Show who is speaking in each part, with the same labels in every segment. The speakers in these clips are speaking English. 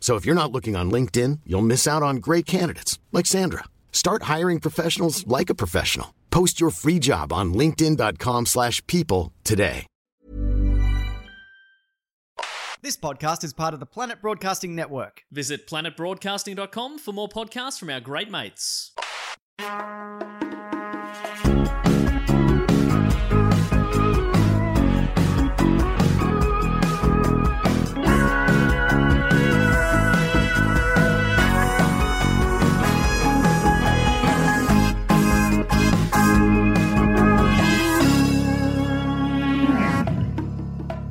Speaker 1: So if you're not looking on LinkedIn, you'll miss out on great candidates like Sandra. Start hiring professionals like a professional. Post your free job on linkedin.com/people slash people today.
Speaker 2: This podcast is part of the Planet Broadcasting Network.
Speaker 3: Visit planetbroadcasting.com for more podcasts from our great mates.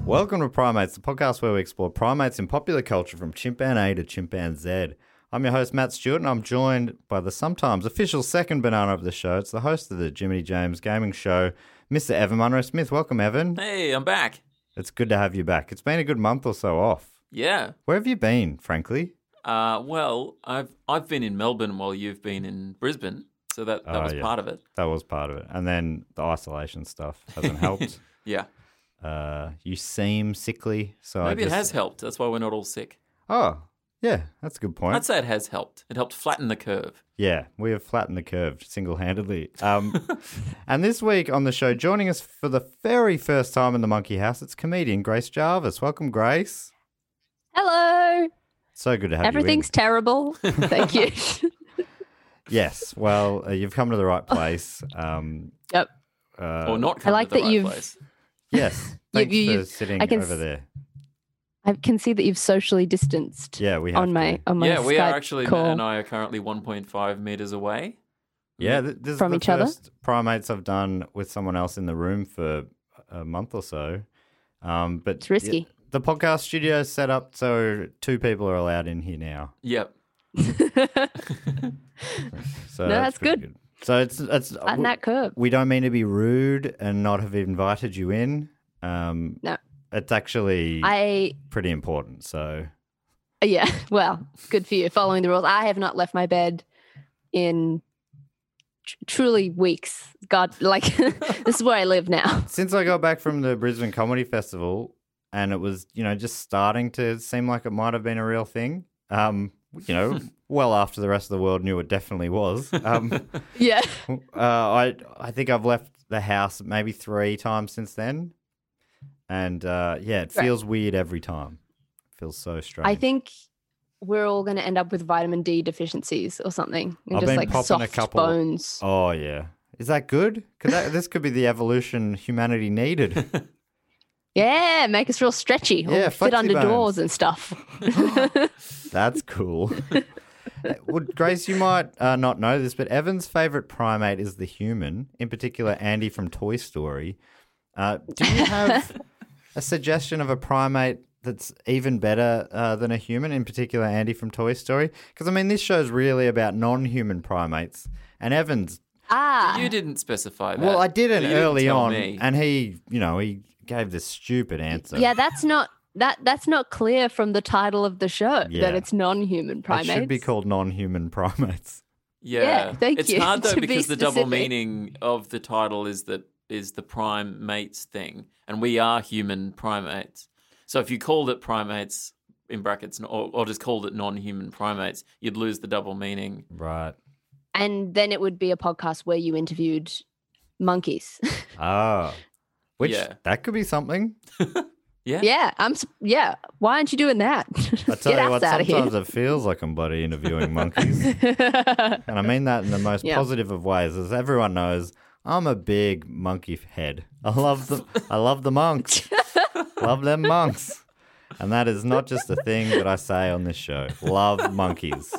Speaker 4: Welcome to Primates, the podcast where we explore primates in popular culture from chimpan A to chimpan Z. I'm your host, Matt Stewart, and I'm joined by the sometimes official second banana of the show. It's the host of the Jiminy James Gaming Show, Mr. Evan Munro Smith. Welcome, Evan.
Speaker 5: Hey, I'm back.
Speaker 4: It's good to have you back. It's been a good month or so off.
Speaker 5: Yeah.
Speaker 4: Where have you been, frankly?
Speaker 5: Uh, well, I've I've been in Melbourne while you've been in Brisbane, so that, that
Speaker 4: Oh,
Speaker 5: was
Speaker 4: yeah.
Speaker 5: part of it.
Speaker 4: That was part of it. And then the isolation stuff hasn't helped.
Speaker 5: Yeah.
Speaker 4: Uh, you seem sickly, so
Speaker 5: Maybe
Speaker 4: I just...
Speaker 5: it has helped. That's why we're not all sick.
Speaker 4: Oh, yeah, that's a good point.
Speaker 5: I'd say it has helped. It helped flatten the curve.
Speaker 4: Yeah, we have flattened the curve single handedly. Um, and this week on the show, joining us for the very first time in the Monkey House, it's comedian Grace Jarvis. Welcome, Grace.
Speaker 6: Hello.
Speaker 4: So good to have
Speaker 6: Everything's
Speaker 4: you.
Speaker 6: terrible. Thank you.
Speaker 4: in. yes. Well, uh, you've come to the right place. Um,
Speaker 6: yep.
Speaker 4: uh,
Speaker 5: or not come
Speaker 6: I like
Speaker 5: to the
Speaker 6: that
Speaker 5: right
Speaker 6: you've-
Speaker 5: place.
Speaker 4: Yes. Thanks
Speaker 6: you-
Speaker 4: for
Speaker 6: you've-
Speaker 4: sitting
Speaker 6: I can
Speaker 4: over
Speaker 6: s-
Speaker 4: there.
Speaker 6: I can see that you've socially distanced
Speaker 4: Yeah, we have
Speaker 6: on my
Speaker 4: to.
Speaker 6: on my
Speaker 5: Yeah, we
Speaker 6: Skype
Speaker 5: are actually
Speaker 6: call.
Speaker 5: Matt and I are currently 1.5 meters away.
Speaker 4: Yeah, th- this
Speaker 6: From
Speaker 4: is the
Speaker 6: each other?
Speaker 4: first primates I've done with someone else in the room for a month or so. Um, but
Speaker 6: It's risky.
Speaker 4: the podcast studio is set up so two people are allowed in here now.
Speaker 5: Yep.
Speaker 4: So
Speaker 6: No, that's
Speaker 4: pretty
Speaker 6: good.
Speaker 4: So it's it's
Speaker 6: Flatten that curve.
Speaker 4: we don't mean to be rude and not have invited you in. Um,
Speaker 6: No.
Speaker 4: it's actually
Speaker 6: I
Speaker 4: pretty important. So
Speaker 6: yeah. Well, good for you following the rules. I have not left my bed in tr- truly weeks. God, like this is where I live now.
Speaker 4: since I got back from the Brisbane Comedy Festival, and it was you know just starting to seem like it might have been a real thing. Um, you know, well after the rest of the world knew it definitely was. Um,
Speaker 6: Yeah.
Speaker 4: uh, I I think I've left the house maybe three times since then, and uh, yeah, it
Speaker 6: Right.
Speaker 4: feels weird every time. It feels so strange.
Speaker 6: I think we're all going to end up with vitamin D deficiencies or something, and
Speaker 4: I've
Speaker 6: just
Speaker 4: been
Speaker 6: like
Speaker 4: popping a
Speaker 6: soft
Speaker 4: couple-
Speaker 6: bones.
Speaker 4: Oh yeah, is that good? Could that, this could be the evolution humanity needed.
Speaker 6: Yeah, make us real stretchy. All
Speaker 4: Yeah,
Speaker 6: fit
Speaker 4: flexi
Speaker 6: under
Speaker 4: bones.
Speaker 6: doors and stuff.
Speaker 4: That's cool. well, Grace, you might uh, not know this, but Evan's favorite primate is the human, in particular Andy from Toy Story. Uh, do you have a suggestion of a primate that's even better uh, than a human, in particular Andy from Toy Story? Because I mean, this show's really about non-human primates, and Evan's
Speaker 6: ah,
Speaker 5: You didn't specify that.
Speaker 4: Well, I
Speaker 5: Uh, You
Speaker 4: didn't
Speaker 5: didn't
Speaker 4: early
Speaker 5: tell
Speaker 4: on,
Speaker 5: me.
Speaker 4: and he, you know, he gave this stupid answer.
Speaker 6: yeah, that's not that that's not clear from the title of the show
Speaker 4: Yeah.
Speaker 6: that it's non-human primates.
Speaker 4: It should be called non-human primates.
Speaker 5: Yeah.
Speaker 6: Yeah, thank
Speaker 5: it's
Speaker 6: you.
Speaker 5: hard though
Speaker 6: To be
Speaker 5: because the double
Speaker 6: specific.
Speaker 5: meaning of the title is that is the prime mates thing, and we are human primates. So if you called it primates in brackets, or, or just called it non-human primates, you'd lose the double meaning.
Speaker 4: Right.
Speaker 6: and then it would be a podcast where you interviewed monkeys.
Speaker 4: Oh. Which
Speaker 5: Yeah.
Speaker 4: that could be something.
Speaker 5: Yeah.
Speaker 6: Yeah, I'm. s- Yeah, why aren't you doing that?
Speaker 4: I tell
Speaker 6: Get
Speaker 4: you
Speaker 6: us
Speaker 4: what,
Speaker 6: out of
Speaker 4: sometimes
Speaker 6: here.
Speaker 4: it feels like I'm body interviewing monkeys. and I mean that in the most
Speaker 6: Yeah.
Speaker 4: positive of ways. As everyone knows, I'm a big monkey head. I love the I love the monks. love them monks. And that is not just a thing that I say on this show. Love monkeys.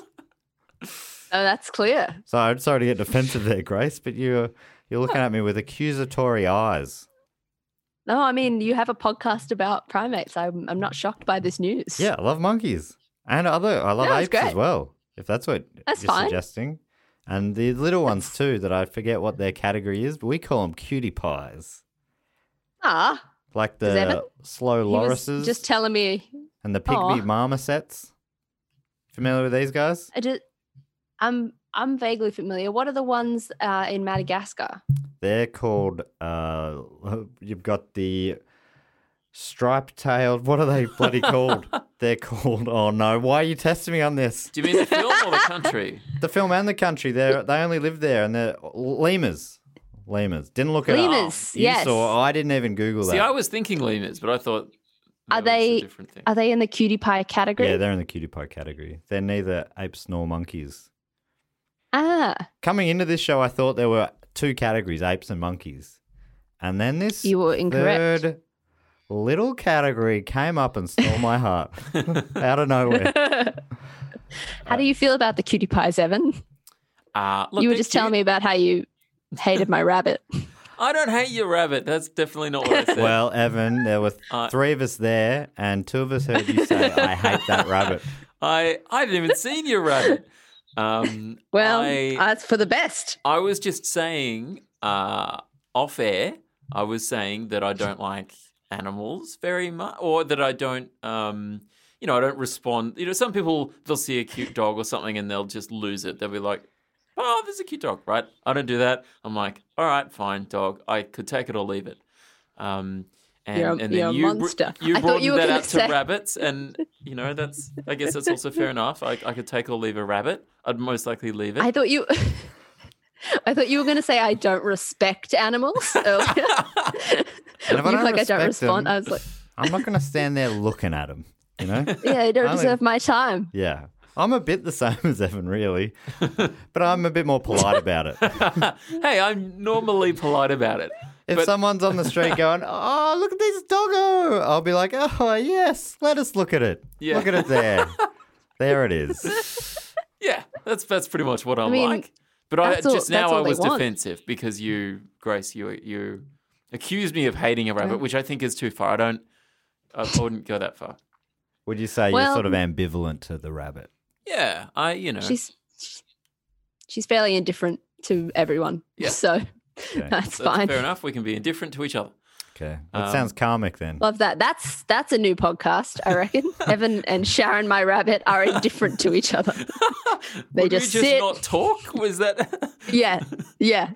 Speaker 6: oh, that's clear.
Speaker 4: So I'm sorry to get defensive there, Grace, but you you're looking at me with accusatory eyes.
Speaker 6: No, I mean you have a podcast about primates. I'm, I'm not shocked by this news.
Speaker 4: Yeah, I love monkeys and other. I love
Speaker 6: No, it's
Speaker 4: apes as
Speaker 6: great.
Speaker 4: well. If that's what
Speaker 6: That's
Speaker 4: you're
Speaker 6: fine.
Speaker 4: suggesting, and the little ones too that I forget what their category is, but we call them cutie pies,
Speaker 6: Ah,
Speaker 4: like
Speaker 6: Is Evan-
Speaker 4: the slow
Speaker 6: he was
Speaker 4: lorises
Speaker 6: just telling me.
Speaker 4: and the pygmy
Speaker 6: Aw.
Speaker 4: marmosets. Familiar with these guys?
Speaker 6: I just, I'm I'm vaguely familiar. What are the ones uh, in Madagascar?
Speaker 4: They're called. Uh, you've got the stripe-tailed. What are they bloody called? They're called. Oh no! Why are you testing me on this?
Speaker 5: Do you mean the film or the country?
Speaker 4: The film and the country. They they only live there, and they're lemurs. Lemurs. Didn't look at
Speaker 6: Lemurs,
Speaker 4: You
Speaker 6: yes.
Speaker 4: saw. I didn't even Google that.
Speaker 5: See, I was thinking lemurs, but I thought that was
Speaker 6: Are
Speaker 5: a
Speaker 6: they-
Speaker 5: different thing?
Speaker 6: Are they in the cutie pie category?
Speaker 4: yeah, they're in the cutie pie category. They're neither apes nor monkeys.
Speaker 6: ah,
Speaker 4: Coming into this show, I thought there were two categories: apes and monkeys. And then this
Speaker 6: You were incorrect.
Speaker 4: third little category came up and stole my heart out of nowhere.
Speaker 6: how do you feel about the cutie pies, Evan?
Speaker 5: Ah, look,
Speaker 6: you were
Speaker 5: they're
Speaker 6: just telling me
Speaker 5: cute.
Speaker 6: about how you hated my rabbit.
Speaker 5: I don't hate your rabbit. That's definitely not what I said.
Speaker 4: Well, Evan, there were
Speaker 5: Uh,
Speaker 4: three of us there, and two of us heard you say, "I hate that rabbit."
Speaker 5: I I haven't even seen your rabbit. Um,
Speaker 6: Well,
Speaker 5: I,
Speaker 6: that's for the best.
Speaker 5: I was just saying uh, off air. I was saying that I don't like animals very much, or that I don't, um, you know, I don't respond. You know, some people they'll see a cute dog or something and they'll just lose it. They'll be like, "Oh, there's a cute dog," right? I don't do that. I'm like, "All right, fine, dog. I could take it or leave it." Um, and,
Speaker 6: You're a-
Speaker 5: and then
Speaker 6: you're a
Speaker 5: you br-
Speaker 6: monster.
Speaker 5: you
Speaker 6: I thought
Speaker 5: broadened
Speaker 6: you were
Speaker 5: that
Speaker 6: gonna
Speaker 5: out
Speaker 6: say-
Speaker 5: to rabbits, and you know that's. I guess that's also fair enough. I, I could take or leave a rabbit. I'd most likely leave it.
Speaker 6: I thought you. I thought you were going to say I don't respect animals. Earlier.
Speaker 4: And if I
Speaker 6: You
Speaker 4: don't
Speaker 6: like I
Speaker 4: respect
Speaker 6: don't respond.
Speaker 4: them,
Speaker 6: I was like,
Speaker 4: I'm not going to stand there looking at them, you know?
Speaker 6: yeah, you don't
Speaker 4: I mean-
Speaker 6: deserve my time.
Speaker 4: Yeah. I'm a bit the same as Evan, really, but I'm a bit more polite about it.
Speaker 5: hey, I'm normally polite about it.
Speaker 4: If
Speaker 5: But-
Speaker 4: someone's on the street going, oh, look at this doggo, I'll be like, oh, yes, let us look at it.
Speaker 5: Yeah.
Speaker 4: Look at it there. there it is.
Speaker 5: Yeah, that's that's pretty much what I'm
Speaker 6: mean,
Speaker 5: like. But I
Speaker 6: that's all-
Speaker 5: just
Speaker 6: that's
Speaker 5: now I
Speaker 6: all they
Speaker 5: was
Speaker 6: want.
Speaker 5: defensive because you, Grace, you you accused me of hating a rabbit, which I think is too far. I don't. I wouldn't go that far.
Speaker 4: Would you say you're
Speaker 6: Well-
Speaker 4: sort of ambivalent to the rabbit?
Speaker 5: Yeah, I you know.
Speaker 6: She's she's fairly indifferent to everyone.
Speaker 5: Yeah.
Speaker 6: So that's
Speaker 5: so
Speaker 6: fine.
Speaker 5: Fair enough. We can be indifferent to each other.
Speaker 4: Okay. That
Speaker 5: Um,
Speaker 4: sounds karmic then.
Speaker 6: Love that. That's that's a new podcast, I reckon. Evan and Sharon, my rabbit, are indifferent to each other. They
Speaker 5: Would
Speaker 6: just,
Speaker 5: we just
Speaker 6: sit.
Speaker 5: not talk? Was that?
Speaker 6: Yeah, yeah.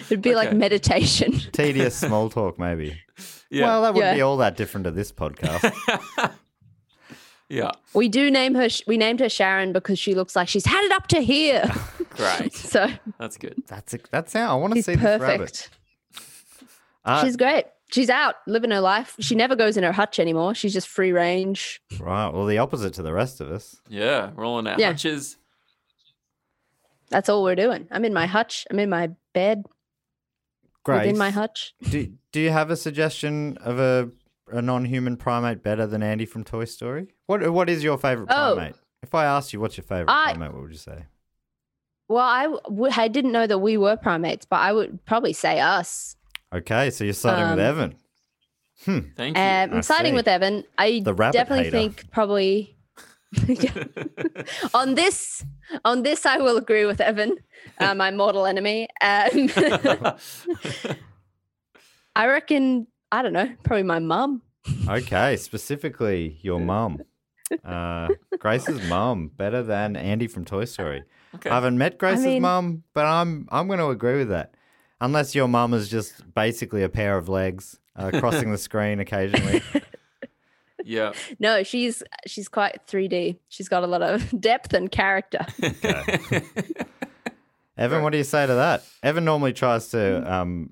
Speaker 6: It'd be like
Speaker 5: Okay.
Speaker 6: meditation.
Speaker 4: Tedious small talk, maybe.
Speaker 5: yeah.
Speaker 4: Well, that wouldn't
Speaker 6: Yeah.
Speaker 4: be all that different to this podcast.
Speaker 5: yeah.
Speaker 6: We do name her. We named her Sharon because she looks like she's had it up to here.
Speaker 5: Great.
Speaker 6: So
Speaker 5: That's good.
Speaker 4: That's it. That's how I want to
Speaker 6: she's
Speaker 4: see this rabbit.
Speaker 6: perfect.
Speaker 4: Uh,
Speaker 6: She's great. She's out living her life. She never goes in her hutch anymore. She's just free range.
Speaker 4: Right. Well, the opposite to the rest of us.
Speaker 5: Yeah, rolling out
Speaker 6: Yeah.
Speaker 5: hutches.
Speaker 6: That's all we're doing. I'm in my hutch. I'm in my bed
Speaker 4: Grace,
Speaker 6: within my hutch.
Speaker 4: do, do you have a suggestion of a, a non-human primate better than Andy from Toy Story? What What is your favorite
Speaker 6: Oh.
Speaker 4: primate? If I asked you what's your favorite
Speaker 6: I-
Speaker 4: primate, what would you say?
Speaker 6: Well, I, w- I didn't know that we were primates, but I would probably say us.
Speaker 4: Okay, so you're starting with
Speaker 6: Um,
Speaker 4: Evan.
Speaker 5: Thank you.
Speaker 6: Um,
Speaker 4: I
Speaker 6: I'm siding
Speaker 4: see.
Speaker 6: with Evan. I
Speaker 4: The rabbit
Speaker 6: definitely
Speaker 4: hater.
Speaker 6: think probably on this on this I will agree with Evan, uh, my mortal enemy. Um, I reckon I don't know, probably my mum.
Speaker 4: Okay, specifically your mum, uh, Grace's mum, better than Andy from Toy Story.
Speaker 5: okay.
Speaker 4: I haven't met Grace's
Speaker 6: mean-
Speaker 4: mum, but I'm I'm going to agree with that. Unless your mum is just basically a pair of legs uh, crossing the screen occasionally.
Speaker 5: yeah.
Speaker 6: No, she's she's quite 3D. She's got a lot of depth and character.
Speaker 5: Hmm.
Speaker 4: Evan, what do you say to that? Evan normally tries to um,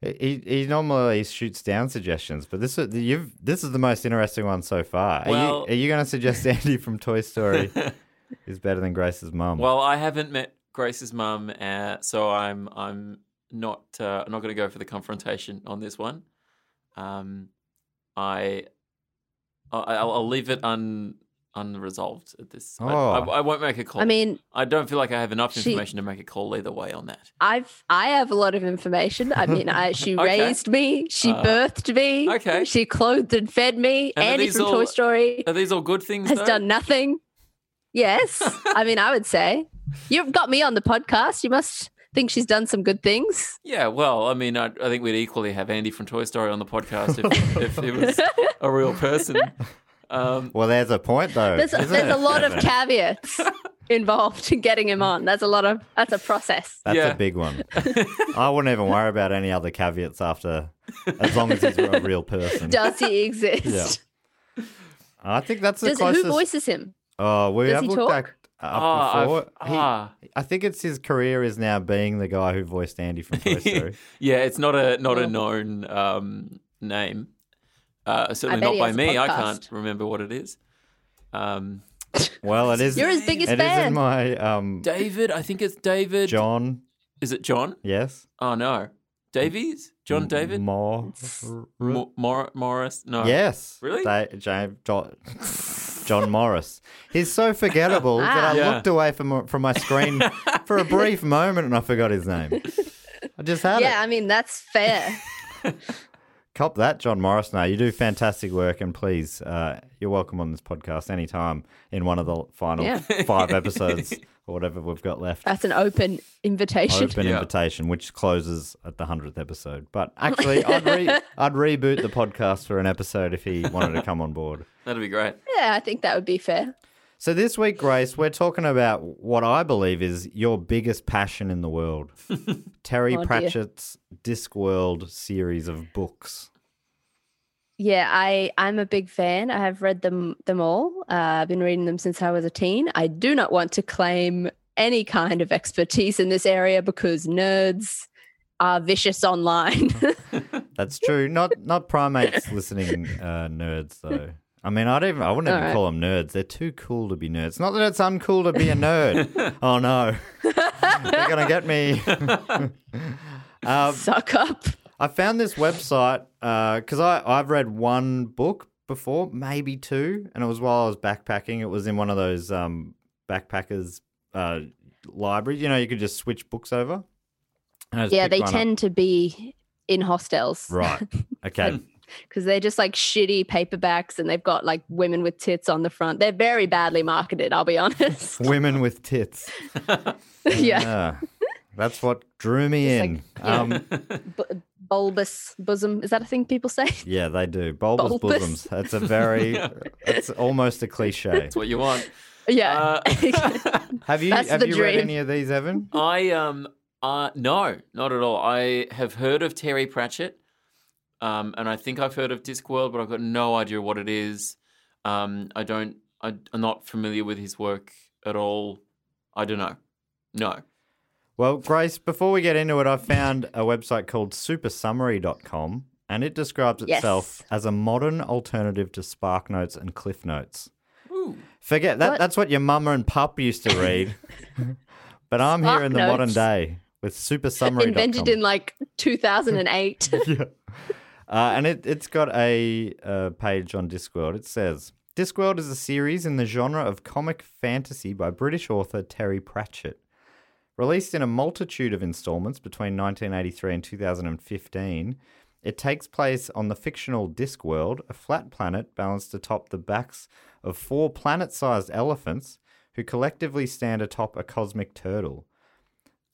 Speaker 4: He, he normally shoots down suggestions, but this is you've this is the most interesting one so far. Are
Speaker 5: Well-
Speaker 4: you, are you going to suggest Andy from Toy Story is better than Grace's mum?
Speaker 5: Well, I haven't met Grace's mum, uh, so I'm I'm not uh, I'm not going to go for the confrontation on this one. Um, I I- I'll, I'll leave it un unresolved at this. I- I,
Speaker 4: Oh.
Speaker 5: I, won't make a call.
Speaker 6: I mean,
Speaker 5: I don't feel like I have enough
Speaker 6: She-
Speaker 5: information to make a call either way on that.
Speaker 6: I've I have a lot of information. I mean, I, she
Speaker 5: Okay.
Speaker 6: raised me, she
Speaker 5: Uh,
Speaker 6: birthed me,
Speaker 5: okay.
Speaker 6: she clothed and fed me.
Speaker 5: And are
Speaker 6: Andy
Speaker 5: these
Speaker 6: from
Speaker 5: all-
Speaker 6: Toy Story
Speaker 5: Are these all good things?
Speaker 6: has
Speaker 5: though?
Speaker 6: done nothing. Yes, I mean, I would say you've got me on the podcast. You must think she's done some good things.
Speaker 5: Yeah, well, I mean, I, I think we'd equally have Andy from Toy Story on the podcast if, if it was a real person. Um,
Speaker 4: Well, there's a point though.
Speaker 6: There's a,
Speaker 4: isn't
Speaker 6: there's
Speaker 4: it,
Speaker 6: a lot of
Speaker 4: Evan?
Speaker 6: caveats involved in getting him on. That's a lot of that's a process.
Speaker 4: That's
Speaker 5: Yeah.
Speaker 4: a big one. I wouldn't even worry about any other caveats after, as long as he's a real person.
Speaker 6: Does he exist?
Speaker 4: I think that's the
Speaker 6: Does
Speaker 4: closest.
Speaker 6: who voices him?
Speaker 4: oh, we
Speaker 6: does
Speaker 4: have
Speaker 6: he
Speaker 4: looked
Speaker 6: talk?
Speaker 4: that up
Speaker 5: ah,
Speaker 4: before.
Speaker 5: I've-
Speaker 4: He-
Speaker 5: ah.
Speaker 4: I think it's his career is now being the guy who voiced Andy from Toy Story.
Speaker 5: yeah, it's not a not a known um, name. Uh, certainly
Speaker 6: bet
Speaker 5: not
Speaker 6: he
Speaker 5: by
Speaker 6: has a
Speaker 5: me. I
Speaker 6: podcast.
Speaker 5: can't remember what it is. Um,
Speaker 4: well, it is.
Speaker 6: You're his biggest
Speaker 4: it is in
Speaker 6: fan.
Speaker 4: my um,
Speaker 5: David, I think it's David.
Speaker 4: John.
Speaker 5: Is it John?
Speaker 4: Yes,
Speaker 5: Oh no, Davies, John David,
Speaker 4: Moore.
Speaker 5: Mo- Mor- Morris. No,
Speaker 4: Yes,
Speaker 5: Really?
Speaker 4: Da- James John, John Morris. He's so forgettable that I
Speaker 5: Ah. Yeah.
Speaker 4: looked away from from my screen for a brief moment and I forgot his name. I just had
Speaker 6: Yeah,
Speaker 4: it.
Speaker 6: I mean that's fair.
Speaker 4: Cop that, John Morris. Now you do fantastic work, and please, uh, you're welcome on this podcast anytime in one of the final
Speaker 6: Yeah.
Speaker 4: five episodes or whatever we've got left.
Speaker 6: That's an open invitation.
Speaker 4: open
Speaker 5: Yeah.
Speaker 4: invitation, which closes at the hundredth episode. But actually, I'd, re- I'd reboot the podcast for an episode if he wanted to come on board.
Speaker 5: that'd be great.
Speaker 6: Yeah, I think that would be fair.
Speaker 4: So this week, Grace, we're talking about what I believe is your biggest passion in the world, Terry
Speaker 6: Oh, dear.
Speaker 4: Pratchett's Discworld series of books.
Speaker 6: Yeah, I I'm a big fan. I have read them them all. Uh, I've been reading them since I was a teen. I do not want to claim any kind of expertise in this area because nerds are vicious online.
Speaker 4: That's true. Not not primates listening uh, nerds though. I mean, I don't. Even, I wouldn't even
Speaker 6: Alright.
Speaker 4: call them nerds. They're too cool to be nerds. Not that it's uncool to be a nerd. oh no, they're gonna get me. um,
Speaker 6: Suck up.
Speaker 4: I found this website because I I've read one book before, maybe two, and it was while I was backpacking. It was in one of those um, backpackers uh, libraries. You know, you could just switch books over. And I just
Speaker 6: Yeah,
Speaker 4: picked
Speaker 6: they
Speaker 4: one up.
Speaker 6: tend to be in hostels
Speaker 4: Right. Okay.
Speaker 6: because they're just like shitty paperbacks and they've got like women with tits on the front. They're very badly marketed, I'll be honest.
Speaker 4: Women with tits.
Speaker 6: yeah.
Speaker 4: Yeah. That's what drew me
Speaker 6: It's
Speaker 4: in.
Speaker 6: like, yeah.
Speaker 4: um,
Speaker 6: Bu- bulbous bosom. Is that a thing people say?
Speaker 4: yeah, they do. Bulbous,
Speaker 6: Bulbous.
Speaker 4: bosoms. That's a very, it's almost a cliche.
Speaker 5: That's what you want.
Speaker 6: Yeah.
Speaker 5: Uh,
Speaker 4: Have you,
Speaker 6: That's
Speaker 4: have
Speaker 6: the
Speaker 4: you read
Speaker 6: dream.
Speaker 4: any of these, Evan?
Speaker 5: I um uh no, not at all. I have heard of Terry Pratchett, um, and I think I've heard of Discworld, but I've got no idea what it is. Um, I don't. I, I'm not familiar with his work at all. I don't know. No.
Speaker 4: Well, Grace, before we get into it, I found a website called supersummary.com and it describes
Speaker 6: Yes.
Speaker 4: itself as a modern alternative to Spark Notes and Cliff Notes.
Speaker 5: Ooh.
Speaker 4: Forget that
Speaker 6: What?
Speaker 4: that's what your mama and pop used to read. but I'm here
Speaker 6: Spark
Speaker 4: in the modern
Speaker 6: Notes.
Speaker 4: day with supersummary.com.
Speaker 6: Invented in like 2008.
Speaker 4: Uh, and it, it's got a uh, page on Discworld. It says Discworld is a series in the genre of comic fantasy by British author Terry Pratchett. Released in a multitude of installments between 1983 and 2015, it takes place on the fictional Discworld, a flat planet balanced atop the backs of four planet sized elephants who collectively stand atop a cosmic turtle.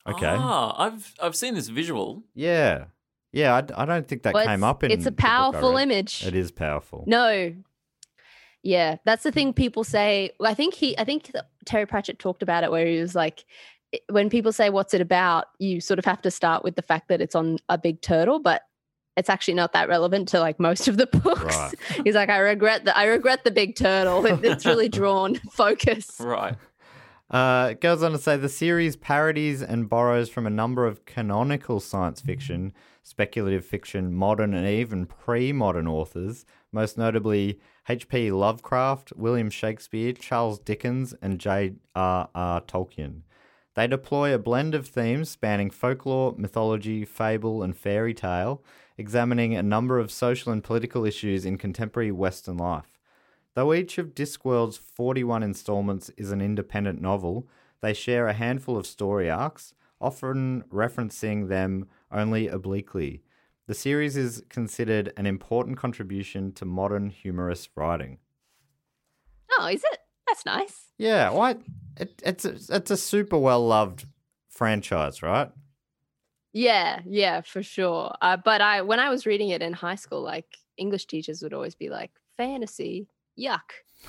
Speaker 4: Okay.
Speaker 5: Ah, I've I've seen this visual.
Speaker 4: Yeah. Yeah, I, I don't think that
Speaker 6: Well,
Speaker 4: came
Speaker 6: it's-
Speaker 4: up in
Speaker 6: it's a
Speaker 4: the book I
Speaker 6: powerful
Speaker 4: read.
Speaker 6: image.
Speaker 4: It is powerful.
Speaker 6: no. Yeah, that's the thing people say. well, I think he, I think that Terry Pratchett talked about it where he was like, i- when people say what's it about, you sort of have to start with the fact that it's on a big turtle, but it's actually not that relevant to like most of the books.
Speaker 4: Right.
Speaker 6: He's like, I regret that I regret the big turtle. It- it's really drawn focus.
Speaker 5: Right.
Speaker 4: Uh, it goes on to say the series parodies and borrows from a number of canonical science fiction, speculative fiction, modern and even pre modern authors, most notably H.P. Lovecraft, William Shakespeare, Charles Dickens, and J.R.R. Tolkien. They deploy a blend of themes spanning folklore, mythology, fable, and fairy tale, examining a number of social and political issues in contemporary Western life. Though each of Discworld's 41 installments is an independent novel, they share a handful of story arcs, often referencing them only obliquely. The series is considered an important contribution to modern humorous writing.
Speaker 6: Oh, is it? That's nice.
Speaker 4: Yeah, why? It, it's a, it's a super well loved franchise, right?
Speaker 6: Yeah, yeah, for sure. Uh, but I, when I was reading it in high school, like English teachers would always be like, "Fantasy, yuck,"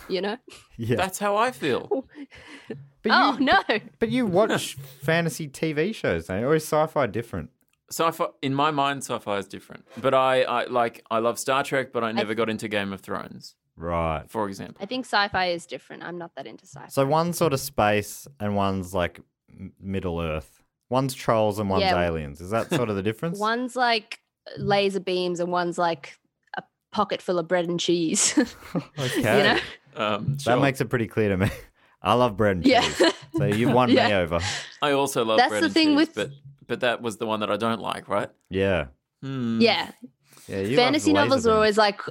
Speaker 6: you know.
Speaker 4: Yeah,
Speaker 5: That's how I feel.
Speaker 4: but
Speaker 6: oh
Speaker 4: you,
Speaker 6: no,
Speaker 4: But you watch fantasy TV shows, don't you? or is sci-fi different?
Speaker 5: Sci-fi in my mind, sci-fi is different. But I, I like I love Star Trek, but I never got into Game of Thrones,
Speaker 4: Right.
Speaker 5: for example.
Speaker 6: I think sci-fi is different. I'm not that into sci-fi.
Speaker 4: So one's sort of space and one's like m- Middle Earth. One's trolls and one's
Speaker 6: Yeah.
Speaker 4: aliens. Is that sort of the difference?
Speaker 6: One's like uh, laser beams, and one's like a pocket full of bread and cheese.
Speaker 4: okay.
Speaker 6: You know?
Speaker 5: Um,
Speaker 4: That
Speaker 5: sure.
Speaker 4: makes it pretty clear to me. I love bread and
Speaker 6: Yeah.
Speaker 4: cheese. So you won me
Speaker 6: Yeah.
Speaker 4: over.
Speaker 5: I also love
Speaker 6: That's
Speaker 5: bread
Speaker 6: the
Speaker 5: and
Speaker 6: thing
Speaker 5: cheese,
Speaker 6: with-
Speaker 5: but but that was the one that I don't like, right?
Speaker 4: Yeah.
Speaker 5: Hmm.
Speaker 6: yeah,
Speaker 4: Yeah. You love
Speaker 6: fantasy
Speaker 4: Mm, laser
Speaker 6: novels are
Speaker 4: beams.
Speaker 6: always like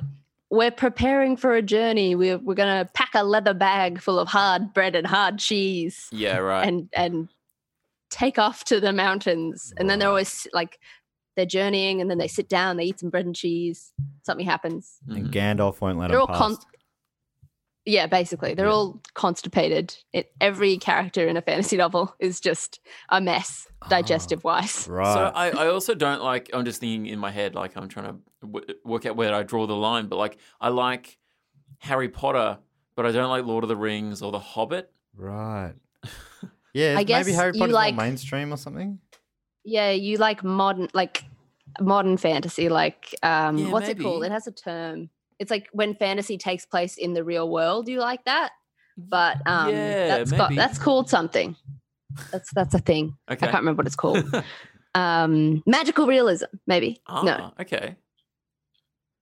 Speaker 6: we're preparing for a journey we're, we're gonna pack a leather bag full of hard bread and hard cheese
Speaker 5: Yeah, right.
Speaker 6: and and take off to the mountains and then they're
Speaker 4: Right.
Speaker 6: always like they're journeying and then they sit down they eat some bread and cheese something happens
Speaker 4: And
Speaker 5: Mm.
Speaker 4: Gandalf won't let
Speaker 6: they're all
Speaker 4: him
Speaker 6: con
Speaker 4: past.
Speaker 6: yeah basically they're
Speaker 4: Yeah.
Speaker 6: all constipated it, every character in a fantasy novel is just a mess
Speaker 5: Ah,
Speaker 6: digestive wise
Speaker 4: right.
Speaker 5: So I, I also don't like. I'm just thinking in my head, like I'm trying to w- work out where I draw the line. But like I like Harry Potter, but I don't like Lord of the Rings or The Hobbit.
Speaker 4: right. Yeah.
Speaker 6: I
Speaker 4: I guess
Speaker 6: guess
Speaker 4: maybe Harry
Speaker 6: you
Speaker 4: Potter's
Speaker 6: like-
Speaker 4: more mainstream or something.
Speaker 6: Yeah, you like modern like modern fantasy, like um
Speaker 5: Yeah,
Speaker 6: what's it called?
Speaker 5: maybe.
Speaker 6: It has a term. It's like when fantasy takes place in the real world, you like that? But um
Speaker 5: Yeah,
Speaker 6: that's got
Speaker 5: maybe.
Speaker 6: that's called something. That's that's a thing.
Speaker 5: Okay.
Speaker 6: I can't remember what it's called. um magical realism, maybe.
Speaker 5: ah,
Speaker 6: No.
Speaker 5: Okay.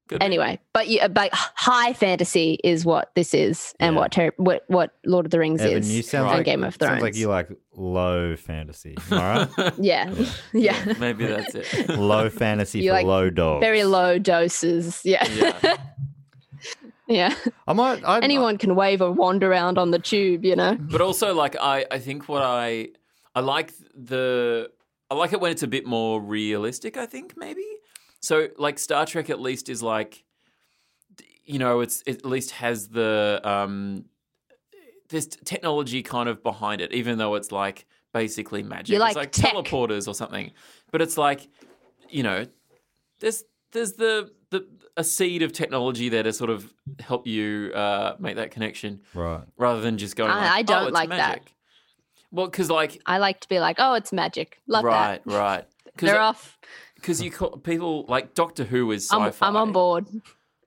Speaker 5: Good.
Speaker 6: Anyway, but you but high fantasy is what this is and
Speaker 4: Yeah.
Speaker 6: what ter- what what Lord of the Rings
Speaker 4: Evan, you
Speaker 6: is.
Speaker 4: sound
Speaker 5: and
Speaker 4: like,
Speaker 6: Game of
Speaker 4: Sounds like
Speaker 6: Thrones.
Speaker 4: you like low fantasy. Am I
Speaker 6: Yeah. yeah.
Speaker 5: Maybe that's it.
Speaker 4: right? low fantasy
Speaker 6: You
Speaker 4: for
Speaker 6: like
Speaker 4: low dogs.
Speaker 6: Very low doses. Yeah.
Speaker 5: Yeah.
Speaker 6: yeah.
Speaker 4: I might. I'd,
Speaker 6: anyone can wave a wand around on the tube, you know?
Speaker 5: but also like I, I think what I I like the I like it when it's a bit more realistic, I think maybe. So like Star Trek at least is like d- you know, it's it at least has the um this t- technology kind of behind it, even though it's like basically magic.
Speaker 6: You like
Speaker 5: it's like
Speaker 6: tech.
Speaker 5: teleporters or something. But it's like, you know, there's there's the the a seed of technology there to sort of help you uh, make that connection
Speaker 4: Right.
Speaker 5: rather than just going.
Speaker 6: I-
Speaker 5: like,
Speaker 6: I don't
Speaker 5: oh, it's
Speaker 6: like that.
Speaker 5: magic. Well, because like
Speaker 6: I like to be like, oh, it's magic. Love
Speaker 5: right,
Speaker 6: that.
Speaker 5: right.
Speaker 6: They're
Speaker 5: Because
Speaker 6: off.
Speaker 5: you call, people like Doctor Who is
Speaker 6: I'm,
Speaker 5: sci-fi.
Speaker 6: I'm on board.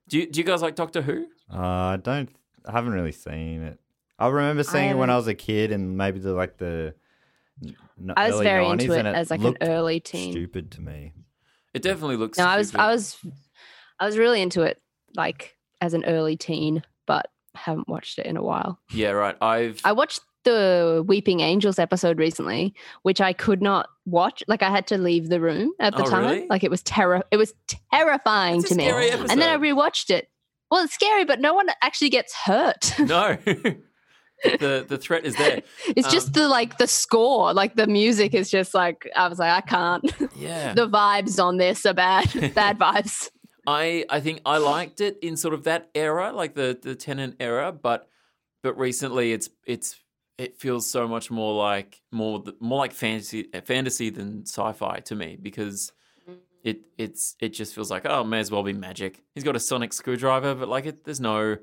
Speaker 5: Do you, do you guys like Doctor Who?
Speaker 4: Uh, I don't. I haven't really seen it. I remember seeing it when I was a kid, and maybe the like the. n-
Speaker 6: I was
Speaker 4: early
Speaker 6: very
Speaker 4: 90s,
Speaker 6: into it
Speaker 4: and
Speaker 6: as like an
Speaker 4: looked
Speaker 6: early teen.
Speaker 4: Stupid to me.
Speaker 5: It definitely looks.
Speaker 6: No, I was,
Speaker 5: stupid.
Speaker 6: I was, I was really into it like as an early teen, but haven't watched it in a while.
Speaker 5: Yeah, right. I've.
Speaker 6: I watched the Weeping Angels episode recently, which I could not watch. Like I had to leave the room at the
Speaker 5: Oh,
Speaker 6: time.
Speaker 5: really?
Speaker 6: Like it was terror. It was terrifying
Speaker 5: It's a
Speaker 6: to me.
Speaker 5: scary
Speaker 6: And then I
Speaker 5: episode.
Speaker 6: rewatched it. Well, it's scary, but no one actually gets hurt.
Speaker 5: no. the the threat is there.
Speaker 6: It's
Speaker 5: Um,
Speaker 6: just the like the score, like the music is just like I was like I can't.
Speaker 5: Yeah.
Speaker 6: the vibes on this are bad, bad vibes.
Speaker 5: I I think I liked it in sort of that era, like the the Tenant era, but but recently it's it's it feels so much more like more th- more like fantasy fantasy than sci-fi to me because it it's it just feels like oh may as well be magic. He's got a sonic screwdriver, but like it, there's no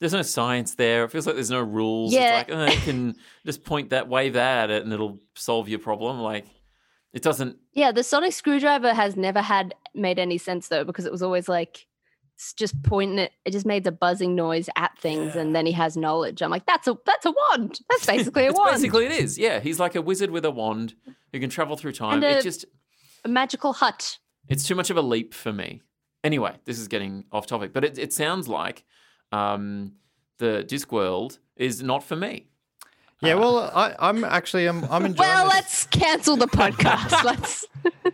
Speaker 5: there's no science there. It feels like there's no rules.
Speaker 6: Yeah.
Speaker 5: It's like oh, you can just point that wave at it and it'll solve your problem. Like it doesn't.
Speaker 6: Yeah, the sonic screwdriver has never had made any sense though because it was always like s- just pointing it. It just made the buzzing noise at things, and then he has knowledge. I'm like, that's a that's a wand. That's basically a
Speaker 5: It's
Speaker 6: wand.
Speaker 5: Basically, it is. Yeah, he's like a wizard with a wand who can travel through time.
Speaker 6: And a-
Speaker 5: It's just
Speaker 6: a magical hut.
Speaker 5: It's too much of a leap for me. Anyway, this is getting off topic, but it, it sounds like um, the Discworld is not for me.
Speaker 4: Yeah, well, I, I'm actually I'm, I'm enjoying.
Speaker 6: Uh, Well,
Speaker 4: this.
Speaker 6: let's cancel the podcast. let's.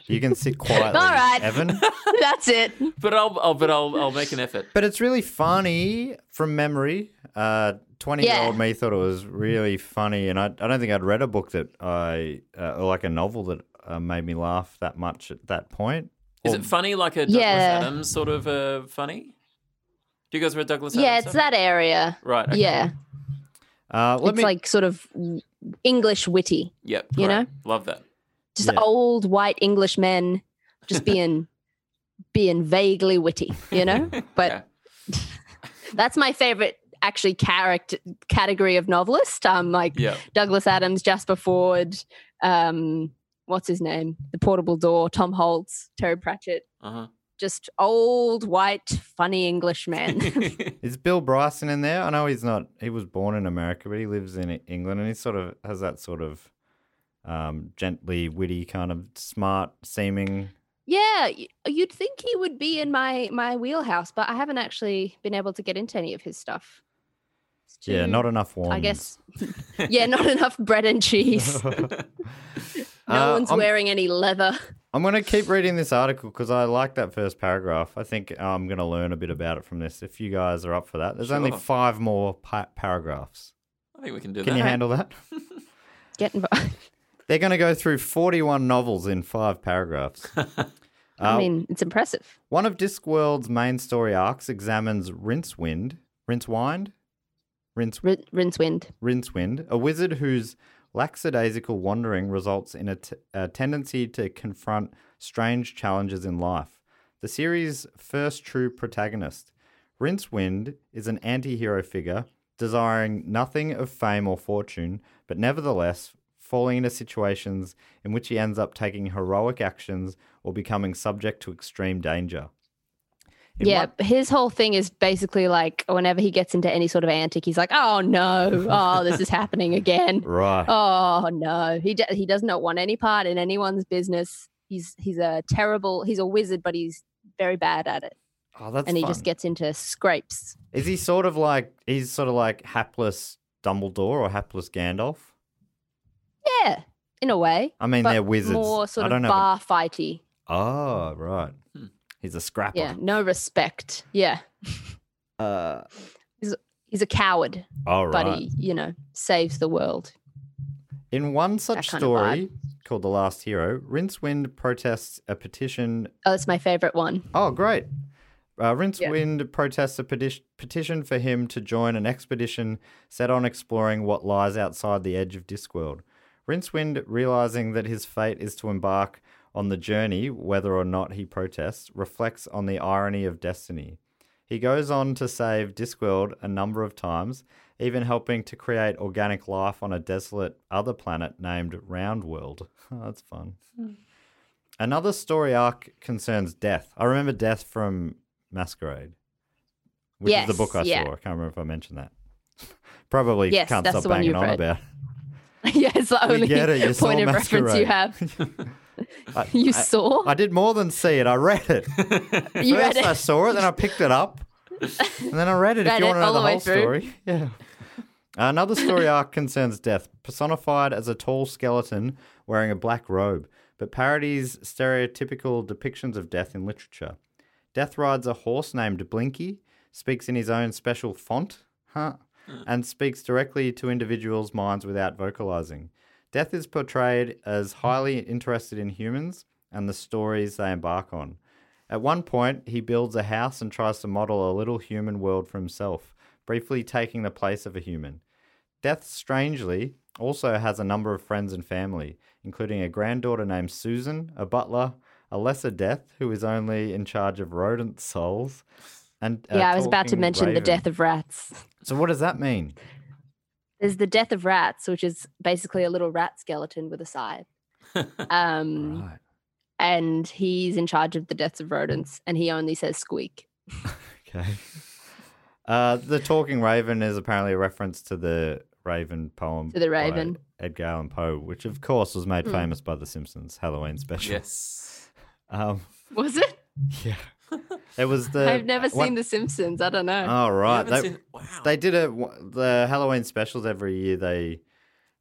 Speaker 4: You can sit quietly,
Speaker 6: All right.
Speaker 4: Evan.
Speaker 6: That's it.
Speaker 5: But I'll, I'll but I'll, I'll make an effort.
Speaker 4: But it's really funny from memory. Uh, 20 year old
Speaker 6: Yeah.
Speaker 4: me thought it was really funny. And I, I don't think I'd read a book that I, uh, or like a novel that uh, made me laugh that much at that point.
Speaker 5: Is
Speaker 4: Or-
Speaker 5: it funny like a Douglas
Speaker 6: Yeah.
Speaker 5: Adams sort of uh, funny? Do you guys read Douglas Adams?
Speaker 6: Yeah, it's
Speaker 5: stuff?
Speaker 6: that area.
Speaker 5: Right. okay.
Speaker 6: Yeah,
Speaker 4: Uh, let
Speaker 6: it's
Speaker 4: me,
Speaker 6: like sort of English witty.
Speaker 5: Yep.
Speaker 6: You
Speaker 5: great.
Speaker 6: know?
Speaker 5: Love that.
Speaker 6: just
Speaker 4: Yeah.
Speaker 6: old white English men just being being vaguely witty, you know? But
Speaker 5: Yeah.
Speaker 6: that's my favorite actually character category of novelist. Um like
Speaker 5: Yeah.
Speaker 6: Douglas Adams, Jasper Ford, um what's his name? The Portable Door, Tom Holtz, Terry Pratchett.
Speaker 5: Uh-huh.
Speaker 6: Just old white funny English men.
Speaker 4: is Bill Bryson in there? I know he's not, he was born in America, but he lives in England and he sort of has that sort of um, gently witty, kind of smart seeming.
Speaker 6: yeah, y- you'd think he would be in my my wheelhouse, but I haven't actually been able to get into any of his stuff. It's
Speaker 4: Yeah,
Speaker 6: too-
Speaker 4: not enough warmth.
Speaker 6: I guess. yeah, not enough bread and cheese. No one's
Speaker 4: Uh, I'm-
Speaker 6: wearing any leather.
Speaker 4: I'm going to keep reading this article because I like that first paragraph. I think uh, I'm going to learn a bit about it from this if you guys are up for that. There's only
Speaker 5: Sure.
Speaker 4: five more pa- paragraphs.
Speaker 5: I think we can do
Speaker 4: Can
Speaker 5: that.
Speaker 4: you handle that?
Speaker 6: Get involved.
Speaker 4: They're going to go through 41 novels in five paragraphs. Uh,
Speaker 6: I mean, it's impressive.
Speaker 4: One of Discworld's main story arcs examines Rincewind, Rincewind, Rince,
Speaker 6: R- rinse wind.
Speaker 4: Rincewind, a wizard whose lackadaisical wandering results in a, t- a tendency to confront strange challenges in life. The series' first true protagonist, Rincewind, is an anti hero figure, desiring nothing of fame or fortune, but nevertheless falling into situations in which he ends up taking heroic actions or becoming subject to extreme danger. In
Speaker 6: yeah,
Speaker 4: one-
Speaker 6: but his whole thing is basically like whenever he gets into any sort of antic, he's like, "Oh no, oh this is happening again.
Speaker 4: Right.
Speaker 6: Oh no." He d- he does not want any part in anyone's business. He's he's a terrible. He's a wizard, but he's very bad at it,
Speaker 4: Oh, that's
Speaker 6: and he
Speaker 4: fun.
Speaker 6: just gets into scrapes.
Speaker 4: Is he sort of like he's sort of like hapless Dumbledore or hapless Gandalf?
Speaker 6: Yeah, in a way.
Speaker 4: I mean,
Speaker 6: but
Speaker 4: they're wizards.
Speaker 6: More sort
Speaker 4: I don't
Speaker 6: of
Speaker 4: know.
Speaker 6: bar fighty.
Speaker 4: Oh, right. He's a scrapper.
Speaker 6: Yeah, no respect. Yeah,
Speaker 4: Uh,
Speaker 6: he's a coward,
Speaker 4: all
Speaker 6: but
Speaker 4: right.
Speaker 6: he, you know, saves the world.
Speaker 4: In one such
Speaker 6: kind of vibe.
Speaker 4: story called The Last Hero, Rincewind protests a petition
Speaker 6: Oh, that's my favorite one.
Speaker 4: Oh, great. Uh, Rincewind protests a peti- petition for him to join an expedition set on exploring what lies outside the edge of Discworld. Rincewind, realizing that his fate is to embark on the journey, whether or not he protests, reflects on the irony of destiny. He goes on to save Discworld a number of times, even helping to create organic life on a desolate other planet named Round World. that's fun.
Speaker 6: Hmm.
Speaker 4: Another story arc concerns death. I remember death from Masquerade, which is
Speaker 6: Yes,
Speaker 4: the book I
Speaker 6: yeah.
Speaker 4: saw. I can't remember if I mentioned that. Probably
Speaker 6: Yes,
Speaker 4: can't
Speaker 6: that's
Speaker 4: stop
Speaker 6: the one
Speaker 4: banging
Speaker 6: you've
Speaker 4: on
Speaker 6: read.
Speaker 4: about.
Speaker 6: yeah, it's the
Speaker 4: We
Speaker 6: only
Speaker 4: get it, you saw
Speaker 6: point of reference
Speaker 4: Masquerade.
Speaker 6: you have.
Speaker 4: I-
Speaker 6: You
Speaker 4: I-
Speaker 6: saw?
Speaker 4: I did more than see it. I read it.
Speaker 6: you
Speaker 4: First,
Speaker 6: read it.
Speaker 4: I saw it, then I picked it up, and then I read it. if
Speaker 6: Read
Speaker 4: you
Speaker 6: it
Speaker 4: want to know
Speaker 6: all
Speaker 4: the,
Speaker 6: the way
Speaker 4: whole
Speaker 6: through.
Speaker 4: story, yeah. Another story arc concerns death, personified as a tall skeleton wearing a black robe, but parodies stereotypical depictions of death in literature. Death rides a horse named Blinky, speaks in his own special font, huh, and speaks directly to individuals' minds without vocalizing. Death is portrayed as highly interested in humans and the stories they embark on. At one point, he builds a house and tries to model a little human world for himself, briefly taking the place of a human. Death, strangely, also has a number of friends and family, including a granddaughter named Susan, a butler, a lesser Death, who is only in charge of rodent souls, and a
Speaker 6: yeah, I was about
Speaker 4: uh,
Speaker 6: to
Speaker 4: talking
Speaker 6: mention the
Speaker 4: raven.
Speaker 6: death of rats.
Speaker 4: So, what does that mean?
Speaker 6: There's the death of rats, which is basically a little rat skeleton with a scythe. Um, And he's in charge of the deaths of rodents, and he only says squeak.
Speaker 4: Okay. Uh, the talking raven is apparently a reference to the Raven poem.
Speaker 6: To the
Speaker 4: by
Speaker 6: Raven. Hmm.
Speaker 4: Edgar Allan Poe, which of course was made famous by The Simpsons Halloween special.
Speaker 5: Yes.
Speaker 4: Um,
Speaker 6: Was it?
Speaker 4: yeah. It was the.
Speaker 6: I've never
Speaker 4: one-
Speaker 6: seen The Simpsons. I don't know.
Speaker 4: Oh right,
Speaker 5: haven't
Speaker 4: they,
Speaker 5: seen- wow.
Speaker 4: they did a the Halloween specials every year. They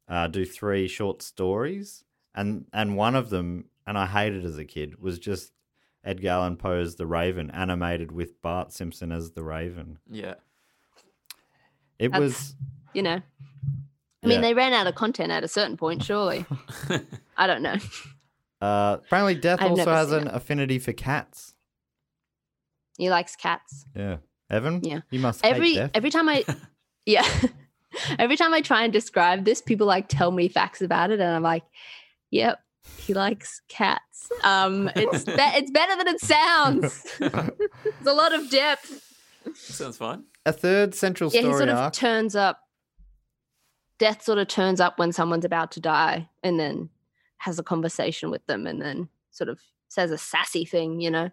Speaker 4: uh, do three short stories, and and one of them, and I hated as a kid, was just Edgar Allan Poe's The Raven, animated with Bart Simpson as the Raven.
Speaker 5: Yeah.
Speaker 4: It
Speaker 6: That's-
Speaker 4: was.
Speaker 6: you know. I mean,
Speaker 4: Yeah.
Speaker 6: they ran out of content at a certain point, surely. I don't know.
Speaker 4: Uh, apparently, Death
Speaker 6: I've
Speaker 4: also
Speaker 6: never
Speaker 4: has
Speaker 6: seen
Speaker 4: an affinity for cats.
Speaker 6: He likes cats.
Speaker 4: Yeah, Evan.
Speaker 6: Yeah.
Speaker 4: you must hate
Speaker 6: Every
Speaker 4: Death.
Speaker 6: every time I, yeah, every time I try and describe this, people like tell me facts about it, and I'm like, yep, he likes cats. Um, it's be- it's better than it sounds. There's a lot of depth.
Speaker 5: Sounds fine.
Speaker 4: a third central
Speaker 6: Yeah,
Speaker 4: story
Speaker 6: he sort of
Speaker 4: arc.
Speaker 6: turns up. Death sort of turns up when someone's about to die, and then has a conversation with them, and then sort of says a sassy thing, you know.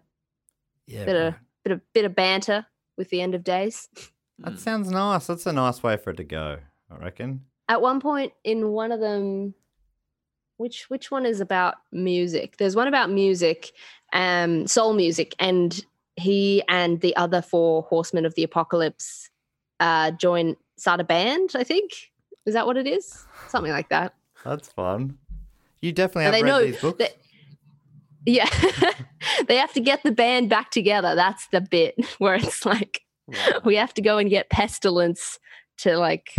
Speaker 4: yeah,
Speaker 6: bit of
Speaker 4: right.
Speaker 6: bit of bit of banter with the end of days. mm.
Speaker 4: that sounds nice. That's a nice way for it to go. I reckon.
Speaker 6: At one point in one of them, which which one is about music? There's one about music, um, soul music, and he and the other four horsemen of the apocalypse uh, join start a band. I think is that what it is? Something like that.
Speaker 4: That's fun. You definitely have
Speaker 6: And
Speaker 4: read
Speaker 6: they know
Speaker 4: these books.
Speaker 6: that- Yeah, they have to get the band back together. That's the bit where it's like
Speaker 5: Wow.
Speaker 6: we have to go and get pestilence to like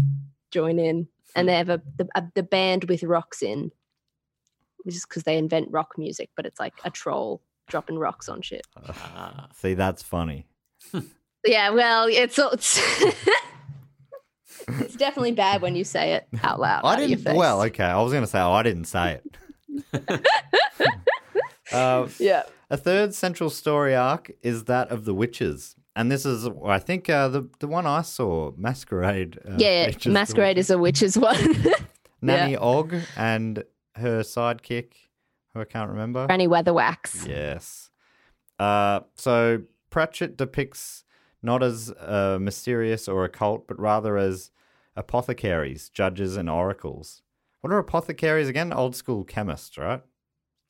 Speaker 6: join in and
Speaker 4: Hmm.
Speaker 6: they have a the, a, the band with rocks in which is because they invent rock music but it's like a troll dropping rocks on shit
Speaker 5: Ah.
Speaker 4: See, that's funny.
Speaker 6: yeah well it's all- it's, it's definitely bad when you say it out loud out
Speaker 4: I
Speaker 6: of Uh, your
Speaker 4: didn't.
Speaker 6: face.
Speaker 4: Well, okay. I was going to say, oh, I didn't say it. uh,
Speaker 6: yeah
Speaker 4: a third central story arc is that of the witches. And this is, I think, uh, the the one I saw, Masquerade. Uh,
Speaker 6: yeah
Speaker 4: features the
Speaker 6: masquerade is a witch's one
Speaker 4: Nanny Og and her sidekick, who I can't remember.
Speaker 6: granny weatherwax
Speaker 4: Yes. Uh, so Pratchett depicts not as uh, mysterious or occult, but rather as apothecaries, judges, and oracles. What are apothecaries again? Old school chemists, right?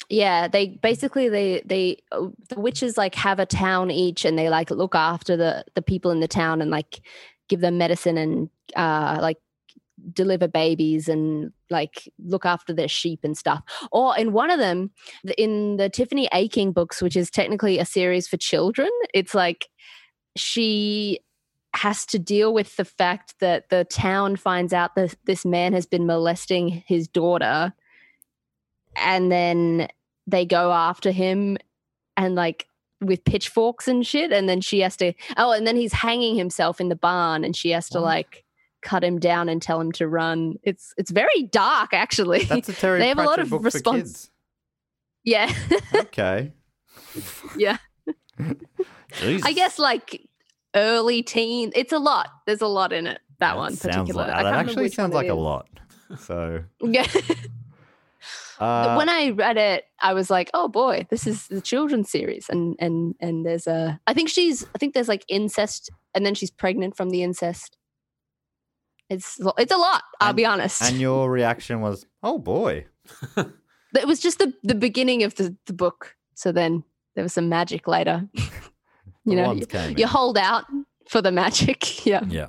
Speaker 6: yeah they basically they they uh, the witches like have a town each and they like look after the the people in the town and like give them medicine and uh like deliver babies and like look after their sheep and stuff or in one of them th- in the tiffany aching books which is technically a series for children it's like she has to deal with the fact that the town finds out that this man has been molesting his daughter and then they go after him and like with pitchforks and shit and then she has to oh and then he's hanging himself in the barn and she has to
Speaker 4: What?
Speaker 6: like cut him down and tell him to run it's it's very dark actually
Speaker 4: That's a Terry
Speaker 6: They have a lot
Speaker 4: Pratchett book
Speaker 6: of respons- yeah
Speaker 4: for kids. Okay.
Speaker 6: yeah
Speaker 4: Jesus.
Speaker 6: i guess like early teen it's a lot there's a lot in it that, one
Speaker 4: sounds
Speaker 6: particular
Speaker 4: like-
Speaker 6: I can't
Speaker 4: that
Speaker 6: remember
Speaker 4: actually
Speaker 6: which one
Speaker 4: sounds
Speaker 6: it
Speaker 4: like a
Speaker 6: is.
Speaker 4: lot. So
Speaker 6: yeah
Speaker 4: uh,
Speaker 6: when I read it, I was like, "Oh boy, this is the children's series." And and and there's a, I think she's, I think there's like incest, and then she's pregnant from the incest. It's lo- it's a lot. I'll
Speaker 4: And-
Speaker 6: be honest.
Speaker 4: and your reaction was, oh boy.
Speaker 6: it was just the the beginning of the, the book. So then there was some magic later.
Speaker 4: The
Speaker 6: you know,
Speaker 4: wands
Speaker 6: you,
Speaker 4: came
Speaker 6: you
Speaker 4: in.
Speaker 6: hold out for the magic. yeah.
Speaker 4: Yeah.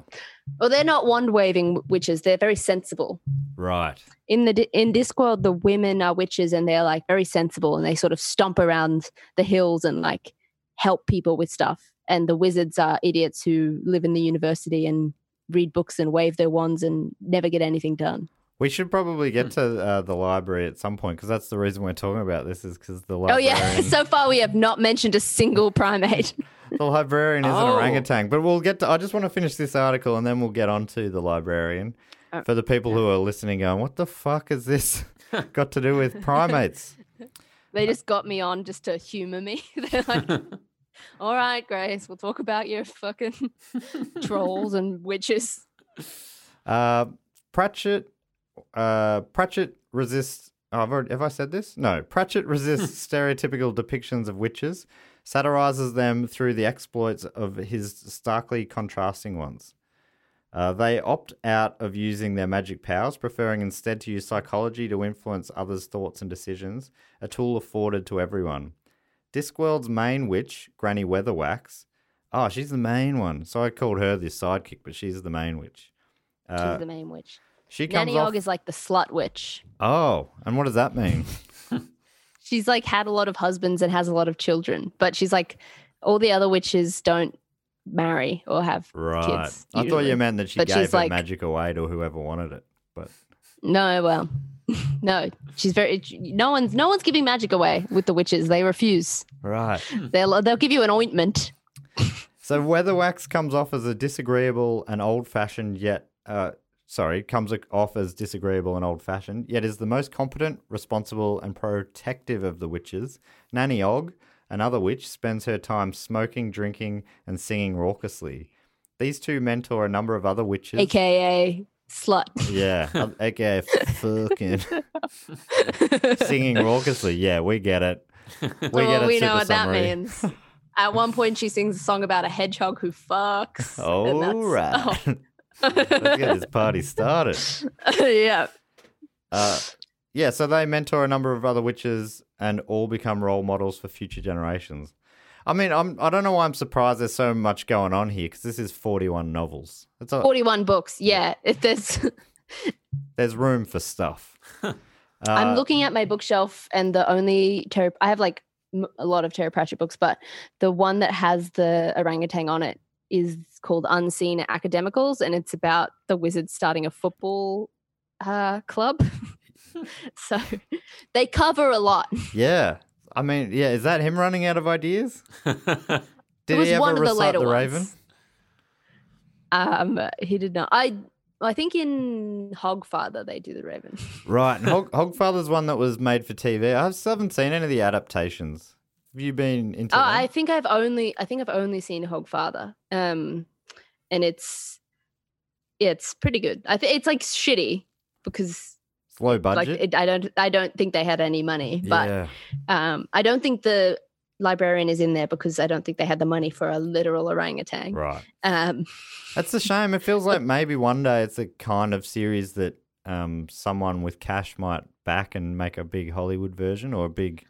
Speaker 6: Well, they're not wand waving witches. They're very sensible.
Speaker 4: Right.
Speaker 6: in the di- in Discworld, the women are witches and they're like very sensible and they sort of stomp around the hills and like help people with stuff. And the wizards are idiots who live in the university and read books and wave their wands and never get anything done.
Speaker 4: We should probably
Speaker 6: Hmm.
Speaker 4: get to uh, the library at some point because that's the reason we're talking about this is because the
Speaker 6: Oh
Speaker 4: librarian,
Speaker 6: yeah, so far we have not mentioned a single primate.
Speaker 4: the librarian is
Speaker 5: Oh.
Speaker 4: an orangutan. But we'll get to. I just want to finish this article and then we'll get on to the librarian.
Speaker 6: Oh,
Speaker 4: For the people who are listening, going, what the fuck is this got to do with primates?
Speaker 6: They just got me on just to humor me. They're like, "All right, Grace, we'll talk about your fucking trolls and witches."
Speaker 4: Uh, Pratchett, uh, Pratchett resists. oh, I've already, have I said this? No. Pratchett resists stereotypical depictions of witches, satirizes them through the exploits of his starkly contrasting ones. Uh, they opt out of using their magic powers, preferring instead to use psychology to influence others' thoughts and decisions, a tool afforded to everyone. Discworld's main witch, Granny Weatherwax. Oh, she's the main one. So I called her the sidekick, but she's the main witch. Uh,
Speaker 6: She's the main witch.
Speaker 4: she comes
Speaker 6: Nanny
Speaker 4: off.
Speaker 6: Og is like the slut witch.
Speaker 4: oh, and what does that mean?
Speaker 6: She's like had a lot of husbands and has a lot of children, but she's like all the other witches don't marry or have
Speaker 4: Right.
Speaker 6: kids.
Speaker 4: I thought
Speaker 6: usually.
Speaker 4: you meant that she
Speaker 6: But
Speaker 4: gave
Speaker 6: she's
Speaker 4: her
Speaker 6: like-
Speaker 4: magic away to whoever wanted it. But
Speaker 6: No, well, no. She's very. No one's no one's giving magic away with the witches. They refuse.
Speaker 4: right.
Speaker 6: They'll they'll give you an ointment.
Speaker 4: So Weatherwax comes off as a disagreeable and old-fashioned yet uh sorry, comes ac- off as disagreeable and old-fashioned, yet is the most competent, responsible and protective of the witches. Nanny Og, another witch, spends her time smoking, drinking and singing raucously. These two mentor a number of other witches.
Speaker 6: aka slut.
Speaker 4: Yeah, um, aka fucking singing raucously. Yeah, we get it. We get it.
Speaker 6: we
Speaker 4: super
Speaker 6: know what
Speaker 4: summary.
Speaker 6: that means. At one point, she sings a song about a hedgehog who fucks. and oh.
Speaker 4: All right.
Speaker 6: that's-
Speaker 4: Let's get this party started.
Speaker 6: oh. yeah.
Speaker 4: Uh, yeah, so they mentor a number of other witches and all become role models for future generations. I mean, I'm I don't know why I'm surprised there's so much going on here because this is 41 novels. It's a,
Speaker 6: 41 books. Yeah. If there's,
Speaker 4: there's room for stuff.
Speaker 6: I'm
Speaker 4: Uh,
Speaker 6: looking at my bookshelf, and the only Terry, I have like m- a lot of Terry Pratchett books, but the one that has the orangutan on it is called Unseen Academicals, and it's about the wizards starting a football uh, club. so they cover a lot.
Speaker 4: Yeah. I mean, yeah, is that him running out of ideas? Did
Speaker 6: it was
Speaker 4: he ever
Speaker 6: one of the
Speaker 4: recite
Speaker 6: later
Speaker 4: the
Speaker 6: ones.
Speaker 4: Raven?
Speaker 6: Um, he did not. I I think in Hogfather they do the Raven.
Speaker 4: Right. And Hog, Hogfather's one that was made for TV. I still haven't seen any of the adaptations. Have you been into
Speaker 6: Oh,
Speaker 4: them?
Speaker 6: I think I've only I think I've only seen Hogfather. Um, and it's yeah, it's pretty good. I think it's like shitty because
Speaker 4: It's low budget.
Speaker 6: like it, I don't I don't think they had any money, but
Speaker 4: yeah.
Speaker 6: um, I don't think the librarian is in there because I don't think they had the money for a literal orangutan.
Speaker 4: Right.
Speaker 6: Um,
Speaker 4: That's a shame. It feels like maybe one day it's a kind of series that um, someone with cash might back and make a big Hollywood version or a big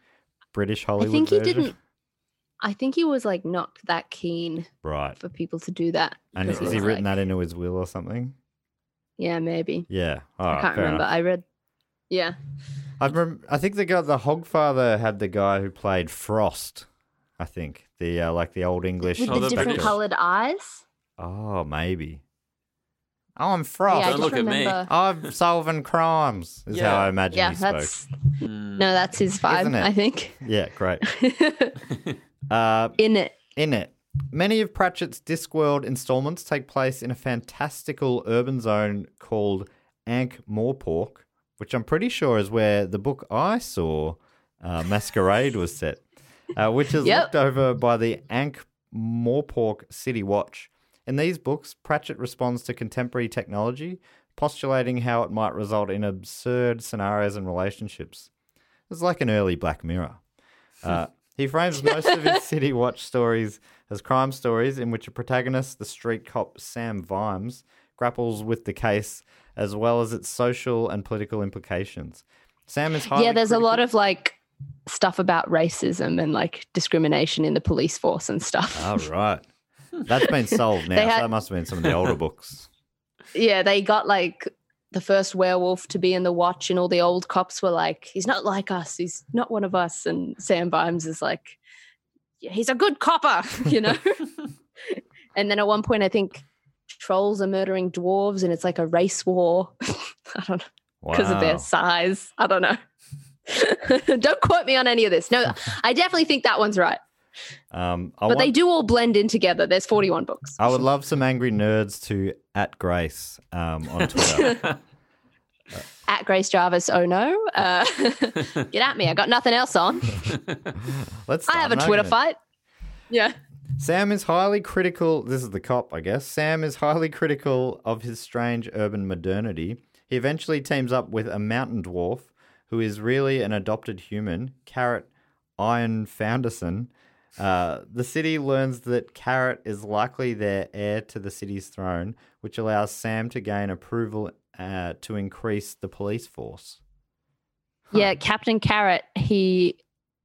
Speaker 4: British Hollywood
Speaker 6: I think he
Speaker 4: version.
Speaker 6: didn't. I think he was like not that keen
Speaker 4: Right.
Speaker 6: for people to do that.
Speaker 4: And
Speaker 6: because
Speaker 4: has
Speaker 6: was
Speaker 4: he written
Speaker 6: like-
Speaker 4: that into his will or something?
Speaker 6: Yeah, maybe.
Speaker 4: Yeah. All right.
Speaker 6: I can't
Speaker 4: fair
Speaker 6: remember.
Speaker 4: enough.
Speaker 6: I read. Yeah.
Speaker 4: I, rem- I think the guy, the Hogfather had the guy who played Frost, I think. The uh, like the old English.
Speaker 6: With
Speaker 5: Oh,
Speaker 6: the
Speaker 5: that's
Speaker 6: different
Speaker 5: pretty cool.
Speaker 6: colored eyes.
Speaker 4: Oh, maybe. Oh, I'm
Speaker 6: yeah, I
Speaker 4: Frost.
Speaker 6: just
Speaker 5: look at me.
Speaker 6: remember.
Speaker 4: I'm solving crimes, is
Speaker 5: Yeah.
Speaker 4: how I imagine
Speaker 6: yeah,
Speaker 4: he spoke.
Speaker 6: that's
Speaker 5: Mm.
Speaker 6: no, that's his vibe.
Speaker 4: Isn't it?
Speaker 6: I think.
Speaker 4: Yeah, great. Uh,
Speaker 6: In it.
Speaker 4: in it. Many of Pratchett's Discworld installments take place in a fantastical urban zone called Ankh Morpork, which I'm pretty sure is where the book I saw, uh, Masquerade, was set, uh, which is
Speaker 6: Yep.
Speaker 4: looked over by the Ankh Morpork City Watch. In these books, Pratchett responds to contemporary technology, postulating how it might result in absurd scenarios and relationships. It's like an early Black Mirror. Uh, he frames most of his City Watch stories as crime stories in which a protagonist, the street cop Sam Vimes, grapples with the case as well as its social and political implications. Sam is highly
Speaker 6: Yeah, there's a
Speaker 4: critical-
Speaker 6: lot of like stuff about racism and like discrimination in the police force and stuff.
Speaker 4: All right. That's been solved now.
Speaker 6: They
Speaker 4: so
Speaker 6: had-
Speaker 4: that must have been some of the older books.
Speaker 6: yeah, they got like the first werewolf to be in the watch, and all the old cops were like, "He's not like us. He's not one of us." And Sam Vimes is like, yeah, "He's a good copper," you know. and then at one point, I think trolls are murdering dwarves, and it's like a race war. I don't know because of
Speaker 4: Wow.
Speaker 6: their size. I don't know. don't quote me on any of this. No, I definitely think that one's right.
Speaker 4: Um, I,
Speaker 6: But
Speaker 4: want,
Speaker 6: they do all blend in together. There's 41 books.
Speaker 4: I would love some angry nerds to at Grace um, on Twitter.
Speaker 6: at Grace Jarvis. Oh no, uh, get at me! I got nothing else on.
Speaker 4: Let's
Speaker 6: I
Speaker 4: start
Speaker 6: have a
Speaker 4: an
Speaker 6: Twitter
Speaker 4: argument.
Speaker 6: fight. Yeah,
Speaker 4: Sam is highly critical. This is the cop, I guess. Sam is highly critical of his strange urban modernity. He eventually teams up with a mountain dwarf who is really an adopted human, Carrot Iron Founderson, Uh, the city learns that Carrot is likely their heir to the city's throne, which allows Sam to gain approval uh, to increase the police force.
Speaker 6: Yeah, Captain Carrot, he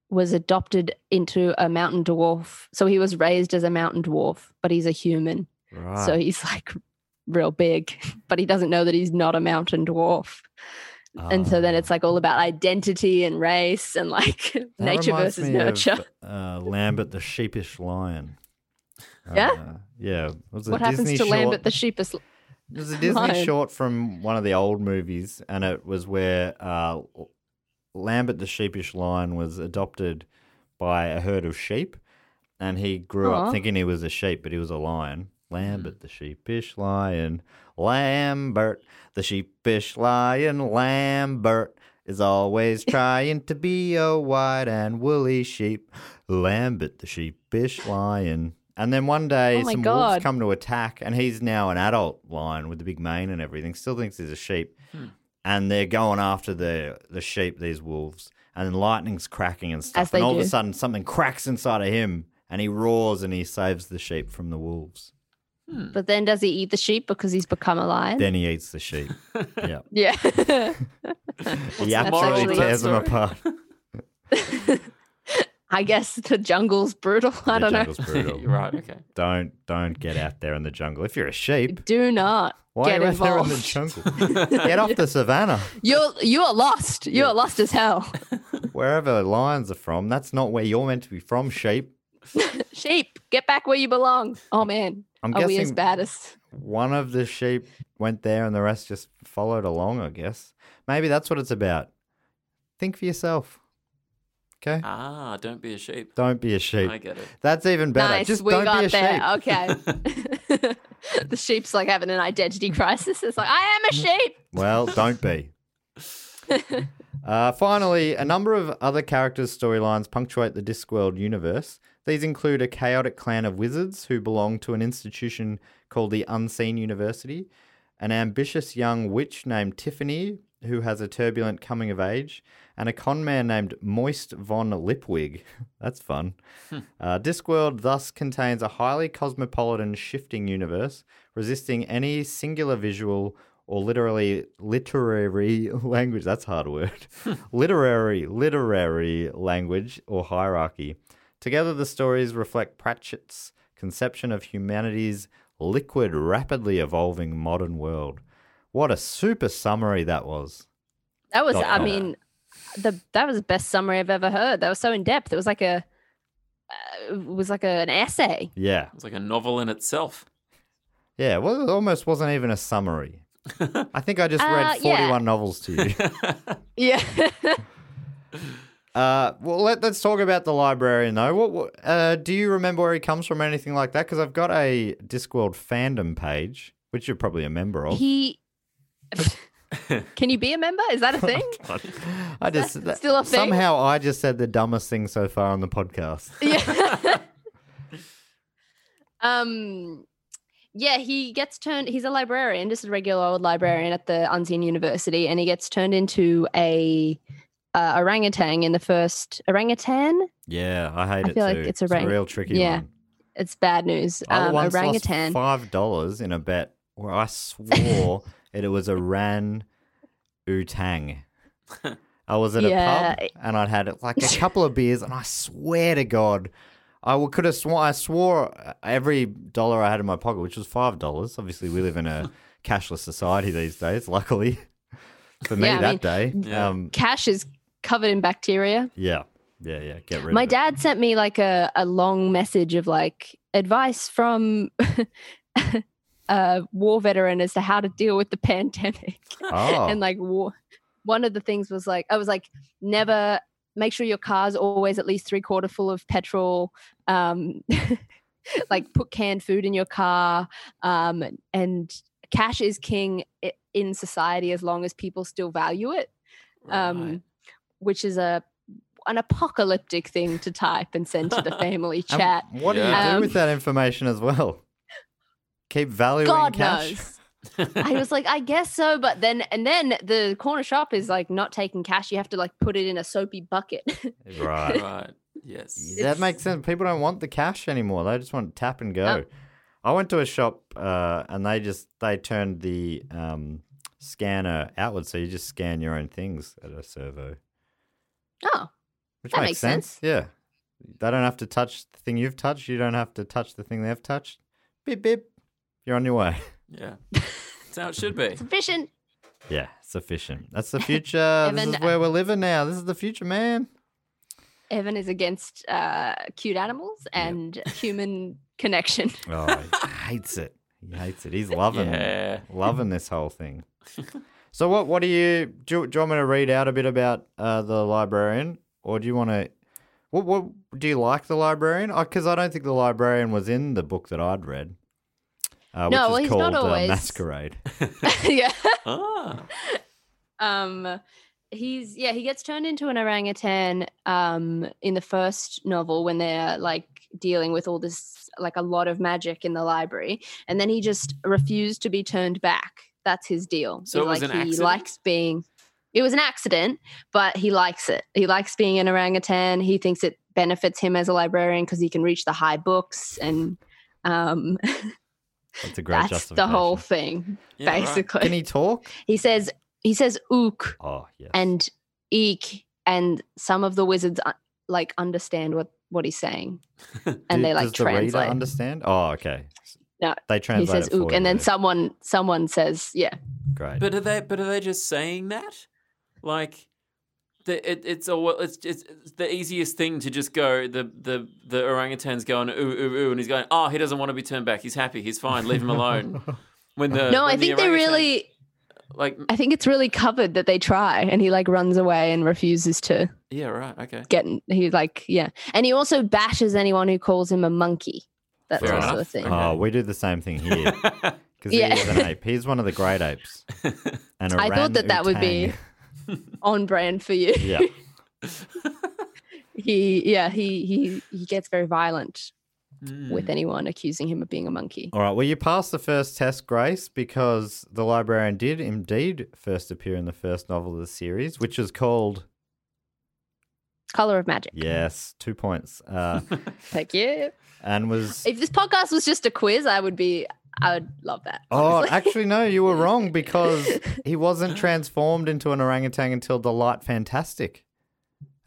Speaker 6: was adopted into a mountain dwarf. So he was raised as a mountain dwarf, but he's a human.
Speaker 4: Right.
Speaker 6: So he's like real big, but he doesn't know that he's not a mountain dwarf. And so then it's like all about identity and race and like
Speaker 4: Um, That
Speaker 6: nature
Speaker 4: reminds
Speaker 6: versus
Speaker 4: me of,
Speaker 6: nurture.
Speaker 4: uh, Lambert the sheepish lion.
Speaker 6: Yeah?
Speaker 4: Uh, yeah. It was a
Speaker 6: what happens
Speaker 4: Disney
Speaker 6: to
Speaker 4: short...
Speaker 6: Lambert the sheepest?
Speaker 4: It was a Disney
Speaker 6: Lion.
Speaker 4: short from one of the old movies, and it was where uh, Lambert the sheepish lion was adopted by a herd of sheep, and he grew
Speaker 6: Aw.
Speaker 4: up thinking he was a sheep, but he was a lion. Lambert the sheepish lion, Lambert the sheepish lion, Lambert is always trying to be a white and woolly sheep. Lambert the sheepish lion. And then one day,
Speaker 6: Oh my
Speaker 4: some
Speaker 6: God.
Speaker 4: wolves come to attack, and he's now an adult lion with the big mane and everything. Still thinks he's a sheep,
Speaker 6: Hmm.
Speaker 4: and they're going after the the sheep. These wolves, and then lightning's cracking and stuff.
Speaker 6: As they
Speaker 4: and all of a
Speaker 6: do.
Speaker 4: sudden, something cracks inside of him, and he roars and he saves the sheep from the wolves.
Speaker 6: But then does he eat the sheep because he's become a lion?
Speaker 4: Then he eats the sheep. yeah,
Speaker 6: yeah.
Speaker 4: he
Speaker 6: the moral
Speaker 4: absolutely
Speaker 6: of that
Speaker 4: tears them
Speaker 5: story?
Speaker 4: apart.
Speaker 6: I guess the jungle's brutal.
Speaker 4: The
Speaker 6: I don't know.
Speaker 4: jungle's brutal.
Speaker 5: You're right. Okay.
Speaker 4: Don't don't get out there in the jungle. If you're a sheep,
Speaker 6: Do not
Speaker 4: why
Speaker 6: get
Speaker 4: are you out there in
Speaker 6: involved.
Speaker 4: the jungle? get off the savannah.
Speaker 6: You're you are lost. You are lost as hell.
Speaker 4: Wherever lions are from, that's not where you're meant to be from, sheep.
Speaker 6: Sheep, get back where you belong. Oh man,
Speaker 4: I'm
Speaker 6: are we as
Speaker 4: guessing-
Speaker 6: bad as?
Speaker 4: One of the sheep went there and the rest just followed along, I guess. Maybe that's what it's about. Think for yourself. Okay?
Speaker 5: Ah, don't be a sheep.
Speaker 4: Don't be a sheep.
Speaker 5: I get it.
Speaker 4: That's even better.
Speaker 6: Nice,
Speaker 4: just
Speaker 6: we
Speaker 4: don't
Speaker 6: got
Speaker 4: be a
Speaker 6: there.
Speaker 4: sheep.
Speaker 6: Okay. the sheep's like having an identity crisis. It's like I
Speaker 4: Mm.
Speaker 6: am a sheep.
Speaker 4: Well, don't be. uh, finally, a number of other characters' storylines punctuate the Discworld universe. These include a chaotic clan of wizards who belong to an institution called the Unseen University, an ambitious young witch named Tiffany who has a turbulent coming of age, and a con man named Moist von Lipwig. That's fun. Uh, Discworld thus contains a highly cosmopolitan shifting universe, resisting any singular visual or literally literary language. That's a hard word. literary, literary language or hierarchy. Together, the stories reflect Pratchett's conception of humanity's liquid, rapidly evolving modern world. What a super summary that was.
Speaker 6: That was,
Speaker 4: Dot
Speaker 6: I
Speaker 4: com.
Speaker 6: mean, the that was the best summary I've ever heard. That was so in depth. It was like a, uh, it was like a, an essay.
Speaker 4: Yeah.
Speaker 5: It's like a novel in itself.
Speaker 4: Yeah, well, it almost wasn't even a summary. I think I just
Speaker 6: Uh,
Speaker 4: read
Speaker 6: yeah.
Speaker 4: 41 novels to you.
Speaker 6: Yeah.
Speaker 4: Uh, well, let, let's talk about the librarian though. What, what uh, do you remember where he comes from or anything like that? Because I've got a Discworld fandom page, which you're probably a member of.
Speaker 6: he. Can you be a member? Is that a thing?
Speaker 4: I just
Speaker 6: that still a thing?
Speaker 4: somehow I just said the dumbest thing so far on the podcast.
Speaker 6: yeah. um yeah, he gets turned he's a librarian, just a regular old librarian at the Unseen University and he gets turned into a uh, orangutan in the first orangutan.
Speaker 4: Yeah, I hate
Speaker 6: I
Speaker 4: it
Speaker 6: feel like
Speaker 4: too.
Speaker 6: it's a rank-
Speaker 4: real tricky
Speaker 6: yeah.
Speaker 4: one.
Speaker 6: It's bad news.
Speaker 4: I
Speaker 6: Um,
Speaker 4: once lost
Speaker 6: orangutan.
Speaker 4: five dollars in a bet where I swore that it was a ran utang. I was at
Speaker 6: Yeah.
Speaker 4: a pub and I'd had like a couple of beers, and I swear to God, I w- could have sworn I swore every dollar I had in my pocket, which was five dollars. Obviously, we live in a cashless society these days. Luckily for me,
Speaker 6: Yeah, I
Speaker 4: that day.
Speaker 5: Yeah.
Speaker 4: Um,
Speaker 6: Cash is covered in bacteria.
Speaker 4: yeah, yeah, yeah. Get rid
Speaker 6: My
Speaker 4: of it.
Speaker 6: dad sent me like a, a long message of like advice from a war veteran as to how to deal with the pandemic.
Speaker 4: Oh.
Speaker 6: and like wa- one of the things was like i was like never make sure your car's always at least three quarter full of petrol um like put canned food in your car um and cash is king i- in society as long as people still value it um
Speaker 5: Right.
Speaker 6: which is a an apocalyptic thing to type and send to the family
Speaker 4: And
Speaker 6: chat
Speaker 4: what do you
Speaker 5: Yeah.
Speaker 4: do
Speaker 6: Um,
Speaker 4: with that information as well? Keep valuing
Speaker 6: god
Speaker 4: cash.
Speaker 6: knows I was like, I guess so, but then and then the corner shop is like not taking cash. You have to like put it in a soapy bucket.
Speaker 4: Right.
Speaker 5: right. Yes.
Speaker 4: That makes sense. People don't want the cash anymore. They just want to tap and go.
Speaker 6: Oh.
Speaker 4: I went to a shop uh, and they just they turned the um, scanner outward, so you just scan your own things at a servo,
Speaker 6: Oh,
Speaker 4: which
Speaker 6: That makes sense.
Speaker 4: Yeah, they don't have to touch the thing you've touched. You don't have to touch the thing they've touched. Beep beep, you're on your way.
Speaker 5: Yeah. That's how it should be.
Speaker 6: sufficient.
Speaker 4: Yeah, sufficient. That's the future. this
Speaker 6: Evan,
Speaker 4: is where we're living now. This is the future, man.
Speaker 6: Evan is against uh, cute animals and human connection.
Speaker 4: Oh, he hates it. He hates it. He's loving
Speaker 5: Yeah.
Speaker 4: loving this whole thing. So what what do you do, you- do you want me to read out a bit about uh, the librarian or do you want to what what do you like the librarian? Because I don't think the librarian was in the book that I'd read. Uh,
Speaker 6: No, well,
Speaker 4: which is
Speaker 6: he's not
Speaker 4: called uh,
Speaker 6: always-
Speaker 4: Masquerade.
Speaker 6: yeah.
Speaker 5: Ah.
Speaker 6: Um, he's yeah. He gets turned into an orangutan um, in the first novel when they're like dealing with all this like a lot of magic in the library, and then he just refused to be turned back. That's his deal.
Speaker 5: So it was
Speaker 6: like
Speaker 5: an
Speaker 6: he
Speaker 5: accident?
Speaker 6: likes being. It was an accident, but he likes it. He likes being an orangutan. He thinks it benefits him as a librarian because he can reach the high books and. Um,
Speaker 4: That's a great
Speaker 6: that's
Speaker 4: justification.
Speaker 6: the whole thing,
Speaker 5: Yeah, right.
Speaker 6: basically.
Speaker 4: Can he talk?
Speaker 6: He says he says ook
Speaker 4: Oh, yes.
Speaker 6: and eek, and some of the wizards uh, like understand what what he's saying, and
Speaker 4: Do-
Speaker 6: they like
Speaker 4: does the reader
Speaker 6: translate.
Speaker 4: understand? Oh, okay.
Speaker 6: No,
Speaker 4: They
Speaker 6: he
Speaker 4: translate
Speaker 6: says
Speaker 4: it for
Speaker 6: ook,
Speaker 4: you.
Speaker 6: and then someone someone says yeah.
Speaker 4: Great.
Speaker 5: But are they? But are they just saying that? Like, the, it, it's all. It's, it's it's the easiest thing to just go. The the the orangutan's going ooh ooh ooh, and he's going. Oh, he doesn't want to be turned back. He's happy. He's fine. Leave him alone. When
Speaker 4: Uh,
Speaker 5: the
Speaker 6: no,
Speaker 5: when
Speaker 6: I
Speaker 5: the
Speaker 6: think they
Speaker 5: orangutan-
Speaker 6: really.
Speaker 5: like.
Speaker 6: I think it's really covered that they try, and he like runs away and refuses to
Speaker 5: Yeah. Right. Okay.
Speaker 6: get. In, he like yeah, and he also bashes anyone who calls him a monkey. That's
Speaker 5: Fair
Speaker 6: also
Speaker 5: enough.
Speaker 6: a thing.
Speaker 4: Oh, we do the same thing here. Because
Speaker 6: Yeah.
Speaker 4: he is an ape. He's one of the great apes. An
Speaker 6: I thought that that would be
Speaker 4: orang-utang.
Speaker 6: on brand for you.
Speaker 4: Yeah.
Speaker 6: He yeah he he he gets very violent
Speaker 4: Hmm.
Speaker 5: Mm.
Speaker 6: with anyone accusing him of being a monkey.
Speaker 4: All right. Well, you passed the first test, Grace, because the librarian did indeed first appear in the first novel of the series, which is called
Speaker 6: Color of magic.
Speaker 4: Yes, two points, uh,
Speaker 6: Thank you.
Speaker 4: and was.
Speaker 6: If this podcast was just a quiz, I would be I would love that.
Speaker 4: Oh,
Speaker 6: honestly.
Speaker 4: actually, no, you were wrong because he wasn't transformed into an orangutan until The Light Fantastic.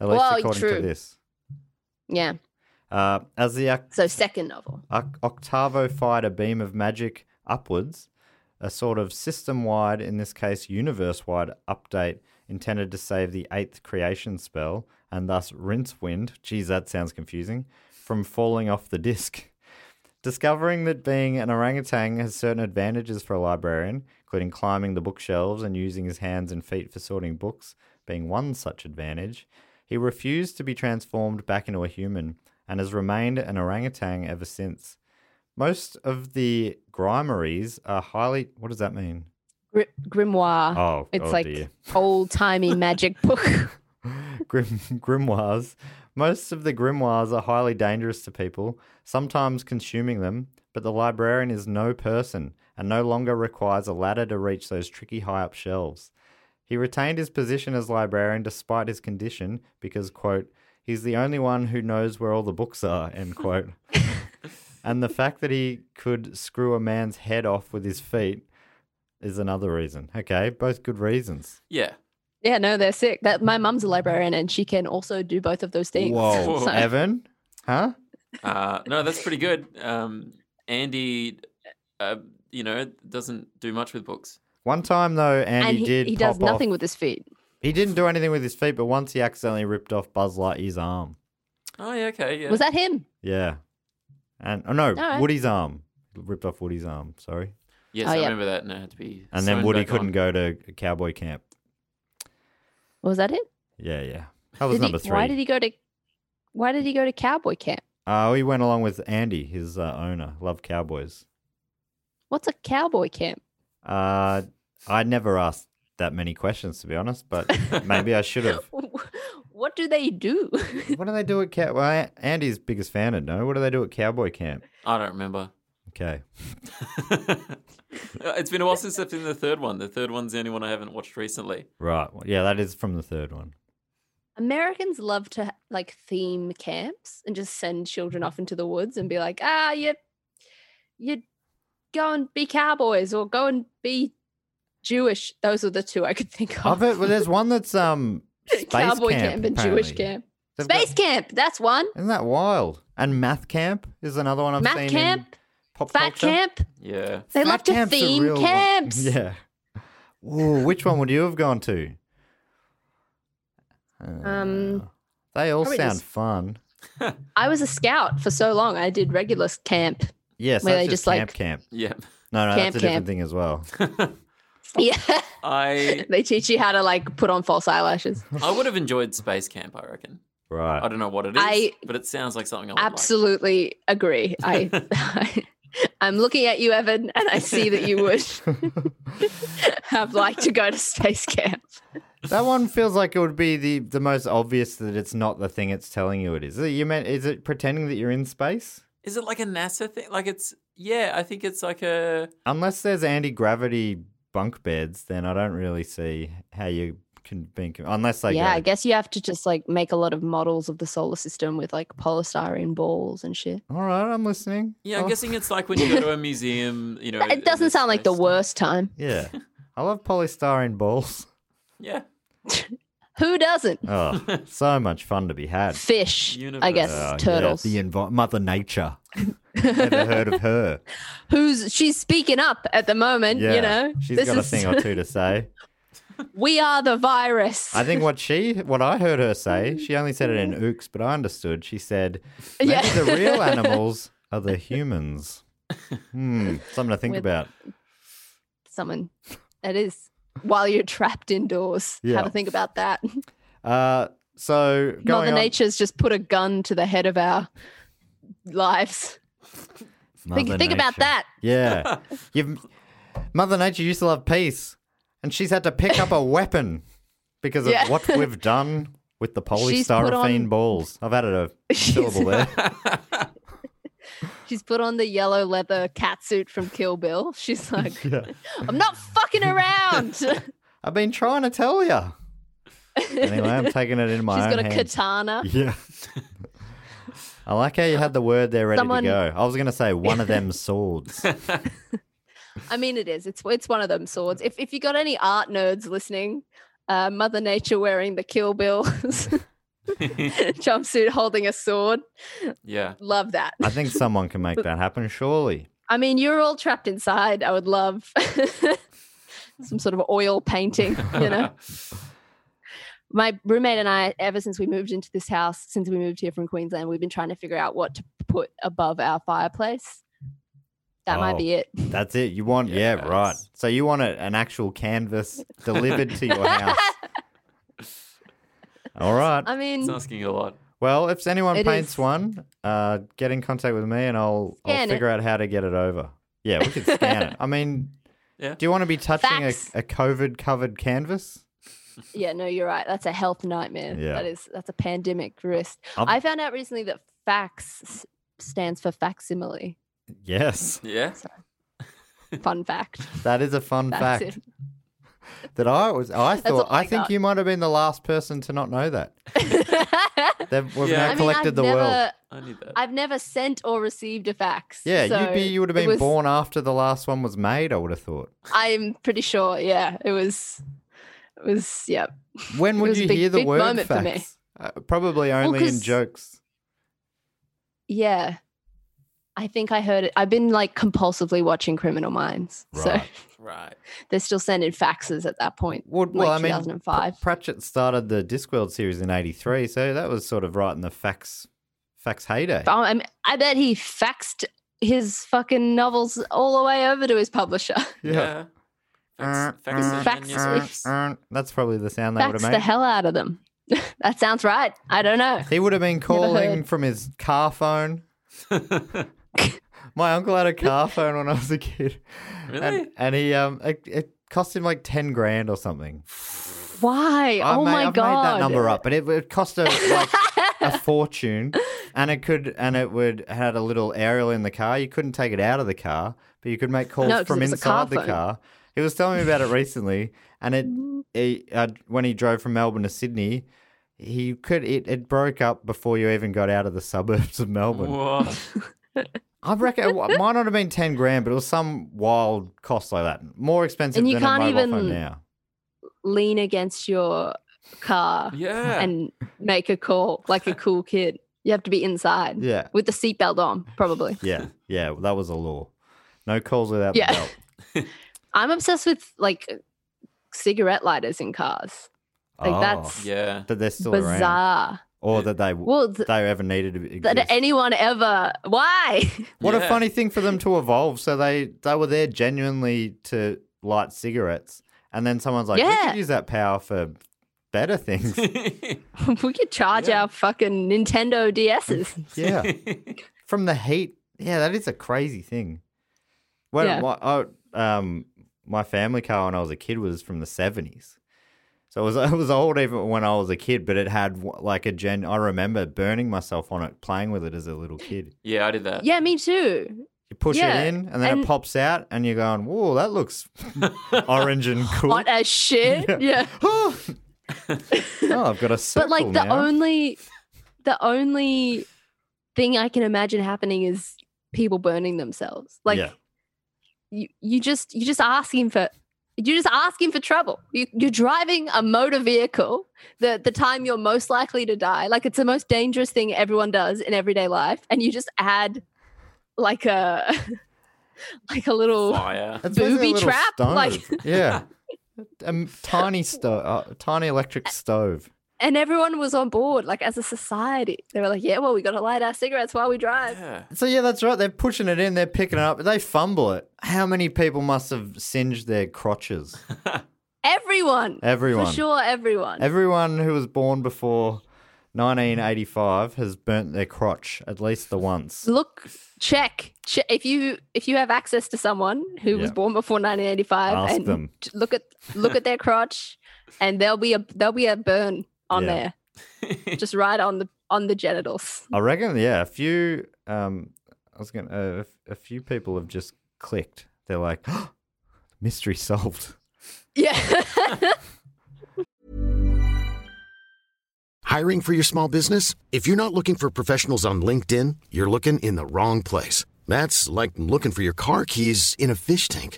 Speaker 4: At least
Speaker 6: Well,
Speaker 4: according to
Speaker 6: true.
Speaker 4: this.
Speaker 6: yeah.
Speaker 4: Uh, as the ac-
Speaker 6: So second novel.
Speaker 4: Oc- Octavo fired a beam of magic upwards, a sort of system wide, in this case, universe wide update intended to save the eighth creation spell and thus rinse wind. Geez, that sounds confusing. From falling off the disc. Discovering that being an orangutan has certain advantages for a librarian, including climbing the bookshelves and using his hands and feet for sorting books, being one such advantage, he refused to be transformed back into a human and has remained an orangutan ever since. Most of the grimeries are highly. What does that mean?
Speaker 6: Gr- grimoire.
Speaker 4: Oh,
Speaker 6: it's
Speaker 4: oh
Speaker 6: like
Speaker 4: dear.
Speaker 6: old timey magic book.
Speaker 4: Grim, grimoires. Most of the grimoires are highly dangerous to people, sometimes consuming them, but the librarian is no person and no longer requires a ladder to reach those tricky high up shelves. He retained his position as librarian despite his condition because, quote, he's the only one who knows where all the books are, end quote. and the fact that he could screw a man's head off with his feet is another reason. Okay, both good reasons.
Speaker 5: Yeah.
Speaker 6: yeah, no, they're sick. That my mum's a librarian and she can also do both of those things.
Speaker 4: Whoa,
Speaker 5: So-
Speaker 4: Evan? Huh?
Speaker 5: Uh, no, that's pretty good. Um, Andy, uh, you know, doesn't do much with books.
Speaker 4: One time though, Andy
Speaker 6: and he,
Speaker 4: did
Speaker 6: he does
Speaker 4: pop
Speaker 6: nothing
Speaker 4: off.
Speaker 6: with his feet.
Speaker 4: He didn't do anything with his feet, but once he accidentally ripped off Buzz Lightyear's arm.
Speaker 5: Oh yeah. Okay. Yeah.
Speaker 6: Was that him?
Speaker 4: Yeah, and oh no,
Speaker 6: right.
Speaker 4: Woody's arm ripped off Woody's arm. Sorry,
Speaker 5: Yes,
Speaker 6: Oh,
Speaker 5: I
Speaker 6: yeah.
Speaker 5: remember that, and it had to be.
Speaker 4: and then
Speaker 5: sewn
Speaker 4: Woody
Speaker 5: back on.
Speaker 4: couldn't go to cowboy camp.
Speaker 6: Was that it?
Speaker 4: Yeah, yeah, that was
Speaker 6: Did he-
Speaker 4: number three.
Speaker 6: Why did he go to why did he go to cowboy camp?
Speaker 4: Uh, he went along with Andy, his uh, owner. Love cowboys.
Speaker 6: What's a cowboy camp?
Speaker 4: Uh, I never asked that many questions to be honest, but maybe I should have.
Speaker 6: what do they do?
Speaker 4: What do they do at cow? Well, A- Andy's biggest fan of no. What do they do at cowboy camp?
Speaker 5: I don't remember.
Speaker 4: Okay.
Speaker 5: it's been a while since I've seen the third one. The third one's the only one I haven't watched recently.
Speaker 4: Right. Well, Yeah, that is from the third one.
Speaker 6: Americans love to like theme camps and just send children
Speaker 4: Mm-hmm.
Speaker 6: off into the woods and be like, ah, you, you go and be cowboys or go and be Jewish. Those are the two I could think of.
Speaker 4: I've heard, well, there's one that's um space
Speaker 6: Cowboy camp, and Jewish
Speaker 4: apparently.
Speaker 6: camp.
Speaker 4: They've got-
Speaker 6: Space camp, that's one.
Speaker 4: Isn't that wild? And math camp is another one I've
Speaker 6: Math
Speaker 4: seen. in
Speaker 6: camp,
Speaker 4: pop
Speaker 6: Fat
Speaker 4: culture.
Speaker 6: camp.
Speaker 5: Yeah.
Speaker 6: They
Speaker 4: Fat
Speaker 6: love to
Speaker 4: camp's a
Speaker 6: theme
Speaker 4: real one.
Speaker 6: camps.
Speaker 4: Yeah. Ooh, which one would you have gone to?
Speaker 6: Um,
Speaker 4: They all
Speaker 6: probably
Speaker 4: sound
Speaker 6: just-
Speaker 4: fun.
Speaker 6: I was a scout for so long. I did regular camp.
Speaker 4: Yes,
Speaker 6: Where
Speaker 4: that's
Speaker 6: they
Speaker 4: just
Speaker 6: just, like-
Speaker 4: camp camp.
Speaker 5: Yeah.
Speaker 4: No, no,
Speaker 6: Camp
Speaker 4: that's a different
Speaker 6: camp.
Speaker 4: thing as well.
Speaker 6: Yeah,
Speaker 5: I
Speaker 6: they teach you how to like put on false eyelashes.
Speaker 5: I would have enjoyed space camp. I reckon. I
Speaker 4: Right.
Speaker 5: don't know what it is,
Speaker 6: I-
Speaker 5: but it sounds like something I would like.
Speaker 6: Absolutely agree. I, I I'm looking at you, Evan, and I see that you would have liked to go to space camp.
Speaker 4: That one feels like it would be the, the most obvious that it's not the thing it's telling you it is. Is it, you meant, is it pretending that you're in space?
Speaker 5: Is it like a NASA thing? Like it's yeah. I think it's like a
Speaker 4: Unless there's anti gravity bunk beds, then I don't really see how you can think. Unless they
Speaker 6: yeah,
Speaker 4: go,
Speaker 6: I guess you have to just like make a lot of models of the solar system with like polystyrene balls and shit.
Speaker 4: all right, I'm listening.
Speaker 5: yeah.
Speaker 4: Oh,
Speaker 5: I'm guessing it's like when you go to a museum. You know, in
Speaker 6: It doesn't
Speaker 5: the
Speaker 6: sound like the
Speaker 5: space-
Speaker 6: worst time.
Speaker 4: Yeah, I love polystyrene balls.
Speaker 5: Yeah.
Speaker 6: Who doesn't?
Speaker 4: Oh, so much fun to be had.
Speaker 6: Fish, I
Speaker 5: Universe.
Speaker 6: guess.
Speaker 5: Oh,
Speaker 4: Uh, yeah,
Speaker 6: turtles.
Speaker 4: the envi- Mother Nature. Never heard of her.
Speaker 6: Who's she's speaking up at the moment?
Speaker 4: Yeah,
Speaker 6: You know,
Speaker 4: she's got a thing or two to say.
Speaker 6: we are the virus.
Speaker 4: I think what she, what I heard her say, she only said it in ooks, but I understood. She said, "Maybe
Speaker 6: Yeah.
Speaker 4: the real animals are the humans." Hmm, something to think
Speaker 6: With-
Speaker 4: about.
Speaker 6: someone that is while you're trapped indoors.
Speaker 4: Yeah.
Speaker 6: Have a think about that.
Speaker 4: Uh, so going
Speaker 6: Mother
Speaker 4: on-
Speaker 6: Nature's just put a gun to the head of our lives. Think,
Speaker 4: Mother
Speaker 6: think about
Speaker 4: Nature.
Speaker 6: that.
Speaker 4: Yeah, you've Mother Nature used to love peace, and she's had to pick up a weapon because of
Speaker 6: Yeah.
Speaker 4: what we've done with the
Speaker 6: She's put
Speaker 4: polystyrene
Speaker 6: on-
Speaker 4: balls. I've added a
Speaker 6: She's-
Speaker 4: syllable there.
Speaker 6: She's put on the yellow leather catsuit from Kill Bill. She's like, I'm not fucking around. She's
Speaker 4: I've been trying to tell you. Anyway, I'm taking it in my own
Speaker 6: got a
Speaker 4: hands.
Speaker 6: katana.
Speaker 4: Yeah. I like how you had the word there ready
Speaker 6: Someone-
Speaker 4: to go. I was going to say one of them swords.
Speaker 6: I mean, it is. It's it's one of them swords. If if you got any art nerds listening, uh, Mother Nature wearing the Kill Bill jumpsuit, holding a sword.
Speaker 5: Yeah.
Speaker 6: Love that.
Speaker 4: I think someone can make that happen, surely.
Speaker 6: I mean, you're all trapped inside. I would love some sort of oil painting, you know. My roommate and I, ever since we moved into this house, since we moved here from Queensland, we've been trying to figure out what to put above our fireplace. That
Speaker 4: Oh.
Speaker 6: might be it.
Speaker 4: That's it. You want, yeah,
Speaker 5: Yes.
Speaker 4: right. So you want a, an actual canvas delivered to your house. All right.
Speaker 6: I mean,
Speaker 5: It's asking a lot.
Speaker 4: Well, if anyone
Speaker 6: It
Speaker 4: paints
Speaker 6: is.
Speaker 4: one, uh, get in contact with me and I'll, I'll
Speaker 6: Scan it.
Speaker 4: figure out how to get it over. Yeah, we could scan it. I mean,
Speaker 5: Yeah.
Speaker 4: do you want to be touching a,
Speaker 6: Facts.
Speaker 4: a COVID covered canvas?
Speaker 6: yeah, no, you're right. That's a health nightmare.
Speaker 4: Yeah.
Speaker 6: That is that's a pandemic risk.
Speaker 4: I've-
Speaker 6: I found out recently that fax s- stands for facsimile.
Speaker 4: Yes.
Speaker 5: Yeah.
Speaker 6: Fun fact.
Speaker 4: That is a fun
Speaker 6: That's
Speaker 4: fact.
Speaker 6: it.
Speaker 4: That I was, I thought,
Speaker 6: all
Speaker 4: I,
Speaker 6: I
Speaker 4: think
Speaker 6: got.
Speaker 4: you might have been the last person to not know that. They've, we've
Speaker 5: Yeah. I
Speaker 4: now
Speaker 5: mean,
Speaker 4: collected the world.
Speaker 5: I need that.
Speaker 6: I've never sent or received a fax.
Speaker 4: Yeah,
Speaker 6: so
Speaker 4: you'd be, you would have
Speaker 6: it
Speaker 4: been
Speaker 6: was-
Speaker 4: born after the last one was made. I would have thought.
Speaker 6: I'm pretty sure. Yeah, it was. It was. Yeah.
Speaker 4: When
Speaker 6: It
Speaker 4: would
Speaker 6: was a
Speaker 4: you
Speaker 6: big-
Speaker 4: hear the
Speaker 6: big
Speaker 4: word
Speaker 6: moment for me.
Speaker 4: facts? Uh, probably only in
Speaker 6: 'cause-
Speaker 4: jokes.
Speaker 6: Yeah. I think I heard it. I've been like compulsively watching Criminal Minds, so
Speaker 4: Right.
Speaker 5: Right.
Speaker 6: they're still sending faxes at that point.
Speaker 4: Well, well,
Speaker 6: like
Speaker 4: I mean,
Speaker 6: 2005.
Speaker 4: Pratchett started the Discworld series in '83, so that was sort of right in the facts facts heyday.
Speaker 6: Oh, I, mean, I bet he faxed his fucking novels all the way over to his publisher.
Speaker 5: Yeah. Fax- fax
Speaker 6: uh,
Speaker 5: in
Speaker 6: fax
Speaker 5: manuscripts.
Speaker 4: That's probably the sound they would
Speaker 6: Faxed
Speaker 4: have
Speaker 6: the
Speaker 4: made.
Speaker 6: hell out of them. that sounds right. I don't know.
Speaker 4: He would have been calling
Speaker 6: heard.
Speaker 4: from his car phone. My uncle had a car phone when I was a kid, and,
Speaker 5: Really?
Speaker 4: and he um, it, it cost him like ten grand or something.
Speaker 6: Why?
Speaker 4: I
Speaker 6: oh
Speaker 4: made,
Speaker 6: my
Speaker 4: I've
Speaker 6: god!
Speaker 4: made that number up, but it, it cost a, like, a fortune, and it could and it would had a little aerial in the car. You couldn't take it out of the car, but you could make calls
Speaker 6: No, 'cause
Speaker 4: from
Speaker 6: it was a
Speaker 4: inside
Speaker 6: car
Speaker 4: the
Speaker 6: phone.
Speaker 4: car. He was telling me about it recently, and it he, uh, when he drove from Melbourne to Sydney, he could it, it broke up before you even got out of the suburbs of
Speaker 6: uh,
Speaker 4: Melbourne.
Speaker 5: Whoa.
Speaker 4: I reckon it wa- might not have been ten grand, but it was some wild cost like that. More expensive
Speaker 6: And you
Speaker 4: than
Speaker 6: can't
Speaker 4: a mobile phone
Speaker 6: even-
Speaker 4: now.
Speaker 6: lean against your car
Speaker 5: Yeah.
Speaker 6: and make a call like a cool kid. You have to be inside
Speaker 4: Yeah.
Speaker 6: with the seatbelt on, probably.
Speaker 4: Yeah. Yeah. That was a law. No calls without
Speaker 6: Yeah.
Speaker 4: the belt.
Speaker 6: I'm obsessed with like cigarette lighters in cars. Like
Speaker 4: Oh.
Speaker 6: that's
Speaker 5: yeah.
Speaker 4: that they're still around.
Speaker 6: bizarre.
Speaker 4: Or that they w
Speaker 6: Well, th-
Speaker 4: they ever needed to exist.
Speaker 6: that anyone ever? Why?
Speaker 4: What a
Speaker 5: Yeah.
Speaker 4: funny thing for them to evolve. So they they were there genuinely to light cigarettes, and then someone's like, "We
Speaker 6: Yeah.
Speaker 4: could use that power for better things."
Speaker 6: we could charge
Speaker 5: Yeah.
Speaker 6: our fucking Nintendo DSs.
Speaker 4: yeah, from the heat. Yeah, that is a crazy thing. When
Speaker 6: Yeah.
Speaker 4: my, I, um, my family car when I was a kid was from the seventies, so it was it was old even when I was a kid. But it had w- like a gen. I remember burning myself on it, playing with it as a little kid.
Speaker 5: yeah, I did that.
Speaker 6: yeah, me too.
Speaker 4: You push
Speaker 6: Yeah,
Speaker 4: it in, and then
Speaker 6: and-
Speaker 4: it pops out, and you're going, "Whoa, that looks orange and cool."
Speaker 6: Hot as shit.
Speaker 4: Yeah.
Speaker 6: yeah.
Speaker 4: oh, I've got a circle
Speaker 6: but like the
Speaker 4: now.
Speaker 6: only the only thing i can imagine happening is people burning themselves like
Speaker 4: Yeah.
Speaker 6: you, you just you just asking for you're just asking for trouble you, you're driving a motor vehicle the the time you're most likely to die like it's the most dangerous thing everyone does in everyday life and you just add like a like a little
Speaker 5: Fire.
Speaker 4: It's basically a
Speaker 6: booby
Speaker 4: little
Speaker 6: trap,
Speaker 4: stove.
Speaker 6: like-
Speaker 4: yeah, a m- tiny stove, uh, tiny electric stove.
Speaker 6: and everyone was on board like as a society they were like yeah well we got to light our cigarettes while we drive
Speaker 5: Yeah.
Speaker 4: So yeah, that's right. They're pushing it in. They're picking it up. They fumble it. How many people must have singed their crotches?
Speaker 6: everyone
Speaker 4: Everyone.
Speaker 6: For sure, everyone.
Speaker 4: Everyone who was born before 1985 has burnt their crotch at least the once.
Speaker 6: Look, check, check. If you if you have access to someone who was
Speaker 4: Yeah.
Speaker 6: born before 1985,
Speaker 4: Ask
Speaker 6: and
Speaker 4: them.
Speaker 6: t- look at look at their crotch, and there'll be a there'll be a burn on
Speaker 4: Yeah.
Speaker 6: there, just right on the on the genitals.
Speaker 4: I reckon, yeah, a few. Um, I was going to uh, a few people have just clicked. They're like, mystery solved.
Speaker 6: Yeah.
Speaker 1: Hiring for your small business? If you're not looking for professionals on LinkedIn, you're looking in the wrong place. That's like looking for your car keys in a fish tank.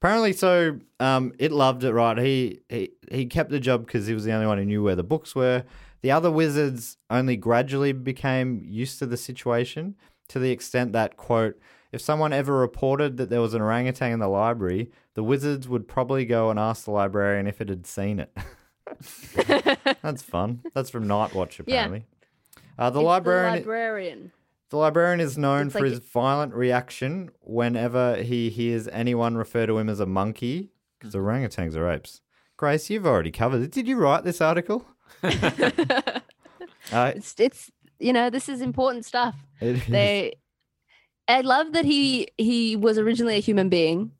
Speaker 4: Apparently, so um, it loved it, right? He he, he kept the job because he was the only one who knew where the books were. The other wizards only gradually became used to the situation to the extent that, quote, if someone ever reported that there was an orangutan in the library, the wizards would probably go and ask the librarian if it had seen it. That's fun. That's from Night Watch,
Speaker 6: Yeah.
Speaker 4: apparently. Uh, the
Speaker 6: It's
Speaker 4: librarian.
Speaker 6: librarian.
Speaker 4: The librarian is known
Speaker 6: It's
Speaker 4: for
Speaker 6: like-
Speaker 4: his violent reaction whenever he hears anyone refer to him as a monkey, because
Speaker 6: Mm-hmm.
Speaker 4: orangutans are apes. Grace, you've already covered it. Did you write this article? uh,
Speaker 6: It's it's you know this is important stuff.
Speaker 4: it is-
Speaker 6: they i love that he he was originally a human being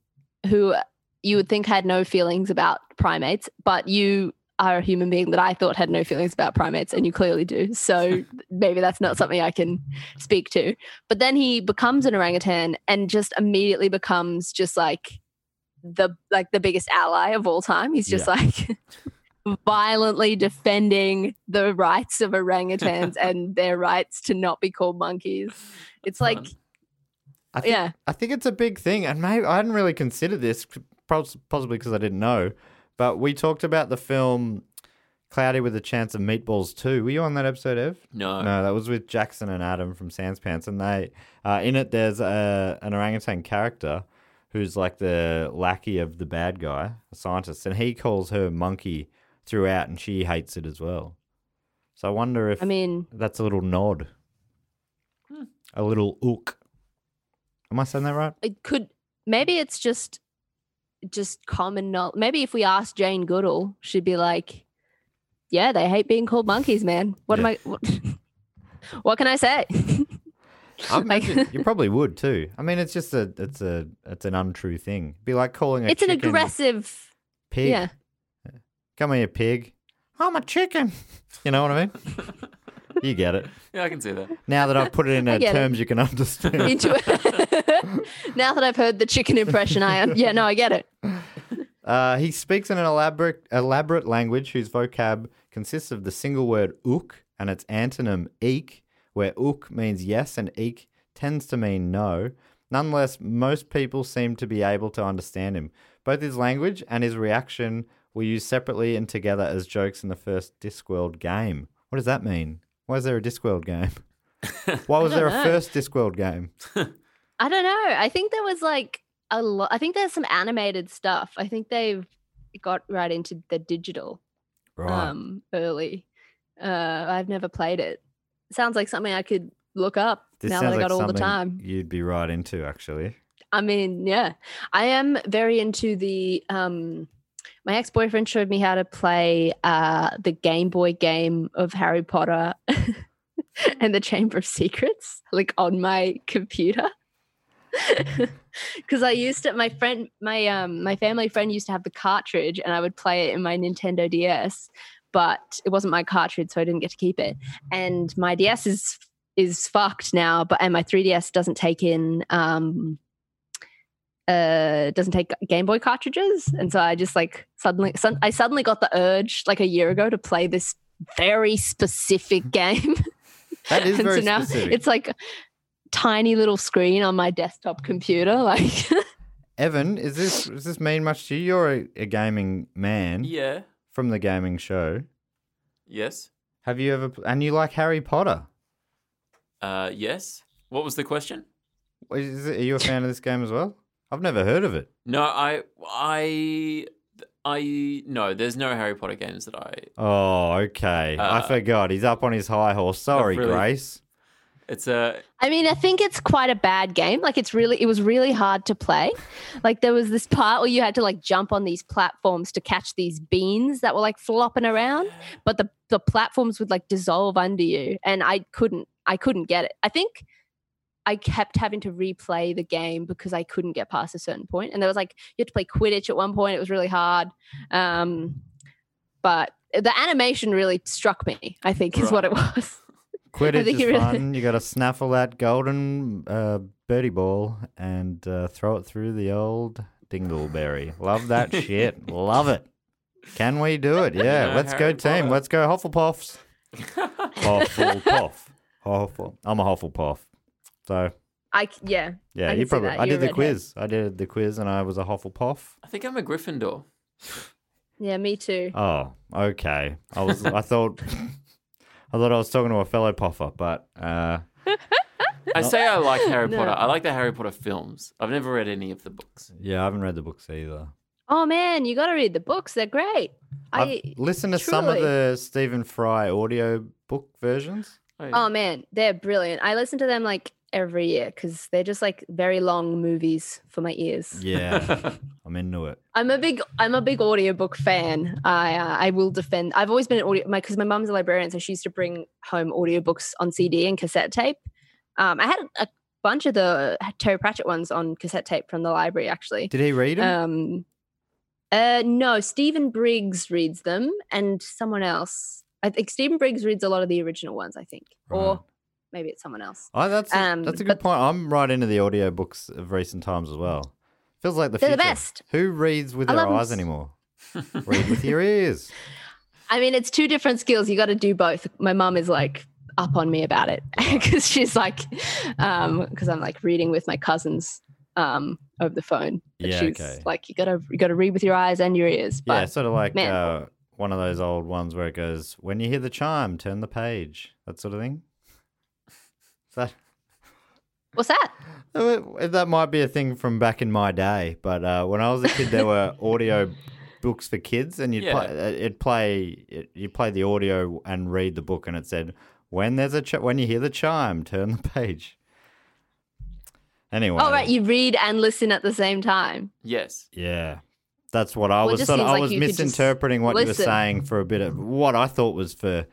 Speaker 6: who you would think had no feelings about primates but you are a human being that i thought had no feelings about primates and you clearly do so maybe that's not something i can speak to but then he becomes an orangutan and just immediately becomes just like the like the biggest ally of all time he's just like violently defending the rights of orangutans and their rights to not be called monkeys it's like
Speaker 5: fun.
Speaker 4: I think,
Speaker 6: yeah
Speaker 4: I think it's a big thing, and maybe I hadn't really considered this, pos- possibly because I didn't know. But we talked about the film "Cloudy with a Chance of Meatballs" too. Were you on that episode, Ev?
Speaker 6: Uh,
Speaker 5: No.
Speaker 4: No, that was with Jackson and Adam from Sans Pants, and they uh, in it there's a, an orangutan character who's like the lackey of the bad guy, a scientist, and he calls her monkey throughout, and she hates it as well. So I wonder if
Speaker 6: i mean Hmm.
Speaker 4: that's a little nod, a little ook. Am I saying that right?
Speaker 6: it could maybe it's just just common knowledge maybe if we asked jane goodall she'd be like yeah they hate being called monkeys man what am i what, what can I say?
Speaker 4: I
Speaker 6: Like-
Speaker 4: imagine you probably would too. I mean, it's just a, it's a, it's an untrue thing. Be like calling a
Speaker 6: it's an
Speaker 4: chicken
Speaker 6: aggressive.
Speaker 4: pig.
Speaker 6: Yeah.
Speaker 4: Come here, pig. I'm a chicken. You know what I mean? you get it.
Speaker 5: Yeah, I can see that.
Speaker 4: Now that I've put it in
Speaker 6: I
Speaker 4: uh,
Speaker 6: get it.
Speaker 4: terms you can understand.
Speaker 6: Into now that I've heard the chicken impression, I am. Yeah, no, I get it.
Speaker 4: Uh, he speaks in an elaborate, elaborate language whose vocab consists of the single word ook and its antonym eek, where ook means yes and eek tends to mean no. Nonetheless, most people seem to be able to understand him. Both his language and his reaction were used separately and together as jokes in the first Discworld game. What does that mean? Why is there a Discworld game? Why was there a first Discworld game?
Speaker 6: I don't know. I think there was like a lot. I think there's some animated stuff. I think they've got right into the digital um early. Uh, I've never played it. Sounds like something I could look up now that I
Speaker 4: sounds
Speaker 6: got all the
Speaker 4: something
Speaker 6: time.
Speaker 4: You'd be right into actually.
Speaker 6: I mean, yeah, I am very into the. Um, my ex boyfriend showed me how to play uh, the Game Boy game of Harry Potter and the Chamber of Secrets, like on my computer. Because I used to, my friend, my um, my family friend used to have the cartridge, and I would play it in my Nintendo DS. But it wasn't my cartridge, so I didn't get to keep it. And my DS is is fucked now, but and my 3DS doesn't take in um, uh doesn't take game boy cartridges and so i just like suddenly sud i suddenly got the urge like a year ago to play this very specific game
Speaker 4: That is
Speaker 6: and
Speaker 4: very
Speaker 6: so now
Speaker 4: specific.
Speaker 6: it's like tiny little screen on my desktop computer like
Speaker 4: Evan, is this does this mean much to you? You're a, a gaming
Speaker 6: Mm.
Speaker 4: man
Speaker 5: Yeah.
Speaker 4: from the gaming show.
Speaker 5: Yes.
Speaker 4: Have you ever and you like Harry Potter?
Speaker 5: Uh, yes. What was the question?
Speaker 4: Is it, are you a fan of this game as well? I've never heard of it.
Speaker 5: No, I, I, I. No, there's no Harry Potter games that I.
Speaker 4: Oh, okay.
Speaker 5: Uh,
Speaker 4: I forgot. He's up on his high horse. Sorry,
Speaker 5: really-
Speaker 4: Grace.
Speaker 5: It's a.
Speaker 6: I mean, I think it's quite a bad game. Like it's really it was really hard to play. Like there was this part where you had to like jump on these platforms to catch these beans that were like flopping around, but the the platforms would like dissolve under you and I couldn't I couldn't get it. I think I kept having to replay the game because I couldn't get past a certain point. And there was like you had to play Quidditch at one point. It was really hard. Um but the animation really struck me, I think is what it was. I
Speaker 4: Quidditch
Speaker 6: think
Speaker 4: is
Speaker 6: you really-
Speaker 4: fun. You got to snaffle that golden uh, birdie ball and uh, throw it through the old dingleberry. Love that shit. Love it. Can we do it? Yeah.
Speaker 5: No
Speaker 4: Let's go,
Speaker 5: Harry
Speaker 4: team.
Speaker 5: Potter.
Speaker 4: Let's go, Hufflepuffs. Hufflepuff. Huffle. I'm a Hufflepuff. So
Speaker 6: I c- yeah.
Speaker 4: yeah,
Speaker 6: I can
Speaker 4: you
Speaker 6: see
Speaker 4: probably.
Speaker 6: that.
Speaker 4: I
Speaker 6: You're
Speaker 4: did the
Speaker 6: redhead.
Speaker 4: quiz. I did the quiz, and I was a Hufflepuff.
Speaker 5: I think I'm a Gryffindor.
Speaker 6: Yeah, me too.
Speaker 4: Oh, okay. I was. I thought. I thought I was talking to a fellow puffer, but uh,
Speaker 5: I say I like Harry Potter. I like the Harry Potter films. I've never read any of the books.
Speaker 4: yeah, I haven't read the books either.
Speaker 6: Oh man, you got to read the books. They're great.
Speaker 4: I've
Speaker 6: I
Speaker 4: listened to some of
Speaker 6: truly-
Speaker 4: the Stephen Fry audio book versions.
Speaker 6: Oh man, they're brilliant. I listen to them like every year cuz they're just like very long movies for my ears.
Speaker 4: Yeah, I'm into it.
Speaker 6: I'm a big I'm a big audiobook fan. I uh, I will defend. I've always been an audio my cuz my mum's a librarian so she used to bring home audiobooks on CD and cassette tape. Um I had a bunch of the Terry Pratchett ones on cassette tape from the library actually.
Speaker 4: Did he read them?
Speaker 6: Um, uh, no, Stephen Briggs reads them, and someone else. I think Stephen Briggs reads a lot of the original ones. I think,
Speaker 4: Right.
Speaker 6: Uh, or maybe it's someone else.
Speaker 4: oh, that's a,
Speaker 6: um,
Speaker 4: that's a good
Speaker 6: but-
Speaker 4: point. I'm right into the audio books of recent times as well. Feels like the
Speaker 6: They're the
Speaker 4: future.
Speaker 6: best.
Speaker 4: Who reads with
Speaker 6: I
Speaker 4: their
Speaker 6: love 'em
Speaker 4: eyes
Speaker 6: s-
Speaker 4: anymore? read with your ears.
Speaker 6: I mean, it's two different skills. You got to do both. My mum is like up on me about it because she's like, because I'm like reading with my cousins um, over the phone. But
Speaker 4: Yeah,
Speaker 6: she's
Speaker 4: okay.
Speaker 6: like, you gotta you gotta read with your eyes and your ears. But
Speaker 4: yeah, sort of like
Speaker 6: man.
Speaker 4: uh, one of those old ones where it goes, "When you hear the chime, turn the page." That sort of thing. Is that
Speaker 6: what's that?
Speaker 4: Uh, That might be a thing from back in my day, but uh, when I was a kid, there were audio books for kids, and you'd
Speaker 5: Yeah.
Speaker 4: play, uh, it'd play it, you play the audio and read the book, and it said, "When there's a ch- when you hear the chime, turn the page." Anyway,
Speaker 6: Oh right, you read and listen at the same time.
Speaker 5: Yes.
Speaker 4: yeah, that's what I
Speaker 6: Well, it
Speaker 4: was.
Speaker 6: just
Speaker 4: Sort of,
Speaker 6: seems
Speaker 4: I
Speaker 6: like
Speaker 4: was
Speaker 6: you could just
Speaker 4: misinterpreting what you were
Speaker 6: listen.
Speaker 4: saying for a bit of what I thought was for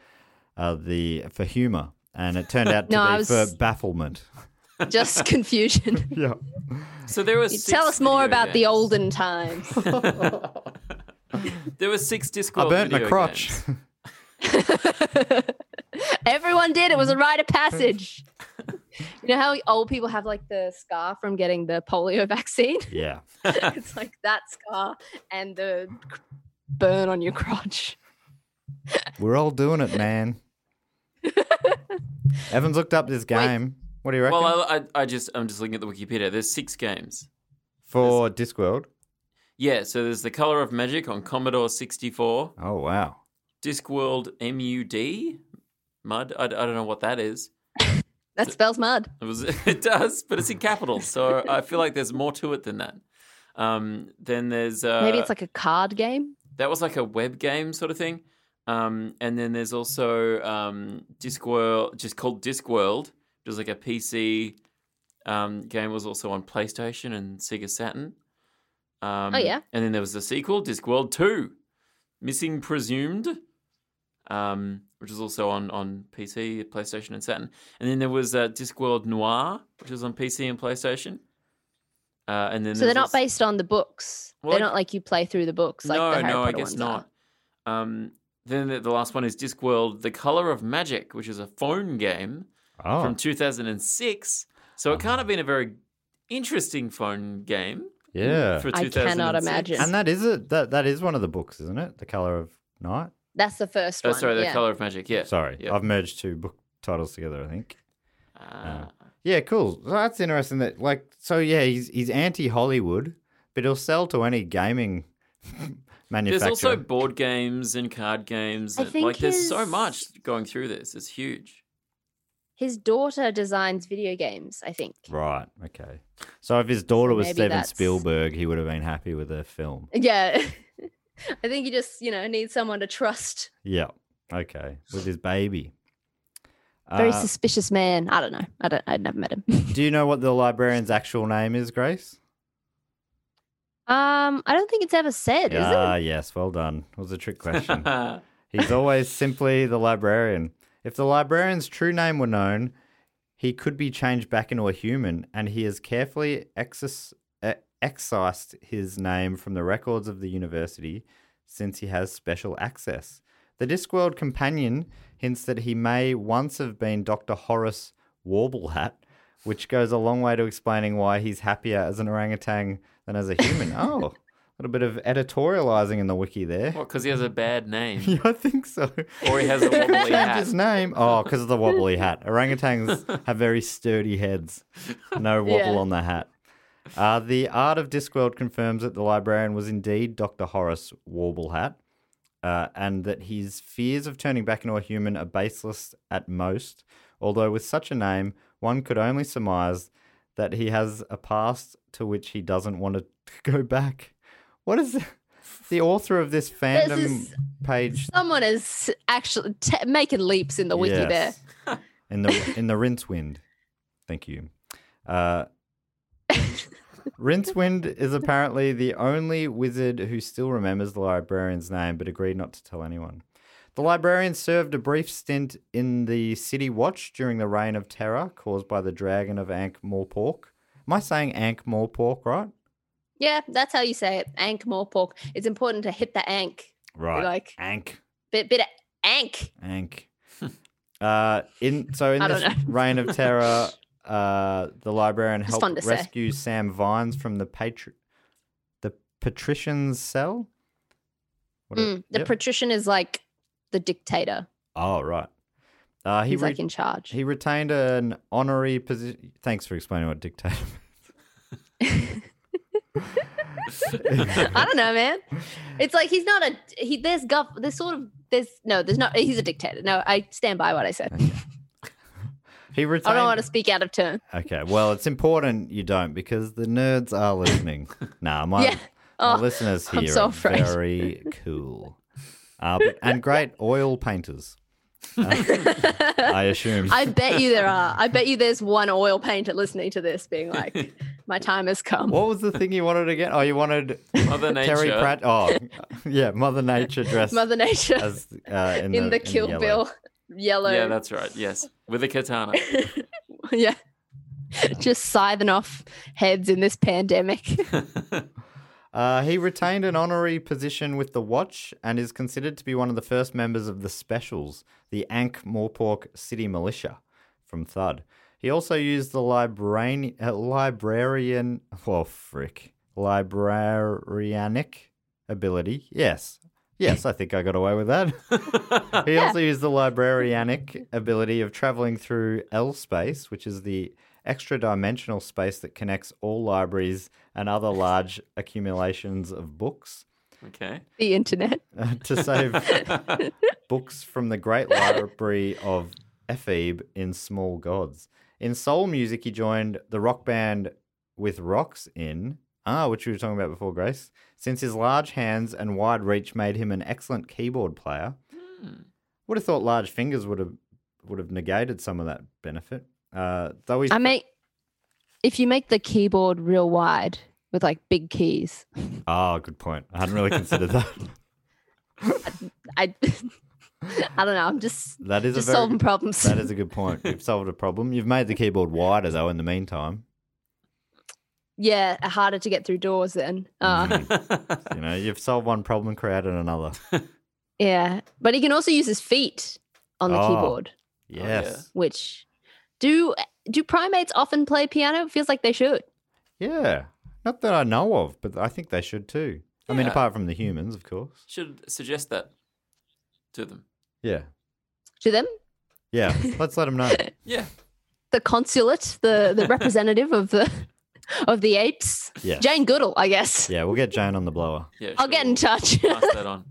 Speaker 4: uh, the for humor. and it turned out to
Speaker 6: No,
Speaker 4: be
Speaker 6: I was-
Speaker 4: for bafflement.
Speaker 6: Just confusion.
Speaker 4: Yeah.
Speaker 5: So there was.
Speaker 6: You
Speaker 5: six
Speaker 6: Tell us more
Speaker 5: video
Speaker 6: about the
Speaker 5: games.
Speaker 6: olden times.
Speaker 5: There were six Discworld.
Speaker 4: I burnt my
Speaker 5: video
Speaker 4: crotch.
Speaker 5: games.
Speaker 6: Everyone did. It was a rite of passage. You know how old people have like the scar from getting the polio vaccine?
Speaker 4: yeah.
Speaker 6: it's like that scar and the cr- burn on your crotch.
Speaker 4: We're all doing it, man. Evan's looked up this game. What do you reckon?
Speaker 5: Well, I, I, I just I'm just looking at the Wikipedia. There's six games.
Speaker 4: for Discworld.
Speaker 5: Yeah, so there's The Color of Magic on Commodore 64,
Speaker 4: Oh, wow.
Speaker 5: Discworld MUD, Mud. I, I don't know what that is.
Speaker 6: That spells mud.
Speaker 5: It was it does, but it's in capitals, so I feel like there's more to it than that. Um, then there's uh,
Speaker 6: Maybe it's like a card game.
Speaker 5: that was like a web game sort of thing. Um, and then there's also um, Discworld, just called Discworld. It was like a PC um, game. It was also on PlayStation and Sega Saturn. Um,
Speaker 6: Oh, yeah.
Speaker 5: And then there was the sequel, Discworld Two, Missing Presumed, um, which was also on on PC, PlayStation, and Saturn. And then there was uh, Discworld Noir, which was on PC and PlayStation. Uh, and then
Speaker 6: So they're
Speaker 5: there's
Speaker 6: not
Speaker 5: also-
Speaker 6: based on the books.
Speaker 5: Well,
Speaker 6: they're
Speaker 5: I-
Speaker 6: not like you play through the books. Like
Speaker 5: no,
Speaker 6: the Harry
Speaker 5: no, I
Speaker 6: Potter
Speaker 5: guess
Speaker 6: ones
Speaker 5: not. Um, then the, the last one is Discworld: The Color of Magic, which is a phone game
Speaker 4: Oh,
Speaker 5: from 2006. So it can't have been a very interesting phone game.
Speaker 4: yeah.
Speaker 5: for
Speaker 6: I
Speaker 5: 2006.
Speaker 6: cannot imagine.
Speaker 4: And that is it. That that is one of the books, isn't it? The Color of Night.
Speaker 6: Are. That's the first
Speaker 5: Oh,
Speaker 6: one.
Speaker 5: sorry, The
Speaker 6: yeah.
Speaker 5: Color of Magic. Yeah,
Speaker 4: Sorry,
Speaker 5: Yeah.
Speaker 4: I've merged two book titles together. I think. Uh,
Speaker 5: Ah.
Speaker 4: Yeah, cool. So that's interesting. That like, so yeah, he's he's anti Hollywood, but he'll sell to any gaming
Speaker 5: there's
Speaker 4: manufacturer.
Speaker 5: also board games and card games.
Speaker 6: I
Speaker 5: And,
Speaker 6: think
Speaker 5: like, there's so
Speaker 6: his-
Speaker 5: much going through this. It's huge.
Speaker 6: His daughter designs video games, I think.
Speaker 4: right. Okay. So if his daughter was
Speaker 6: Maybe
Speaker 4: Steven
Speaker 6: that's-
Speaker 4: Spielberg, he would have been happy with her film.
Speaker 6: Yeah. I think you just, you know, need someone to trust.
Speaker 4: Yeah. Okay. With his baby.
Speaker 6: Very
Speaker 4: Uh,
Speaker 6: suspicious man. I don't know. I don't I'd never met him.
Speaker 4: do you know what the librarian's actual name is, Grace?
Speaker 6: Um, I don't think it's ever said, is it?
Speaker 4: Ah, yes. Well done. It was a trick question.
Speaker 5: That's
Speaker 4: He's always simply the librarian. If the librarian's true name were known, he could be changed back into a human, and he has carefully exis- uh, excised his name from the records of the university since he has special access. The Discworld companion hints that he may once have been Dr. Horace Warblehat, which goes a long way to explaining why he's happier as an orangutan than as a human. oh, a little bit of editorializing in the wiki there.
Speaker 5: what? Because he has a bad name,
Speaker 4: Yeah, I think so.
Speaker 5: or he has a wobbly
Speaker 4: Change
Speaker 5: hat.
Speaker 4: his name. Oh, because of the wobbly hat. Orangutans have very sturdy heads. No wobble
Speaker 6: Yeah.
Speaker 4: on the hat. Uh, the Art of Discworld confirms that the librarian was indeed Dr. Horace Warblehat, uh, and that his fears of turning back into a human are baseless at most, although with such a name, one could only surmise that he has a past to which he doesn't want to go back. What is the author of this fandom
Speaker 6: is
Speaker 4: page
Speaker 6: Someone is actually t- making leaps in the wiki there.
Speaker 4: Yes. In the in the rinse wind. Thank you. Uh Rincewind is apparently the only wizard who still remembers the librarian's name but agreed not to tell anyone. The librarian served a brief stint in the City Watch during the Reign of Terror caused by the Dragon of Ankh Morpork. Am I saying Ankh Morpork, right?
Speaker 6: Yeah, that's how you say it. Ank more pork. It's important to hit the ank.
Speaker 4: Right.
Speaker 6: Like-
Speaker 4: Ankh.
Speaker 6: Bit bit of ank.
Speaker 4: Ank. uh, in so in
Speaker 6: I don't
Speaker 4: this reign of terror, uh, the librarian
Speaker 6: It's
Speaker 4: helped
Speaker 6: fun to say.
Speaker 4: rescue Sam Vines from the patri- the patrician's cell. What a-
Speaker 6: Mm, The
Speaker 4: yep.
Speaker 6: patrician is like the dictator.
Speaker 4: oh right. Uh, he
Speaker 6: He's
Speaker 4: re-
Speaker 6: like in charge.
Speaker 4: he retained an honorary position. Thanks for explaining what dictator.
Speaker 6: I don't know, man. It's like he's not a he. There's gov. There's sort of there's no. There's not. He's a dictator. No, I stand by what I said.
Speaker 4: He
Speaker 6: I
Speaker 4: retained.
Speaker 6: don't want to speak out of turn.
Speaker 4: Okay, well, it's important you don't because the nerds are listening. nah, my,
Speaker 6: Yeah.
Speaker 4: my
Speaker 6: Oh,
Speaker 4: listeners here
Speaker 6: I'm so
Speaker 4: are
Speaker 6: afraid.
Speaker 4: very cool. Uh, but- and great oil painters, uh, I assume.
Speaker 6: I bet you there are. I bet you there's one oil painter listening to this, being like, "My time has come."
Speaker 4: What was the thing you wanted again? Oh, you wanted
Speaker 5: Mother Nature.
Speaker 4: Terry Pratchett. Oh, yeah, Mother Nature dressed
Speaker 6: Mother Nature
Speaker 4: as, uh, in,
Speaker 6: in the
Speaker 4: in
Speaker 6: Kill
Speaker 4: yellow.
Speaker 6: Bill yellow.
Speaker 5: Yeah, that's right. Yes, with a katana.
Speaker 6: yeah. Just scything off heads in this pandemic.
Speaker 4: Uh, he retained an honorary position with the Watch and is considered to be one of the first members of the Specials, the Ankh Morpork City Militia from Thud. He also used the librarian, uh, librarian, well, frick, librarianic ability. Yes. Yes, I think I got away with that. he also used the librarianic ability of traveling through L space, which is the extra dimensional space that connects all libraries and other large accumulations of books
Speaker 5: okay.
Speaker 6: the internet.
Speaker 4: uh, to save books from the great library of Ephebe in Small Gods. In soul music, he joined the rock band with rocks in ah, which we were talking about before, Grace. Since his large hands and wide reach made him an excellent keyboard player, would have thought large fingers would have would have negated some of that benefit. Uh, though he's
Speaker 6: I make if you make the keyboard real wide with like big keys.
Speaker 4: ah, good point. I hadn't really considered that.
Speaker 6: I I don't know. I'm just
Speaker 4: That is
Speaker 6: just
Speaker 4: a very,
Speaker 6: solving problems.
Speaker 4: That is a good point. You've solved a problem. You've made the keyboard wider though. In the meantime,
Speaker 6: yeah, harder to get through doors then. Uh,
Speaker 4: Mm-hmm. you know, you've solved one problem and created another.
Speaker 6: Yeah, but he can also use his feet on the
Speaker 4: Oh.
Speaker 6: keyboard,
Speaker 4: Yes.
Speaker 6: which do do primates often play piano? It feels like they should.
Speaker 4: yeah. Not that I know of, but I think they should too. I mean,
Speaker 5: Yeah.
Speaker 4: apart from the humans, of course.
Speaker 5: Should suggest that to them.
Speaker 4: Yeah.
Speaker 6: To them,
Speaker 4: Yeah. Let's let them know.
Speaker 5: Yeah.
Speaker 6: the consulate, the the representative of the of the apes,
Speaker 4: Yeah.
Speaker 6: Jane Goodall, I guess.
Speaker 4: Yeah. We'll get Jane on the blower.
Speaker 5: Yeah.
Speaker 6: I'll get in
Speaker 5: sure,
Speaker 6: touch.
Speaker 5: we'll Pass that on.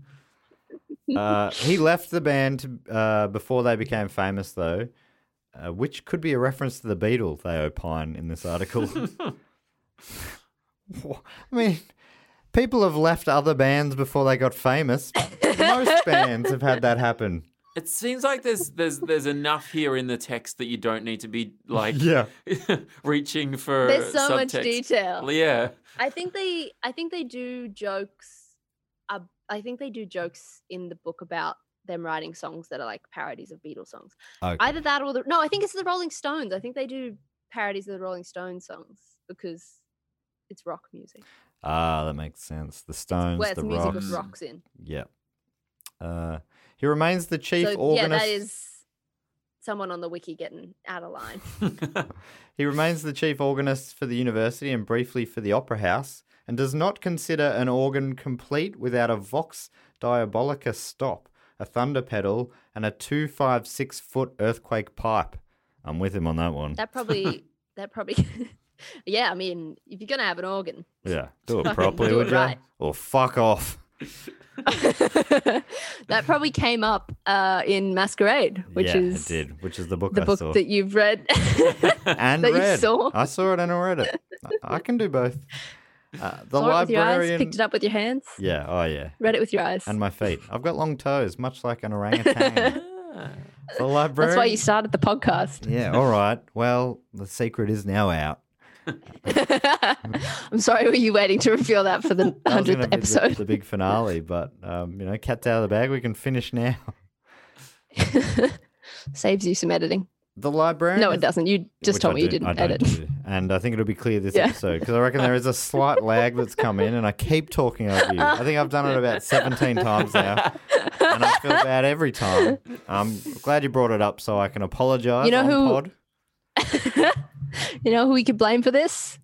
Speaker 4: Uh, he left the band uh, before they became famous, though, uh, which could be a reference to the Beatle, they opine in this article. Wha- I mean, people have left other bands before they got famous. Most bands have had that happen.
Speaker 5: It seems like there's there's there's enough here in the text that you don't need to be like
Speaker 4: Yeah.
Speaker 5: reaching for
Speaker 6: There's so much
Speaker 5: subtext.
Speaker 6: detail.
Speaker 5: Yeah.
Speaker 6: I think they I think they do jokes. ab- I think they do jokes in the book about them writing songs that are like parodies of Beatles songs.
Speaker 4: Okay.
Speaker 6: Either that or the no, I think it's the Rolling Stones. I think they do parodies of the Rolling Stones songs because it's rock music.
Speaker 4: Ah, that makes sense. The Stones,
Speaker 6: Where it's
Speaker 4: the
Speaker 6: music
Speaker 4: Rocks.
Speaker 6: with rocks in.
Speaker 4: Yeah. Uh, he remains the chief
Speaker 6: so yeah,
Speaker 4: organist.
Speaker 6: that is someone on the wiki getting out of line.
Speaker 4: He remains the chief organist for the university and briefly for the opera house, and does not consider an organ complete without a vox diabolica stop, a thunder pedal, and a two five six foot earthquake pipe. I'm with him on that one.
Speaker 6: That probably that probably Yeah, I mean, if you're gonna have an organ,
Speaker 4: yeah, do it
Speaker 6: Fucking
Speaker 4: properly,
Speaker 6: do it
Speaker 4: would you?
Speaker 6: right.
Speaker 4: Or fuck off.
Speaker 6: that probably came up uh, in Masquerade, which
Speaker 4: yeah,
Speaker 6: is
Speaker 4: it did. Which is the book
Speaker 6: the
Speaker 4: I
Speaker 6: book
Speaker 4: saw
Speaker 6: that you've read.
Speaker 4: and
Speaker 6: that you
Speaker 4: read.
Speaker 6: saw.
Speaker 4: I saw it and I read it. I, I can do both. Uh, the
Speaker 6: Saw it with your eyes,
Speaker 4: librarian.
Speaker 6: picked it up with your hands,
Speaker 4: Yeah. Oh yeah.
Speaker 6: read it with your eyes.
Speaker 4: and my feet. I've got long toes, much like an orangutan. the library.
Speaker 6: That's why you started the podcast.
Speaker 4: Yeah. All right. Well, the secret is now out.
Speaker 6: I'm sorry, were you waiting to reveal that for the
Speaker 4: That was gonna
Speaker 6: hundredth
Speaker 4: be the-
Speaker 6: episode?
Speaker 4: The, big finale, but um, you know, cat's out of the bag. We can finish now.
Speaker 6: Saves you some editing.
Speaker 4: The librarian.
Speaker 6: No,
Speaker 4: is-
Speaker 6: it doesn't. You just
Speaker 4: which
Speaker 6: told
Speaker 4: I
Speaker 6: me you
Speaker 4: do- I
Speaker 6: didn't
Speaker 4: don't
Speaker 6: edit.
Speaker 4: do. And I think it'll be clear this
Speaker 6: Yeah.
Speaker 4: episode because I reckon there is a slight lag that's come in, and I keep talking over you. I think I've done it about 17 times now, and I feel bad every time. I'm glad you brought it up so I can apologise.
Speaker 6: You know
Speaker 4: on
Speaker 6: who-
Speaker 4: Pod.
Speaker 6: You know who we could blame for this?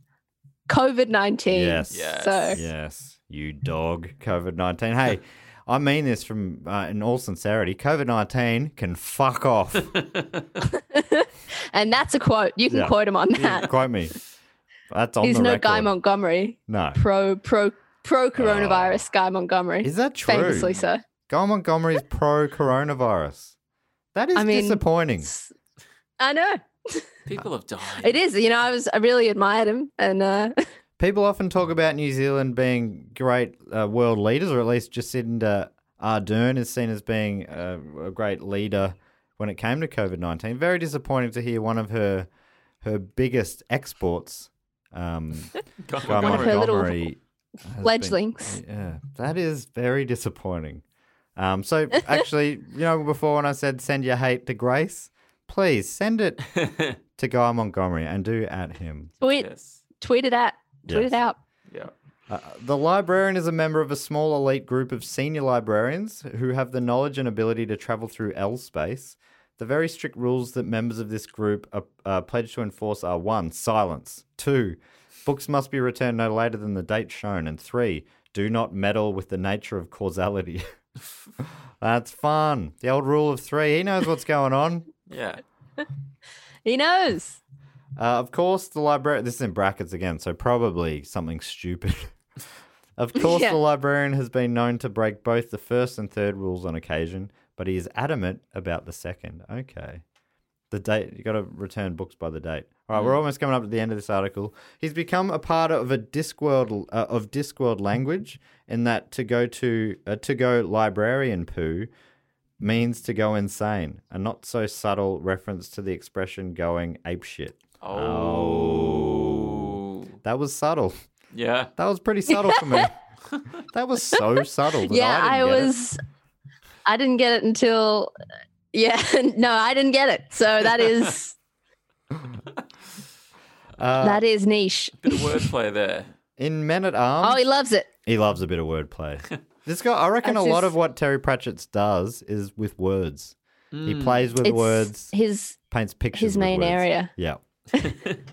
Speaker 6: COVID 19.
Speaker 4: Yes.
Speaker 5: Yes.
Speaker 6: So,
Speaker 4: Yes, you dog. COVID 19. Hey, I mean this from uh, in all sincerity. COVID 19 can fuck off.
Speaker 6: and that's a quote. You can
Speaker 4: Yeah.
Speaker 6: quote him on that.
Speaker 4: Quote me. That's on
Speaker 6: He's
Speaker 4: the
Speaker 6: no
Speaker 4: record.
Speaker 6: Guy Montgomery.
Speaker 4: No.
Speaker 6: Pro, pro, pro coronavirus Guy Montgomery.
Speaker 4: Uh, Is that true?
Speaker 6: Famously so.
Speaker 4: Guy Montgomery is pro coronavirus. That is
Speaker 6: I mean,
Speaker 4: disappointing.
Speaker 6: I know.
Speaker 5: People have died.
Speaker 6: It is. You know, I was I really admired him and uh
Speaker 4: People often talk about New Zealand being great uh, world leaders, or at least Jacinda Ardern is seen as being a, a great leader when it came to COVID nineteen. Very disappointing to hear one of her her biggest exports, um,
Speaker 5: God,
Speaker 4: Guy
Speaker 6: One of her little
Speaker 4: Montgomery, has been-
Speaker 6: fledglings.
Speaker 4: yeah, that is very disappointing. Um, so actually, you know, before when I said send your hate to Grace, please send it to Guy Montgomery and do at him.
Speaker 6: Tweet,
Speaker 5: yes.
Speaker 6: tweet it at, tweet
Speaker 4: Yes.
Speaker 6: it out.
Speaker 5: Yeah.
Speaker 4: Uh, the librarian is a member of a small elite group of senior librarians who have the knowledge and ability to travel through L space. The very strict rules that members of this group are uh, pledged to enforce are one, silence, two, books must be returned no later than the date shown, and three, do not meddle with the nature of causality. That's fun. The old rule of three. He knows what's going on.
Speaker 5: Yeah.
Speaker 6: He knows.
Speaker 4: Uh, of course, the librarian. This is in brackets again, so probably something stupid. of course,
Speaker 6: Yeah.
Speaker 4: the librarian has been known to break both the first and third rules on occasion, but he is adamant about the second. Okay. The date, you got to return books by the date. All right, we're almost coming up to the end of this article. He's become a part of a Discworld uh, of Discworld language in that to go to uh, to go librarian poo means to go insane, a not so subtle reference to the expression going apeshit.
Speaker 5: Oh.
Speaker 4: That was subtle.
Speaker 5: Yeah.
Speaker 4: That was pretty subtle for me. that was so subtle. That
Speaker 6: yeah,
Speaker 4: I,
Speaker 6: I,
Speaker 4: didn't get it.
Speaker 6: was. I didn't get it until. Yeah, no, I didn't get it. So that is
Speaker 4: Uh,
Speaker 6: that is niche.
Speaker 5: Bit of wordplay there.
Speaker 4: in Men at
Speaker 6: Oh,
Speaker 4: Arms.
Speaker 6: he loves it.
Speaker 4: he loves a bit of wordplay. this guy, I reckon, a
Speaker 6: That's
Speaker 4: lot
Speaker 6: his-
Speaker 4: of what Terry Pratchett does is with words. He
Speaker 5: Mm.
Speaker 4: plays with
Speaker 6: It's
Speaker 4: words,
Speaker 6: his
Speaker 4: paints pictures.
Speaker 6: his
Speaker 4: with
Speaker 6: main
Speaker 4: words.
Speaker 6: area.
Speaker 4: Yeah, I think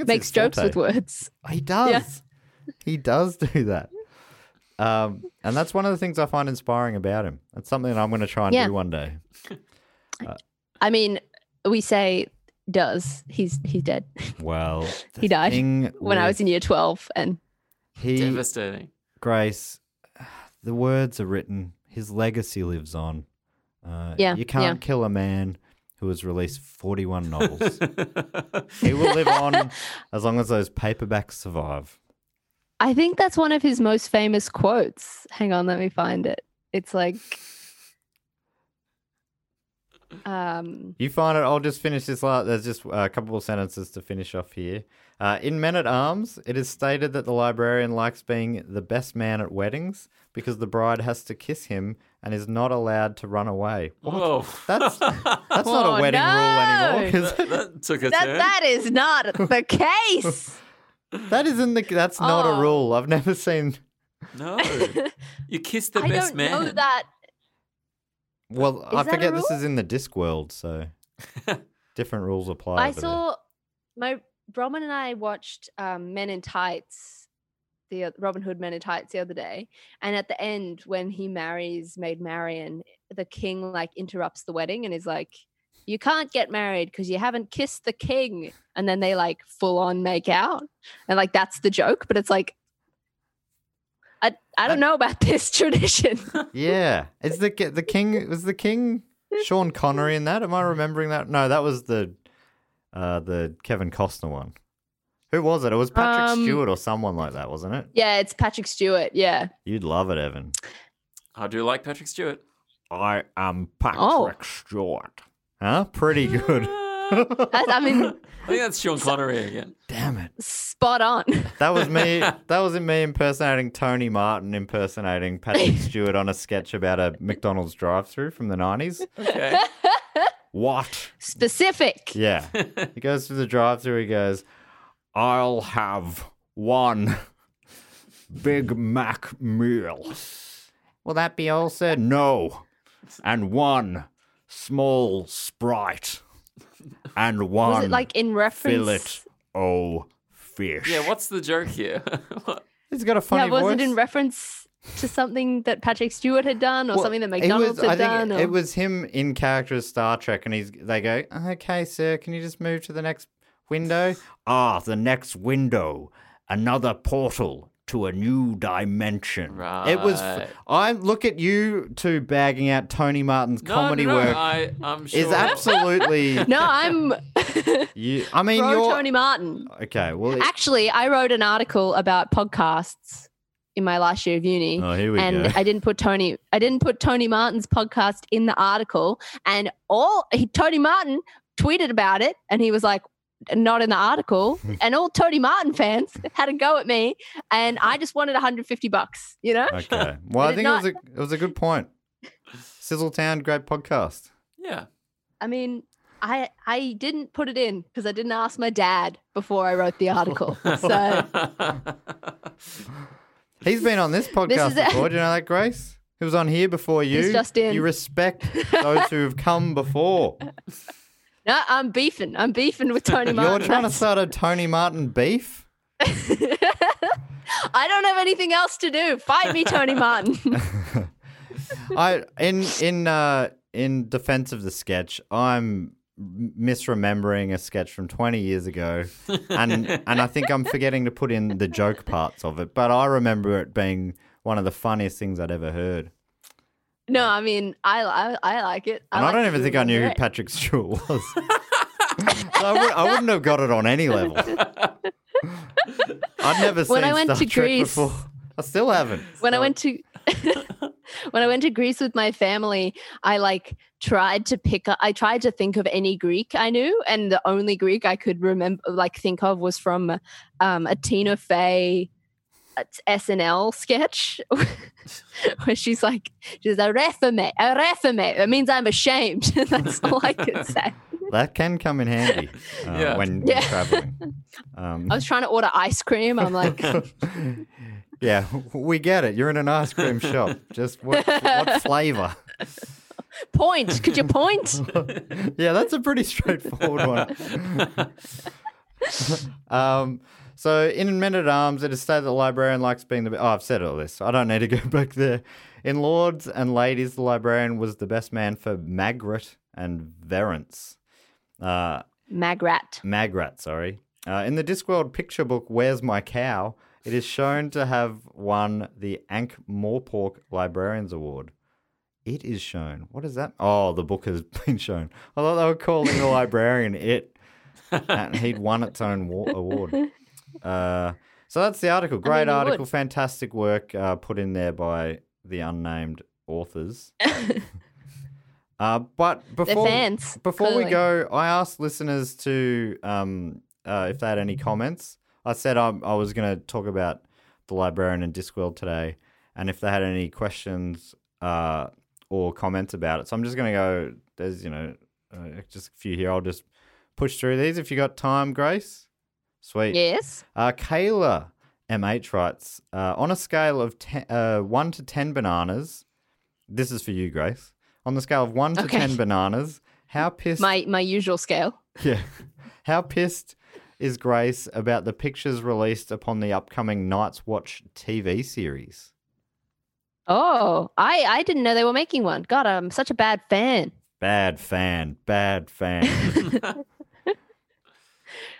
Speaker 4: it's
Speaker 6: Makes
Speaker 4: his
Speaker 6: jokes
Speaker 4: forte.
Speaker 6: with words.
Speaker 4: He does. He does do that. Um, and that's one of the things I find inspiring about him. That's something that I'm going to try and
Speaker 6: Yeah.
Speaker 4: do one day.
Speaker 6: I mean, we say does. He's he's dead.
Speaker 4: Well, the
Speaker 6: He died
Speaker 4: thing
Speaker 6: When I
Speaker 4: with-
Speaker 6: was in year twelve, and
Speaker 4: he
Speaker 5: Devastating.
Speaker 4: Grace, the words are written. His legacy lives on. Uh,
Speaker 6: Yeah,
Speaker 4: you can't
Speaker 6: yeah.
Speaker 4: kill a man who has released 41 novels. he will live on as long as those paperbacks survive.
Speaker 6: I think that's one of his most famous quotes. Hang on, let me find it. It's like, um,
Speaker 4: You find it. I'll just finish this. Last, there's just uh, a couple more sentences to finish off here. Uh, in Men at Arms, it is stated that the librarian likes being the best man at weddings because the bride has to kiss him and is not allowed to run away.
Speaker 5: Whoa.
Speaker 4: That's that's not a
Speaker 6: Oh,
Speaker 4: wedding rule anymore.
Speaker 6: no.
Speaker 4: 'cause-
Speaker 5: that, that took a
Speaker 6: that
Speaker 5: turn.
Speaker 6: that is not the case.
Speaker 4: That isn't the. That's not a
Speaker 6: Oh.
Speaker 4: rule. I've never seen.
Speaker 5: No. You kissed the
Speaker 6: I
Speaker 5: best
Speaker 6: don't
Speaker 5: man.
Speaker 6: know that.
Speaker 4: Well, I
Speaker 6: that a
Speaker 4: forget this
Speaker 6: rule?
Speaker 4: is in the disc world, so different rules apply.
Speaker 6: I
Speaker 4: over there.
Speaker 6: saw my Roman and I watched um, Men in Tights, the oth- Robin Hood Men in Tights the other day, and at the end when he marries Maid Marian, the king like interrupts the wedding and is like, "You can't get married because you haven't kissed the king," and then they like full on make out, and like that's the joke, but it's like. I, I don't know about this tradition.
Speaker 4: Yeah, is the ki- the king was the king Sean Connery in that? Am I remembering that? No, that was the uh the Kevin Costner one. Who was it? It was Patrick
Speaker 6: Um,
Speaker 4: Stewart or someone like that, wasn't it?
Speaker 6: yeah, it's Patrick Stewart. Yeah.
Speaker 4: You'd love it, Evan.
Speaker 5: I do like Patrick Stewart.
Speaker 4: I am
Speaker 6: Oh.
Speaker 4: Stewart. Huh? Pretty good.
Speaker 6: That's, I mean,
Speaker 5: I think that's Sean Connery again.
Speaker 4: Damn it.
Speaker 6: spot on.
Speaker 4: That was me. That was me impersonating Tony Martin, impersonating Patrick Stewart on a sketch about a McDonald's drive-through from the nineties.
Speaker 5: Okay.
Speaker 4: What?
Speaker 6: Specific.
Speaker 4: Yeah. He goes through the drive-through. He goes, "I'll have one Big Mac meal." Will that be all, sir? No, and one small Sprite, and one
Speaker 6: Was it like in reference?
Speaker 4: o fish.
Speaker 5: Yeah, what's the joke here? What-
Speaker 4: He's got a
Speaker 6: Yeah,
Speaker 4: funny voice.
Speaker 6: was it in reference to something that Patrick Stewart had done or
Speaker 4: Well,
Speaker 6: something that
Speaker 4: it was-
Speaker 6: McDonald's
Speaker 4: I
Speaker 6: had
Speaker 4: think
Speaker 6: done?
Speaker 4: It,
Speaker 6: Or...
Speaker 4: it was him in character as Star Trek, and he's they go, "Okay, sir, can you just move to the next window?" ah, the next window, another portal to a new dimension. It was.
Speaker 5: Right.
Speaker 4: I look at you two bagging out Tony Martin's
Speaker 5: no,
Speaker 4: comedy
Speaker 5: no, no,
Speaker 4: work.
Speaker 5: I, I'm sure.
Speaker 4: is absolutely
Speaker 6: No, I'm
Speaker 4: you. I mean,
Speaker 6: pro
Speaker 4: you're
Speaker 6: Tony Martin.
Speaker 4: okay. Well, it-
Speaker 6: Actually, I wrote an article about podcasts in my last year of uni.
Speaker 4: oh, here we
Speaker 6: and
Speaker 4: go.
Speaker 6: I didn't put Tony I didn't put Tony Martin's podcast in the article and all he, Tony Martin tweeted about it and he was like not in the article and all Tony Martin fans had a go at me and I just wanted 150 bucks you know
Speaker 4: okay. Well, I
Speaker 6: did
Speaker 4: think
Speaker 6: not-
Speaker 4: it was a it was a good point. Sizzletown, great podcast.
Speaker 5: Yeah.
Speaker 6: I mean, I I didn't put it in because I didn't ask my dad before I wrote the article. so
Speaker 4: He's been on this podcast
Speaker 6: is it.
Speaker 4: before. Do you know that, Grace? He was on here before you.
Speaker 6: just in.
Speaker 4: You respect those who have come before.
Speaker 6: no, I'm beefing. I'm beefing with Tony
Speaker 4: You're
Speaker 6: Martin.
Speaker 4: trying to start a Tony Martin beef?
Speaker 6: I don't have anything else to do. Fight me, Tony Martin.
Speaker 4: I in in uh in defense of the sketch, I'm misremembering a sketch from 20 years ago and and I think I'm forgetting to put in the joke parts of it, but I remember it being one of the funniest things I'd ever heard.
Speaker 6: no, I mean, I I, I like it.
Speaker 4: And I,
Speaker 6: like
Speaker 4: don't
Speaker 6: to
Speaker 4: even think I knew who
Speaker 6: remember it.
Speaker 4: Patrick Stewart was. so I, would, I wouldn't have got it on any level. I'd never seen
Speaker 6: When I went
Speaker 4: Star
Speaker 6: to
Speaker 4: Trek
Speaker 6: Greece-
Speaker 4: before. I still haven't.
Speaker 6: when I went to when I went to Greece with my family, I like tried to pick up I tried to think of any Greek I knew and the only Greek I could remember like think of was from um, a Tina Fey uh, SNL sketch where she's like she's a refame a refame it means I'm ashamed that's all I could say
Speaker 4: That can come in handy uh,
Speaker 5: Yeah.
Speaker 4: when
Speaker 6: Yeah.
Speaker 4: traveling. Um,
Speaker 6: I was trying to order ice cream I'm like
Speaker 4: yeah, we get it. You're in an ice cream shop. Just what, what flavor?
Speaker 6: point could you point
Speaker 4: yeah, that's a pretty straightforward one. um, so in Men at Arms, it is stated that the librarian likes being the. Be- oh, I've said all this. I don't need to go back there. In Lords and Ladies, the librarian was the best man for Magrat and Verence. Uh,
Speaker 6: Magrat
Speaker 4: Magrat, sorry. Uh, in the Discworld picture book, Where's My Cow? It is shown to have won the Ankh Morpork Librarians Award. It is shown. What is that? Oh, the book has been shown. I thought they were calling the librarian it. And he'd won its own wa- award. Uh, so that's the article. Great
Speaker 6: you would.
Speaker 4: article. Fantastic work uh, put in there by the unnamed authors. uh, but
Speaker 6: they're
Speaker 4: before
Speaker 6: fans
Speaker 4: before we
Speaker 6: clearly.
Speaker 4: go, I asked listeners to um, uh, if they had any comments. I said I, I was going to talk about the librarian and Discworld today, and if they had any questions uh, or comments about it. So I'm just going to go. There's you know uh, just a few here. I'll just push through these if you got time, Grace. Sweet.
Speaker 6: yes
Speaker 4: Uh, Kayla MH writes uh, on a scale of te- uh, one to ten bananas. This is for you, Grace. On the scale of one to
Speaker 6: Okay.
Speaker 4: ten bananas, how pissed?
Speaker 6: my my usual scale
Speaker 4: yeah, how pissed is Grace about the pictures released upon the upcoming Night's Watch TV series?
Speaker 6: Oh, I I didn't know they were making one. God, I'm such a bad fan.
Speaker 4: Bad fan, bad fan.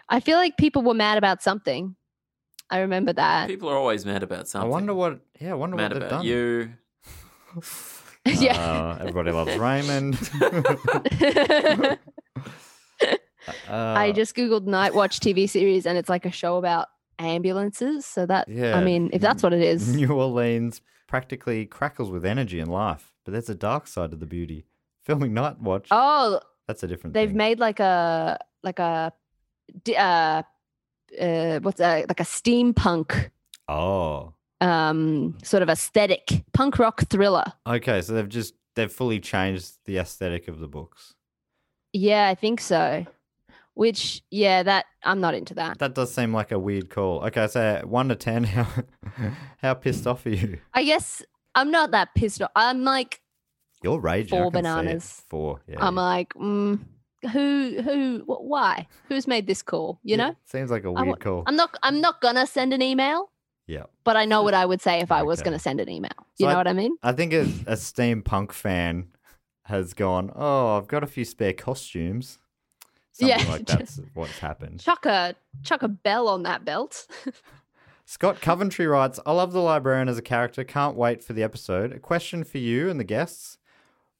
Speaker 6: I feel like people were mad about something. I remember that.
Speaker 5: People are always mad about
Speaker 4: I
Speaker 5: something.
Speaker 4: wonder what. Yeah, I wonder
Speaker 5: mad
Speaker 4: what they've
Speaker 5: about
Speaker 4: done.
Speaker 5: you.
Speaker 6: yeah.
Speaker 4: Uh, everybody loves Raymond. Uh,
Speaker 6: I just googled Night Watch TV series and it's like a show about ambulances. So that
Speaker 4: Yeah.
Speaker 6: I mean, if that's what it is.
Speaker 4: New Orleans practically crackles with energy and life, but there's a dark side to the beauty. Filming Night Watch,
Speaker 6: Oh,
Speaker 4: that's a different
Speaker 6: they've
Speaker 4: thing.
Speaker 6: made like a like a d- uh, uh what's a like a steampunk
Speaker 4: oh,
Speaker 6: um sort of aesthetic punk rock thriller.
Speaker 4: okay. So they've just they've fully changed the aesthetic of the books.
Speaker 6: Yeah, I think so. Which, yeah, that I'm not into that.
Speaker 4: That does seem like a weird call. Okay, so one to ten, how how pissed off are you?
Speaker 6: I guess I'm not that pissed off. I'm like,
Speaker 4: You're raging. I
Speaker 6: Four
Speaker 4: can see it.
Speaker 6: bananas.
Speaker 4: Four. Yeah.
Speaker 6: I'm
Speaker 4: yeah.
Speaker 6: like, mm, who, who, wh- why, who's made this call? You
Speaker 4: Yeah,
Speaker 6: know,
Speaker 4: seems like a
Speaker 6: I
Speaker 4: weird
Speaker 6: want-
Speaker 4: call.
Speaker 6: I'm not, I'm not gonna send an email,
Speaker 4: yeah.
Speaker 6: but I know what I would say if I was
Speaker 4: Okay.
Speaker 6: gonna send an email. You
Speaker 4: So
Speaker 6: know
Speaker 4: I-
Speaker 6: what I mean?
Speaker 4: I think a, a steampunk fan has gone, oh, I've got a few spare costumes. Something
Speaker 6: Yeah.
Speaker 4: like that's what's happened.
Speaker 6: Chuck a, chuck a bell on that belt.
Speaker 4: Scott Coventry writes, I love the librarian as a character. Can't wait for the episode. A question for you and the guests.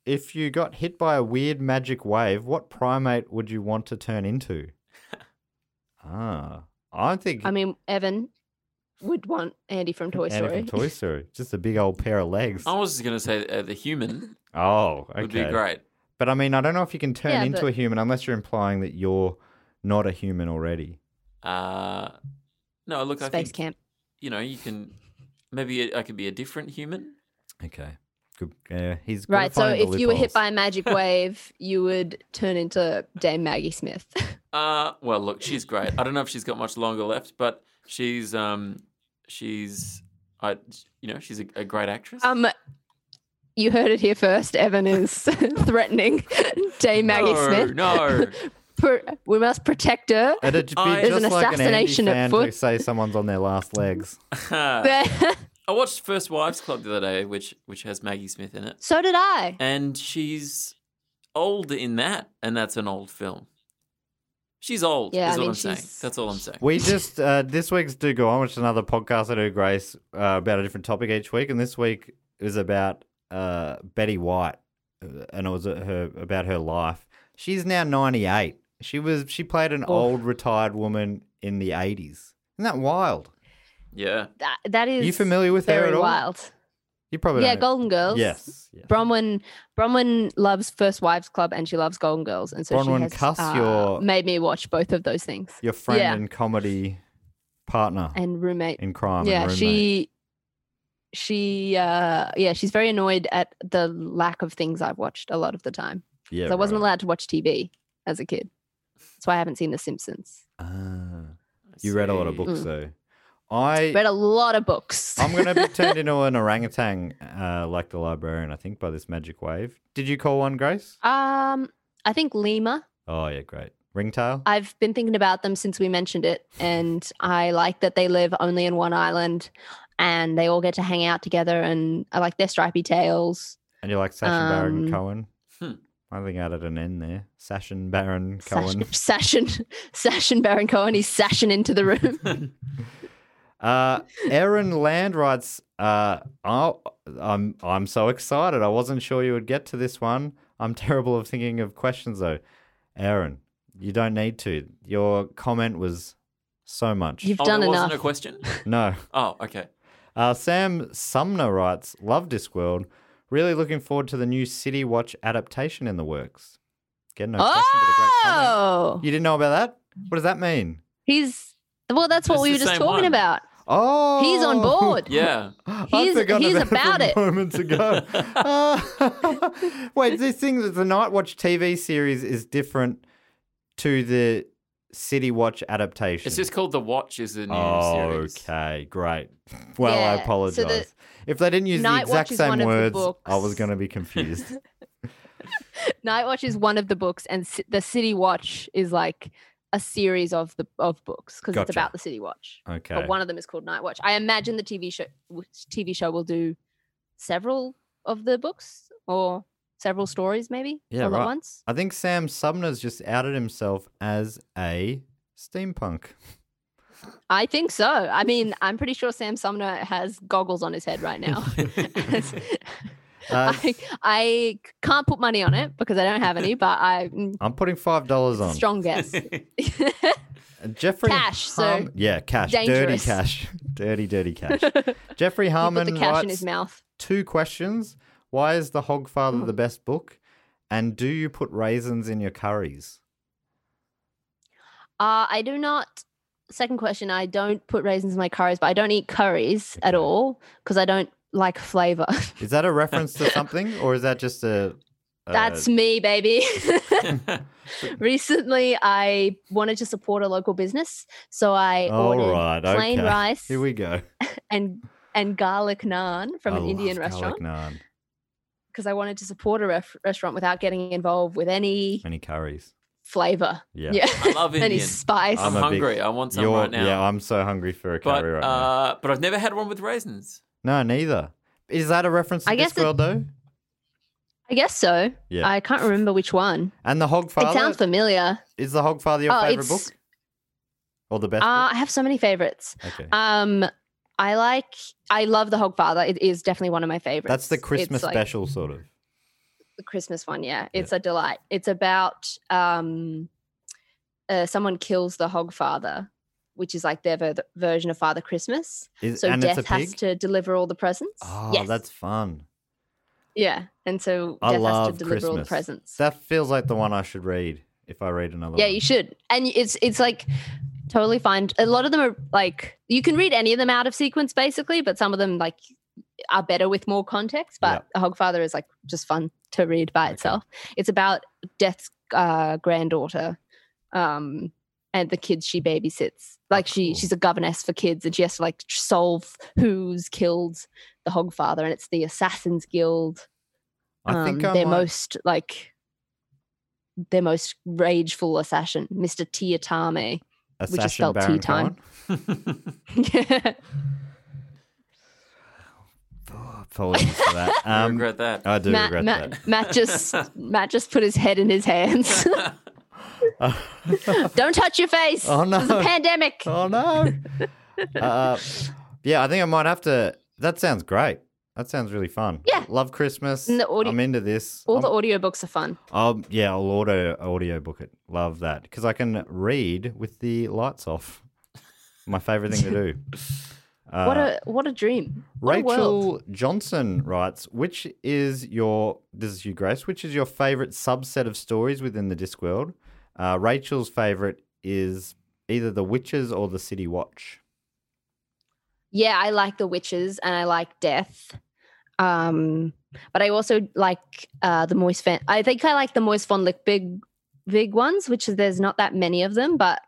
Speaker 4: If you got hit by a weird magic wave, what primate would you want to turn into? ah, I think
Speaker 6: I mean, Evan would want Andy from Toy
Speaker 4: Andy
Speaker 6: Story. Oh,
Speaker 4: from Toy Story. Just a big old pair of legs.
Speaker 5: I was just going to say uh, the human
Speaker 4: Oh, okay.
Speaker 5: would be great.
Speaker 4: But I mean, I don't know if you can turn
Speaker 6: Yeah,
Speaker 4: into
Speaker 6: but-
Speaker 4: a human unless you're implying that you're not a human already.
Speaker 5: Uh, no, look, I
Speaker 6: Space
Speaker 5: think
Speaker 6: Camp.
Speaker 5: you know you can. Maybe I could be a different human.
Speaker 4: Okay. Good. Yeah, he's gotta
Speaker 6: Right. So
Speaker 4: find the
Speaker 6: if you were hit by
Speaker 4: loopholes.
Speaker 6: a magic wave, you would turn into Dame Maggie Smith.
Speaker 5: Uh, well, look, she's great. I don't know if she's got much longer left, but she's um, she's I, you know, she's a, a great actress.
Speaker 6: um, you heard it here first. Evan is threatening Dame Maggie
Speaker 5: no,
Speaker 6: Smith.
Speaker 5: No,
Speaker 6: Pro- we must protect her.
Speaker 4: It'd be
Speaker 5: I-
Speaker 6: There's
Speaker 4: just
Speaker 6: an
Speaker 4: like an
Speaker 6: assassination at
Speaker 4: Andy fan to
Speaker 6: foot.
Speaker 4: say someone's on their last legs.
Speaker 5: I watched First Wives Club the other day, which which has Maggie Smith in it,
Speaker 6: so did I.
Speaker 5: and she's old in that, and that's an old film. She's old. is
Speaker 6: Yeah, I
Speaker 5: all
Speaker 6: mean,
Speaker 5: I'm saying.
Speaker 6: she's-
Speaker 5: That's all I'm saying.
Speaker 4: We just uh, this week's do go on, which is another podcast I do, Grace, uh, about a different topic each week, and this week is about uh, Betty White, uh, and it was uh, her about her life. She's now ninety eight. She was she played an old retired woman in the eighties. Isn't that wild?
Speaker 5: yeah.
Speaker 6: That, that is
Speaker 4: you familiar with her
Speaker 6: very
Speaker 4: at all?
Speaker 6: wild.
Speaker 4: You probably
Speaker 6: yeah,
Speaker 4: don't know-
Speaker 6: Golden Girls.
Speaker 4: Yes, yes.
Speaker 6: Bronwyn Bronwyn loves First Wives Club and she loves Golden Girls, and so
Speaker 4: Bronwyn,
Speaker 6: she has
Speaker 4: cuss
Speaker 6: uh,
Speaker 4: your-
Speaker 6: made me watch both of those things.
Speaker 4: your friend
Speaker 6: Yeah.
Speaker 4: and comedy partner
Speaker 6: And roommate.
Speaker 4: in crime. and
Speaker 6: yeah,
Speaker 4: roommate.
Speaker 6: she she uh yeah, she's very annoyed at the lack of things I've watched a lot of the time. 'Cause
Speaker 4: Yeah,
Speaker 6: I wasn't
Speaker 4: right.
Speaker 6: allowed to watch TV as a kid. That's why I haven't seen The Simpsons.
Speaker 4: Ah.
Speaker 5: I
Speaker 4: You read a lot of
Speaker 5: see.
Speaker 4: books,
Speaker 6: Mm.
Speaker 4: though. I
Speaker 6: Read a lot of books.
Speaker 4: I'm going to be turned into an orangutan, uh, like the librarian, I think, by this magic wave. Did you call one, Grace?
Speaker 6: um I think Lima.
Speaker 4: Oh yeah, great. Ringtail.
Speaker 6: I've been thinking about them since we mentioned it, and I like that they live only in one island, and they all get to hang out together. And I like their stripy tails.
Speaker 4: and you like Sash and Baron
Speaker 6: um,
Speaker 4: Cohen?
Speaker 5: Hmm.
Speaker 4: I think I added an N there. Sash and Baron
Speaker 6: Sash,
Speaker 4: Cohen.
Speaker 6: Sash and Sash and Baron Cohen. He's sashing into the room.
Speaker 5: Oh,
Speaker 4: Uh, Aaron Land writes, uh, oh, I'm, I'm so excited. I wasn't sure you would get to this one. I'm terrible of thinking of questions, though. Aaron, you don't need to. Your comment was so much.
Speaker 6: You've
Speaker 5: Oh,
Speaker 6: done
Speaker 5: there
Speaker 6: enough.
Speaker 5: wasn't a question.
Speaker 4: no.
Speaker 5: Oh, okay.
Speaker 4: Uh, Sam Sumner writes, Love Discworld. Really looking forward to the new City Watch adaptation in the works. Again, no question, but a great comment.
Speaker 6: oh,
Speaker 4: You didn't know about that? What does that mean?
Speaker 6: he's well. That's what
Speaker 5: It's
Speaker 6: we
Speaker 5: the
Speaker 6: were just
Speaker 5: same
Speaker 6: talking
Speaker 5: one.
Speaker 6: about.
Speaker 4: Oh,
Speaker 6: He's on board.
Speaker 5: Yeah.
Speaker 4: I
Speaker 6: He's-
Speaker 4: forgot
Speaker 6: he's
Speaker 4: about,
Speaker 6: about
Speaker 4: it
Speaker 6: it.
Speaker 4: from moments ago. Ah. wait, this thing that the Night Watch TV series is different to the City Watch adaptation.
Speaker 5: It's just called The Watch is the new series.
Speaker 4: Okay, great. Well, I
Speaker 6: Yeah,
Speaker 4: apologize.
Speaker 6: so the-
Speaker 4: if they didn't use the
Speaker 6: Night
Speaker 4: exact
Speaker 6: Watch is
Speaker 4: same
Speaker 6: one of the
Speaker 4: words, I was
Speaker 6: books.
Speaker 4: going to be confused.
Speaker 6: Night Watch is one of the books, and Ci- the City Watch is like a series of the of books because
Speaker 4: Gotcha.
Speaker 6: it's about the City Watch.
Speaker 4: Okay.
Speaker 6: but one of them is called Night Watch. I imagine the TV show w- TV show will do several of the books or several stories, maybe
Speaker 4: Yeah,
Speaker 6: all
Speaker 4: right.
Speaker 6: at once.
Speaker 4: I think Sam Sumner's just outed himself as a steampunk.
Speaker 6: I think so. I mean, I'm pretty sure Sam Sumner has goggles on his head right now.
Speaker 4: Uh,
Speaker 6: I, I can't put money on it because I don't have any, but I mm,
Speaker 4: I'm putting five dollars on
Speaker 6: strong guess.
Speaker 4: Jeffrey
Speaker 6: Cash, so
Speaker 4: Harm- yeah, cash, dirty
Speaker 6: dangerous.
Speaker 4: cash, dirty, dirty cash. Jeffrey
Speaker 6: He put
Speaker 4: Harmon
Speaker 6: the cash in
Speaker 4: writes
Speaker 6: his mouth. Hmm.
Speaker 4: two questions: Why is The Hogfather the best book? And do you put raisins in your curries?
Speaker 6: Uh, I do not. Second question: I don't put raisins in my curries, but I don't eat curries at
Speaker 4: Okay.
Speaker 6: all because I don't like flavor.
Speaker 4: Is that a reference to something, or is that just a? a-
Speaker 6: That's me, baby. Recently, I wanted to support a local business, so I ordered
Speaker 4: all right.
Speaker 6: plain
Speaker 4: okay.
Speaker 6: rice
Speaker 4: Here we go.
Speaker 6: and and garlic naan from
Speaker 4: I
Speaker 6: an Indian
Speaker 4: love garlic
Speaker 6: restaurant
Speaker 4: naan.
Speaker 6: because I wanted to support a ref- restaurant without getting involved with any
Speaker 4: Many curries.
Speaker 6: flavor.
Speaker 4: Yeah.
Speaker 5: I love
Speaker 6: any
Speaker 5: Indian.
Speaker 6: spice.
Speaker 5: I'm
Speaker 4: a big-
Speaker 5: hungry. I want some
Speaker 4: You're-
Speaker 5: right now.
Speaker 4: Yeah, I'm so hungry for a
Speaker 5: but
Speaker 4: curry right now.
Speaker 5: uh, but I've never had one with raisins.
Speaker 4: No, neither. Is that a reference to
Speaker 6: I guess it-
Speaker 4: Discworld though?
Speaker 6: I guess so.
Speaker 4: Yeah.
Speaker 6: I can't remember which one.
Speaker 4: And the Hogfather.
Speaker 6: It sounds familiar.
Speaker 4: Is the Hogfather your
Speaker 6: Oh,
Speaker 4: favorite
Speaker 6: it's-
Speaker 4: book? Or the
Speaker 6: Uh,
Speaker 4: best?
Speaker 6: I have so many favorites.
Speaker 4: book? Okay.
Speaker 6: Um, I like, I love The Hogfather. It is definitely one of my favorites.
Speaker 4: That's the
Speaker 6: It's
Speaker 4: Christmas
Speaker 6: like
Speaker 4: special, sort of.
Speaker 6: The Christmas one, yeah. It's a delight. It's about um, uh, someone kills the Hogfather, which is like their ver- version of Father Christmas.
Speaker 4: Is,
Speaker 6: So
Speaker 4: and
Speaker 6: death
Speaker 4: it's a pig.
Speaker 6: has to deliver all the presents.
Speaker 4: Oh,
Speaker 6: Yes.
Speaker 4: that's fun.
Speaker 6: yeah. And so
Speaker 4: I
Speaker 6: death has
Speaker 4: love
Speaker 6: to deliver all the
Speaker 4: Christmas.
Speaker 6: presents.
Speaker 4: That feels like the one I should read if I read another.
Speaker 6: Yeah,
Speaker 4: one.
Speaker 6: you should. And it's it's like totally fine. A lot of them are like you can read any of them out of sequence basically, but some of them like are better with more context, but Hogfather is like just fun to read by itself. It's about Death's uh, granddaughter um, and the kids she babysits. Like she
Speaker 4: cool.
Speaker 6: she's a governess for kids, and she has to like tr- solve who's killed the Hogfather, and it's the Assassins Guild.
Speaker 4: I think I
Speaker 6: their
Speaker 4: might-
Speaker 6: um, most like their most rageful assassin, Mister Tiatame.
Speaker 4: a
Speaker 6: we just
Speaker 4: session
Speaker 6: felt tea
Speaker 4: Baron
Speaker 6: time.
Speaker 4: Cohen? Oh, apologies for that.
Speaker 5: I
Speaker 4: Um,
Speaker 5: regret that.
Speaker 4: I do
Speaker 6: Matt,
Speaker 4: regret
Speaker 6: Matt, Matt just Matt just put his head in his hands.
Speaker 4: that.
Speaker 6: Don't touch your face.
Speaker 4: Oh,
Speaker 6: There's a
Speaker 4: no.
Speaker 6: pandemic.
Speaker 4: oh no. Uh, yeah, I think I might have to. That sounds great. That sounds really fun.
Speaker 6: Yeah.
Speaker 4: love Christmas.
Speaker 6: And the audi-
Speaker 4: I'm into this.
Speaker 6: All the
Speaker 4: I'm-
Speaker 6: audiobooks are fun.
Speaker 4: I'll, yeah, I'll auto audio book it. Love that because I can read with the lights off. My favorite thing to do. Uh,
Speaker 6: what a what a dream. What a world.
Speaker 4: Rachel Johnson writes, which is your this is you, Grace. Which is your favorite subset of stories within the Discworld? Uh, Rachel's favorite is either The Witches or The City Watch.
Speaker 6: Yeah, I like the witches and I like death. Um, but I also like uh the moist fan. I think I like the moist fondlick big big ones, which is there's not that many of them, but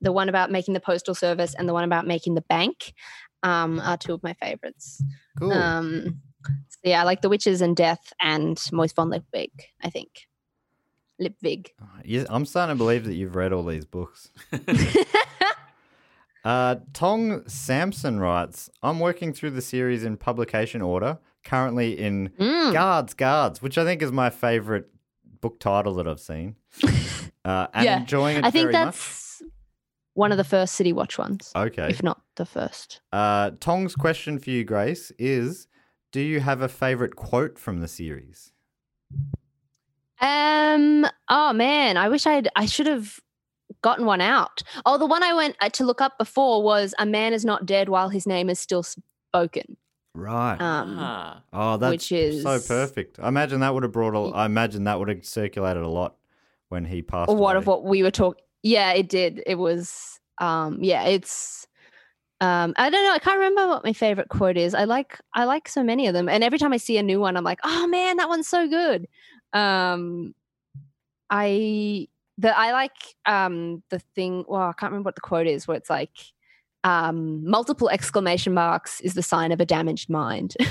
Speaker 6: the one about making the postal service and the one about making the bank um are two of my favorites.
Speaker 4: Cool.
Speaker 6: Um, so yeah, I like The Witches and Death and Moist von Lipwig, I think. Lipwig.
Speaker 4: Yeah, I'm starting to believe that you've read all these books. uh, Tong Samson writes, I'm working through the series in publication order, currently in
Speaker 6: Mm.
Speaker 4: Guards, Guards, which I think is my favorite book title that I've seen. Uh, and
Speaker 6: Yeah,
Speaker 4: enjoying it
Speaker 6: I
Speaker 4: very
Speaker 6: think that's one of the first City Watch ones,
Speaker 4: much. Okay.
Speaker 6: if not the first.
Speaker 4: Uh, Tong's question for you, Grace, is Do you have a favorite quote from the series?
Speaker 6: Um. Oh man, I wish I'd. I should have gotten one out. Oh, the one I went uh, to look up before was "A man is not dead while his name is still spoken."
Speaker 4: Right.
Speaker 6: Um.
Speaker 5: Ah.
Speaker 4: Oh, that's
Speaker 6: which
Speaker 4: so
Speaker 6: is-
Speaker 4: perfect. I imagine that would have brought. A, I imagine that would have circulated a lot when he passed.
Speaker 6: or what
Speaker 4: away.
Speaker 6: of what we were talking yeah it did it was um yeah it's um i don't know i can't remember what my favorite quote is i like i like so many of them and every time i see a new one i'm like oh man that one's so good um i the i like um the thing well i can't remember what the quote is where it's like um multiple exclamation marks is the sign of a damaged mind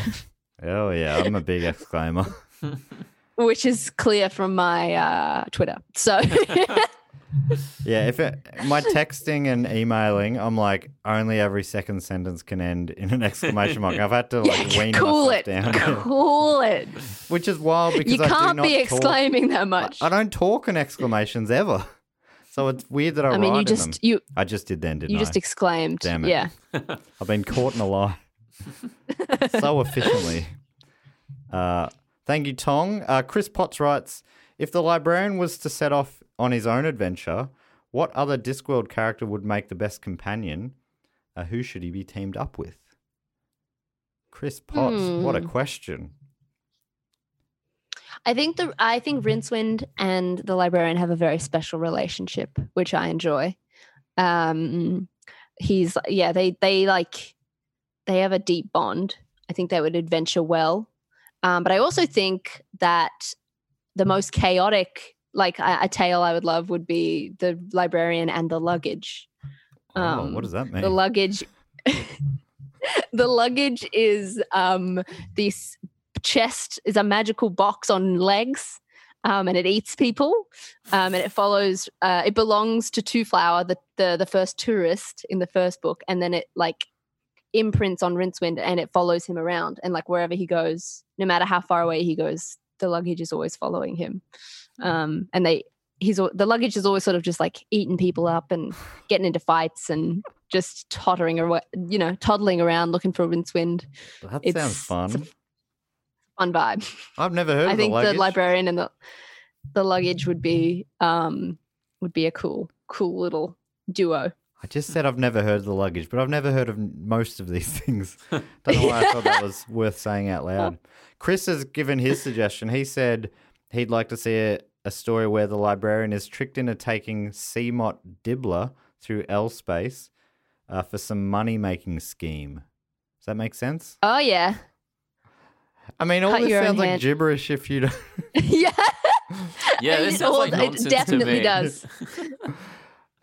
Speaker 4: Oh yeah, I'm a big exclaimer.
Speaker 6: which is clear from my uh twitter so
Speaker 4: yeah, if it, my texting and emailing, I'm like only every second sentence can end in an exclamation mark. I've had to like wean
Speaker 6: cool
Speaker 4: myself
Speaker 6: it
Speaker 4: down,
Speaker 6: cool it
Speaker 4: which is wild because
Speaker 6: you
Speaker 4: I do
Speaker 6: can't
Speaker 4: not
Speaker 6: be
Speaker 4: talk-
Speaker 6: exclaiming that
Speaker 4: I,
Speaker 6: much.
Speaker 4: I don't talk in exclamations ever, so it's weird that I,
Speaker 6: I mean,
Speaker 4: write
Speaker 6: you
Speaker 4: in
Speaker 6: just
Speaker 4: them.
Speaker 6: you
Speaker 4: I just did then, didn't
Speaker 6: you
Speaker 4: I?
Speaker 6: just exclaimed.
Speaker 4: Damn it.
Speaker 6: Yeah.
Speaker 4: I've been caught in a lie so efficiently. Uh, thank you, Tong. Uh, Chris Potts writes If the librarian was to set off on his own adventure, what other Discworld character would make the best companion? Uh, who should he be teamed up with? Chris Potts, what a
Speaker 6: Hmm.
Speaker 4: question.
Speaker 6: I think the I think
Speaker 4: Mm-hmm.
Speaker 6: Rincewind and the librarian have a very special relationship, which I enjoy. Um he's yeah, they they like they have a deep bond. I think they would adventure well. Um, but I also think that the most chaotic, like a, a tale I would love would be the librarian and the luggage.
Speaker 4: oh, what does that mean?
Speaker 6: the luggage the luggage is um this chest is a magical box on legs um, and it eats people um, and it follows uh, it belongs to two flower the, the the first tourist in the first book and then it like imprints on rincewind and it follows him around and like wherever he goes no matter how far away he goes the luggage is always following him um, and they he's al- the luggage is always sort of just like eating people up and getting into fights and just tottering away, you know, toddling around looking for Rincewind.
Speaker 4: that
Speaker 6: it's-
Speaker 4: sounds
Speaker 6: it's
Speaker 4: fun.
Speaker 6: a Fun vibe.
Speaker 4: I've never heard
Speaker 6: I
Speaker 4: of
Speaker 6: think
Speaker 4: the
Speaker 6: the,
Speaker 4: luggage.
Speaker 6: librarian and the the luggage would be um would be a cool cool little duo.
Speaker 4: I just said I've never heard of the luggage, but I've never heard of most of these things. Don't know why I thought that was worth saying out loud. Chris has given his suggestion. He said he'd like to see a, a story where the librarian is tricked into taking CMOT Dibbler through L space uh, for some money making scheme. Does that make sense?
Speaker 6: Oh yeah.
Speaker 4: I mean, all
Speaker 6: Cut
Speaker 4: this
Speaker 6: your own
Speaker 4: sounds like
Speaker 6: hand.
Speaker 4: gibberish if you don't.
Speaker 6: yeah.
Speaker 5: Yeah,
Speaker 6: It
Speaker 5: this
Speaker 6: all-
Speaker 5: sounds like nonsense
Speaker 6: It definitely
Speaker 5: to me.
Speaker 6: does.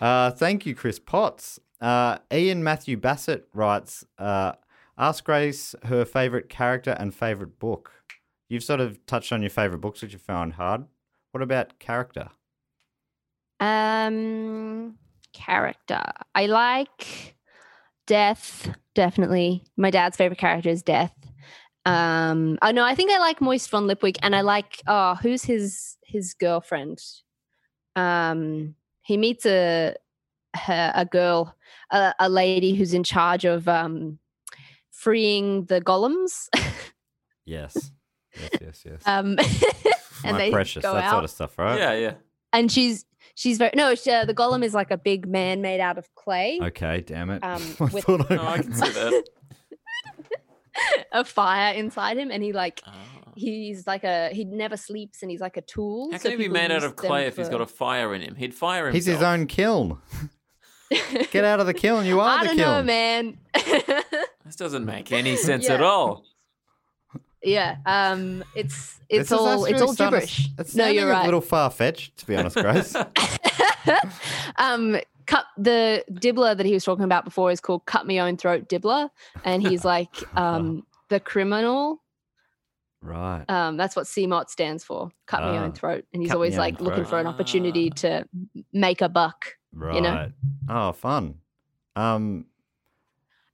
Speaker 4: Uh, thank you, Chris Potts. Uh, Ian Matthew Bassett writes uh, Ask Grace her favourite character and favourite book. You've sort of touched on your favourite books, which you found hard. What about character?
Speaker 6: Um, character. I like Death, definitely. My dad's favorite character is Death. Um, oh no, I think I like Moist von Lipwig, and I like oh, who's his his girlfriend? Um, he meets a her, a girl, a, a lady who's in charge of um freeing the golems.
Speaker 4: Yes. Yes, yes, yes.
Speaker 6: um, and
Speaker 4: My
Speaker 6: they
Speaker 4: precious,
Speaker 6: go
Speaker 4: that
Speaker 6: out.
Speaker 4: sort of stuff, right?
Speaker 5: Yeah, yeah.
Speaker 6: and she's she's very no she, uh, the golem is like a big man made out of clay
Speaker 4: Okay, damn it.
Speaker 6: Um,
Speaker 4: I
Speaker 6: with-
Speaker 4: thought I-
Speaker 5: No, I can see that.
Speaker 6: a fire inside him and he like
Speaker 5: Ah.
Speaker 6: he's like a he never sleeps and he's like a tool
Speaker 5: How
Speaker 6: so
Speaker 5: can he be
Speaker 6: people
Speaker 5: made out
Speaker 6: use
Speaker 5: of clay
Speaker 6: them
Speaker 5: if he's
Speaker 6: for-
Speaker 5: got a fire in him? He'd fire himself.
Speaker 4: He's his own kiln. Get out of the kiln. You are
Speaker 6: I
Speaker 4: the
Speaker 6: don't
Speaker 4: kiln.
Speaker 6: know man
Speaker 5: This doesn't make any sense
Speaker 6: Yeah.
Speaker 5: at all.
Speaker 6: yeah um it's
Speaker 4: This is
Speaker 6: it's all
Speaker 4: us
Speaker 6: it's
Speaker 4: really
Speaker 6: all
Speaker 4: starting-
Speaker 6: gibberish
Speaker 4: It's
Speaker 6: no
Speaker 4: sounding
Speaker 6: you're right
Speaker 4: A little far fetched, to be honest, Grace.
Speaker 6: um cut the dibbler that he was talking about before is called cut me own throat dibbler and he's like um the criminal
Speaker 4: right.
Speaker 6: Um, that's what CMOT stands for, cut me
Speaker 4: Ah.
Speaker 6: own throat. And he's
Speaker 4: Cut me
Speaker 6: always
Speaker 4: own
Speaker 6: like looking
Speaker 4: throat.
Speaker 6: for an opportunity
Speaker 5: Ah.
Speaker 6: to m- make a buck.
Speaker 4: Right.
Speaker 6: you know.
Speaker 4: Oh, fun. Um,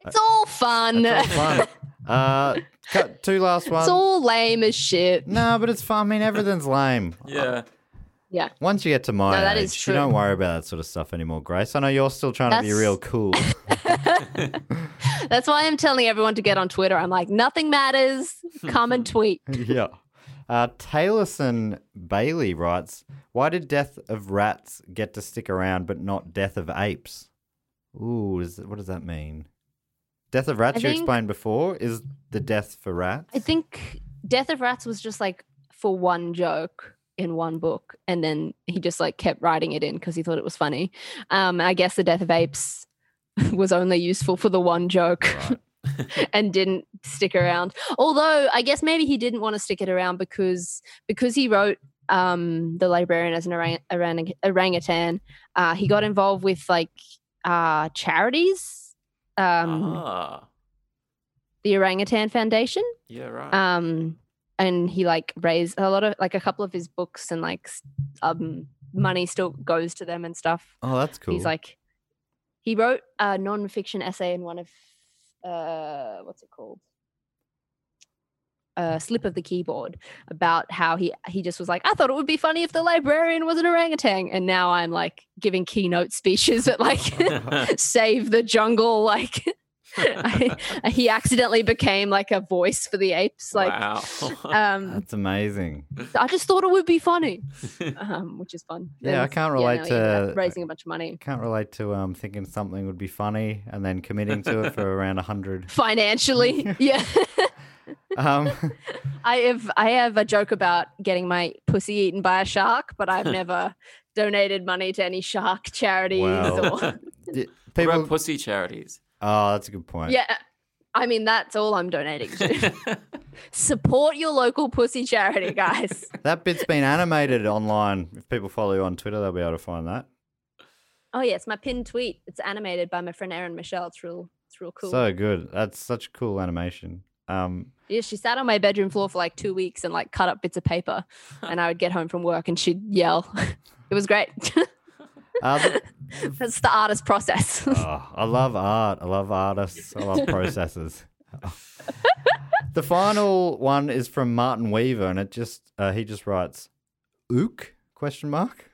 Speaker 6: It's all fun.
Speaker 4: that's Uh, all fun. uh, cut two last ones.
Speaker 6: it's all lame as shit.
Speaker 4: No, but it's fun. I mean, everything's lame.
Speaker 5: Yeah.
Speaker 6: Yeah.
Speaker 4: Once you get to my
Speaker 6: No, that
Speaker 4: age,
Speaker 6: is
Speaker 4: you don't
Speaker 6: true.
Speaker 4: worry about that sort of stuff anymore, Grace. I know you're still trying to be
Speaker 6: That's-
Speaker 4: real cool.
Speaker 6: That's why I'm telling everyone to get on Twitter. I'm like, nothing matters. Come and tweet.
Speaker 4: yeah. Uh, Taylorson Bailey writes, "Why did Death of Rats get to stick around, but not Death of Apes?" Ooh, is what does that mean? Death of Rats,
Speaker 6: I
Speaker 4: you
Speaker 6: think-
Speaker 4: explained before, is the death for rats.
Speaker 6: I think Death of Rats was just like for one joke in one book. And then he just like kept writing it in because he thought it was funny. Um, I guess the Death of Apes was only useful for the one joke.
Speaker 4: Right.
Speaker 6: and didn't stick around. Although I guess maybe he didn't want to stick it around because because he wrote um, the librarian as an orang- orang- orangutan. Uh, he got involved with like uh, charities, um,
Speaker 5: ah.
Speaker 6: the Orangutan Foundation,
Speaker 5: Yeah, right.
Speaker 6: um, and he like raised a lot of like a couple of his books and like s- um, money still goes to them and stuff.
Speaker 4: Oh, that's cool.
Speaker 6: He's like, he wrote a nonfiction essay in one of, uh, what's it called? Uh, slip of the keyboard about how he he just was like I thought it would be funny if the librarian was an orangutan and now I'm like giving keynote speeches at like save the jungle like I, he accidentally became like a voice for the apes like
Speaker 5: wow.
Speaker 6: um
Speaker 4: That's amazing.
Speaker 6: I just thought it would be funny um which is fun
Speaker 4: Yeah,
Speaker 6: Then
Speaker 4: I
Speaker 6: it's-
Speaker 4: can't
Speaker 6: yeah, no,
Speaker 4: relate
Speaker 6: he ended up
Speaker 4: to-
Speaker 6: raising a bunch of money
Speaker 4: Can't relate to um thinking something would be funny and then committing to it for around a hundred.
Speaker 6: financially. yeah.
Speaker 4: Um,
Speaker 6: I have I have a joke about getting my pussy eaten by a shark, but I've never donated money to any shark charities
Speaker 4: Wow.
Speaker 6: or
Speaker 4: d-
Speaker 5: What about
Speaker 4: people.
Speaker 5: pussy charities?
Speaker 4: Oh, that's a good point.
Speaker 6: Yeah. I mean that's all I'm donating to. Support your local pussy charity, guys.
Speaker 4: That bit's been animated online. If people follow you on Twitter, they'll be able to find that.
Speaker 6: oh yes, my pinned tweet. It's animated by my friend Erin Michelle. It's real it's real cool.
Speaker 4: So good. That's such cool animation. Um,
Speaker 6: yeah, she sat on my bedroom floor for like two weeks and like cut up bits of paper and I would get home from work and she'd yell. it was great.
Speaker 4: uh, th-
Speaker 6: that's the artist process.
Speaker 4: oh, I love art. I love artists. I love processes. the final one is from Martin Weaver, and it just uh, he just writes, "Ook?" Question mark.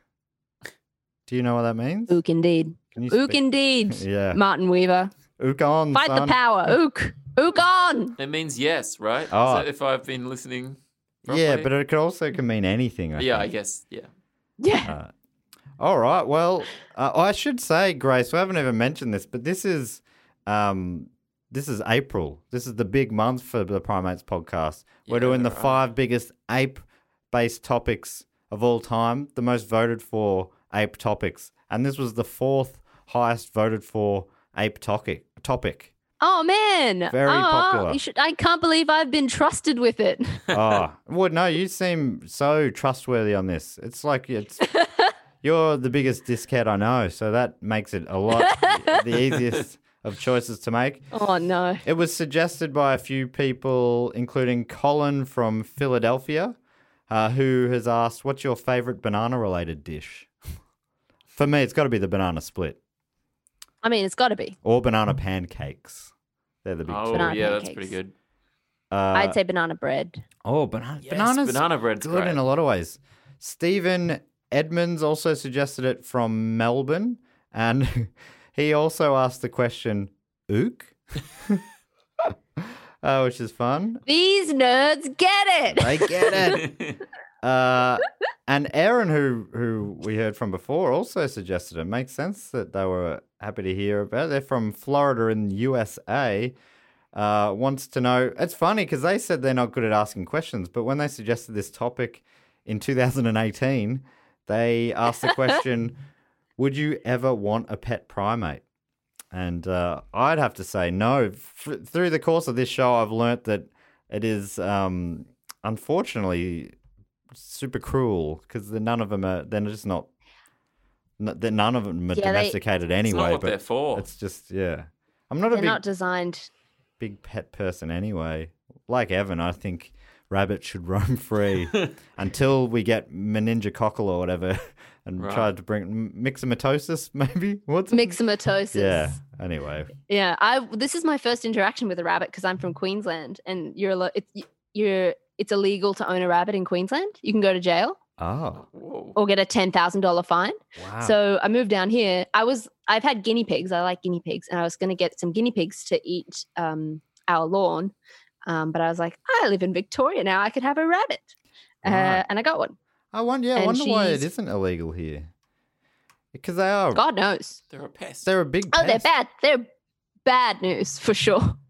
Speaker 4: Do you know what that means?
Speaker 6: Ook indeed.
Speaker 4: Can you
Speaker 6: Ook
Speaker 4: speak-
Speaker 6: indeed.
Speaker 4: Yeah.
Speaker 6: Martin Weaver.
Speaker 4: Ook on.
Speaker 6: Fight
Speaker 4: son.
Speaker 6: the power. Ook. Ook on.
Speaker 5: It means yes, right?
Speaker 4: Oh.
Speaker 5: So if I've been listening.
Speaker 4: Yeah,
Speaker 5: properly-
Speaker 4: but it could also can mean anything. I
Speaker 5: yeah, I
Speaker 4: think.
Speaker 5: guess. Yeah.
Speaker 6: Yeah.
Speaker 4: Uh, all right. Well, uh, I should say, Grace, we haven't even mentioned this, but this is um, this is April. This is the big month for the Primates podcast. We're
Speaker 5: Yeah,
Speaker 4: doing the
Speaker 5: right.
Speaker 4: five biggest ape-based topics of all time, the most voted for ape topics, and this was the fourth highest voted for ape topic. Topic
Speaker 6: Oh man.
Speaker 4: Very
Speaker 6: oh,
Speaker 4: popular.
Speaker 6: You should, I can't believe I've been trusted with it.
Speaker 4: oh, well, no, you seem so trustworthy on this. It's like it's you're the biggest dickhead I know, so that makes it a lot the easiest of choices to make.
Speaker 6: Oh no.
Speaker 4: It was suggested by a few people, including Colin from Philadelphia, uh, who has asked, "What's your favorite banana-related dish?" For me, it's got to be the banana split
Speaker 6: I mean, it's got to be.
Speaker 4: or banana pancakes. They're the big
Speaker 5: Mm. Oh,
Speaker 4: two.
Speaker 6: Banana
Speaker 5: yeah, that's
Speaker 6: pancakes.
Speaker 5: pretty good.
Speaker 4: Uh,
Speaker 6: I'd say banana bread.
Speaker 4: oh, banana
Speaker 5: Yes, banana bread's
Speaker 4: good
Speaker 5: great.
Speaker 4: in a lot of ways. Stephen Edmonds also suggested it from Melbourne, and he also asked the question, "Ook," uh, which is fun.
Speaker 6: These nerds get it.
Speaker 4: They get it. Uh, and Aaron, who who we heard from before, also suggested it. Makes sense that they were happy to hear about. It. They're from Florida in the USA. Uh, wants to know. It's funny because they said they're not good at asking questions, but when they suggested this topic in 2018, they asked the question, "Would you ever want a pet primate?" And uh, I'd have to say no. F- through the course of this show, I've learnt that it is um, unfortunately super cruel because none of them are. They're just not. n- They're none of them are
Speaker 6: Yeah, they-
Speaker 4: domesticated anyway.
Speaker 5: what
Speaker 4: but
Speaker 5: they're for.
Speaker 4: It's just yeah. I'm not a
Speaker 6: They're
Speaker 4: big
Speaker 6: not designed.
Speaker 4: big pet person anyway. Like Evan, I think rabbits should roam free until we get meningococcal or whatever, and
Speaker 5: Right.
Speaker 4: try to bring m- mixomatosis. Maybe what's it?
Speaker 6: Myxomatosis.
Speaker 4: Yeah. Anyway,
Speaker 6: Yeah, I this is my first interaction with a rabbit because I'm from Queensland, and you're allo- it's you're it's illegal to own a rabbit in Queensland. You can go to jail
Speaker 4: oh
Speaker 5: Whoa.
Speaker 6: or get a ten thousand dollar fine.
Speaker 4: wow.
Speaker 6: So I moved down here. I was I've had guinea pigs. I like guinea pigs, and I was going to get some guinea pigs to eat um, our lawn, um, but I was like, I live in Victoria now. I could have a rabbit, uh,
Speaker 4: Right.
Speaker 6: and I got one.
Speaker 4: I wonder. Yeah, I
Speaker 6: and
Speaker 4: wonder why it
Speaker 6: she's-
Speaker 4: isn't illegal here. Because they are.
Speaker 6: God knows.
Speaker 5: They're a pest.
Speaker 4: They're a big.
Speaker 6: Oh, they're
Speaker 4: pest.
Speaker 6: bad. They're bad news for sure.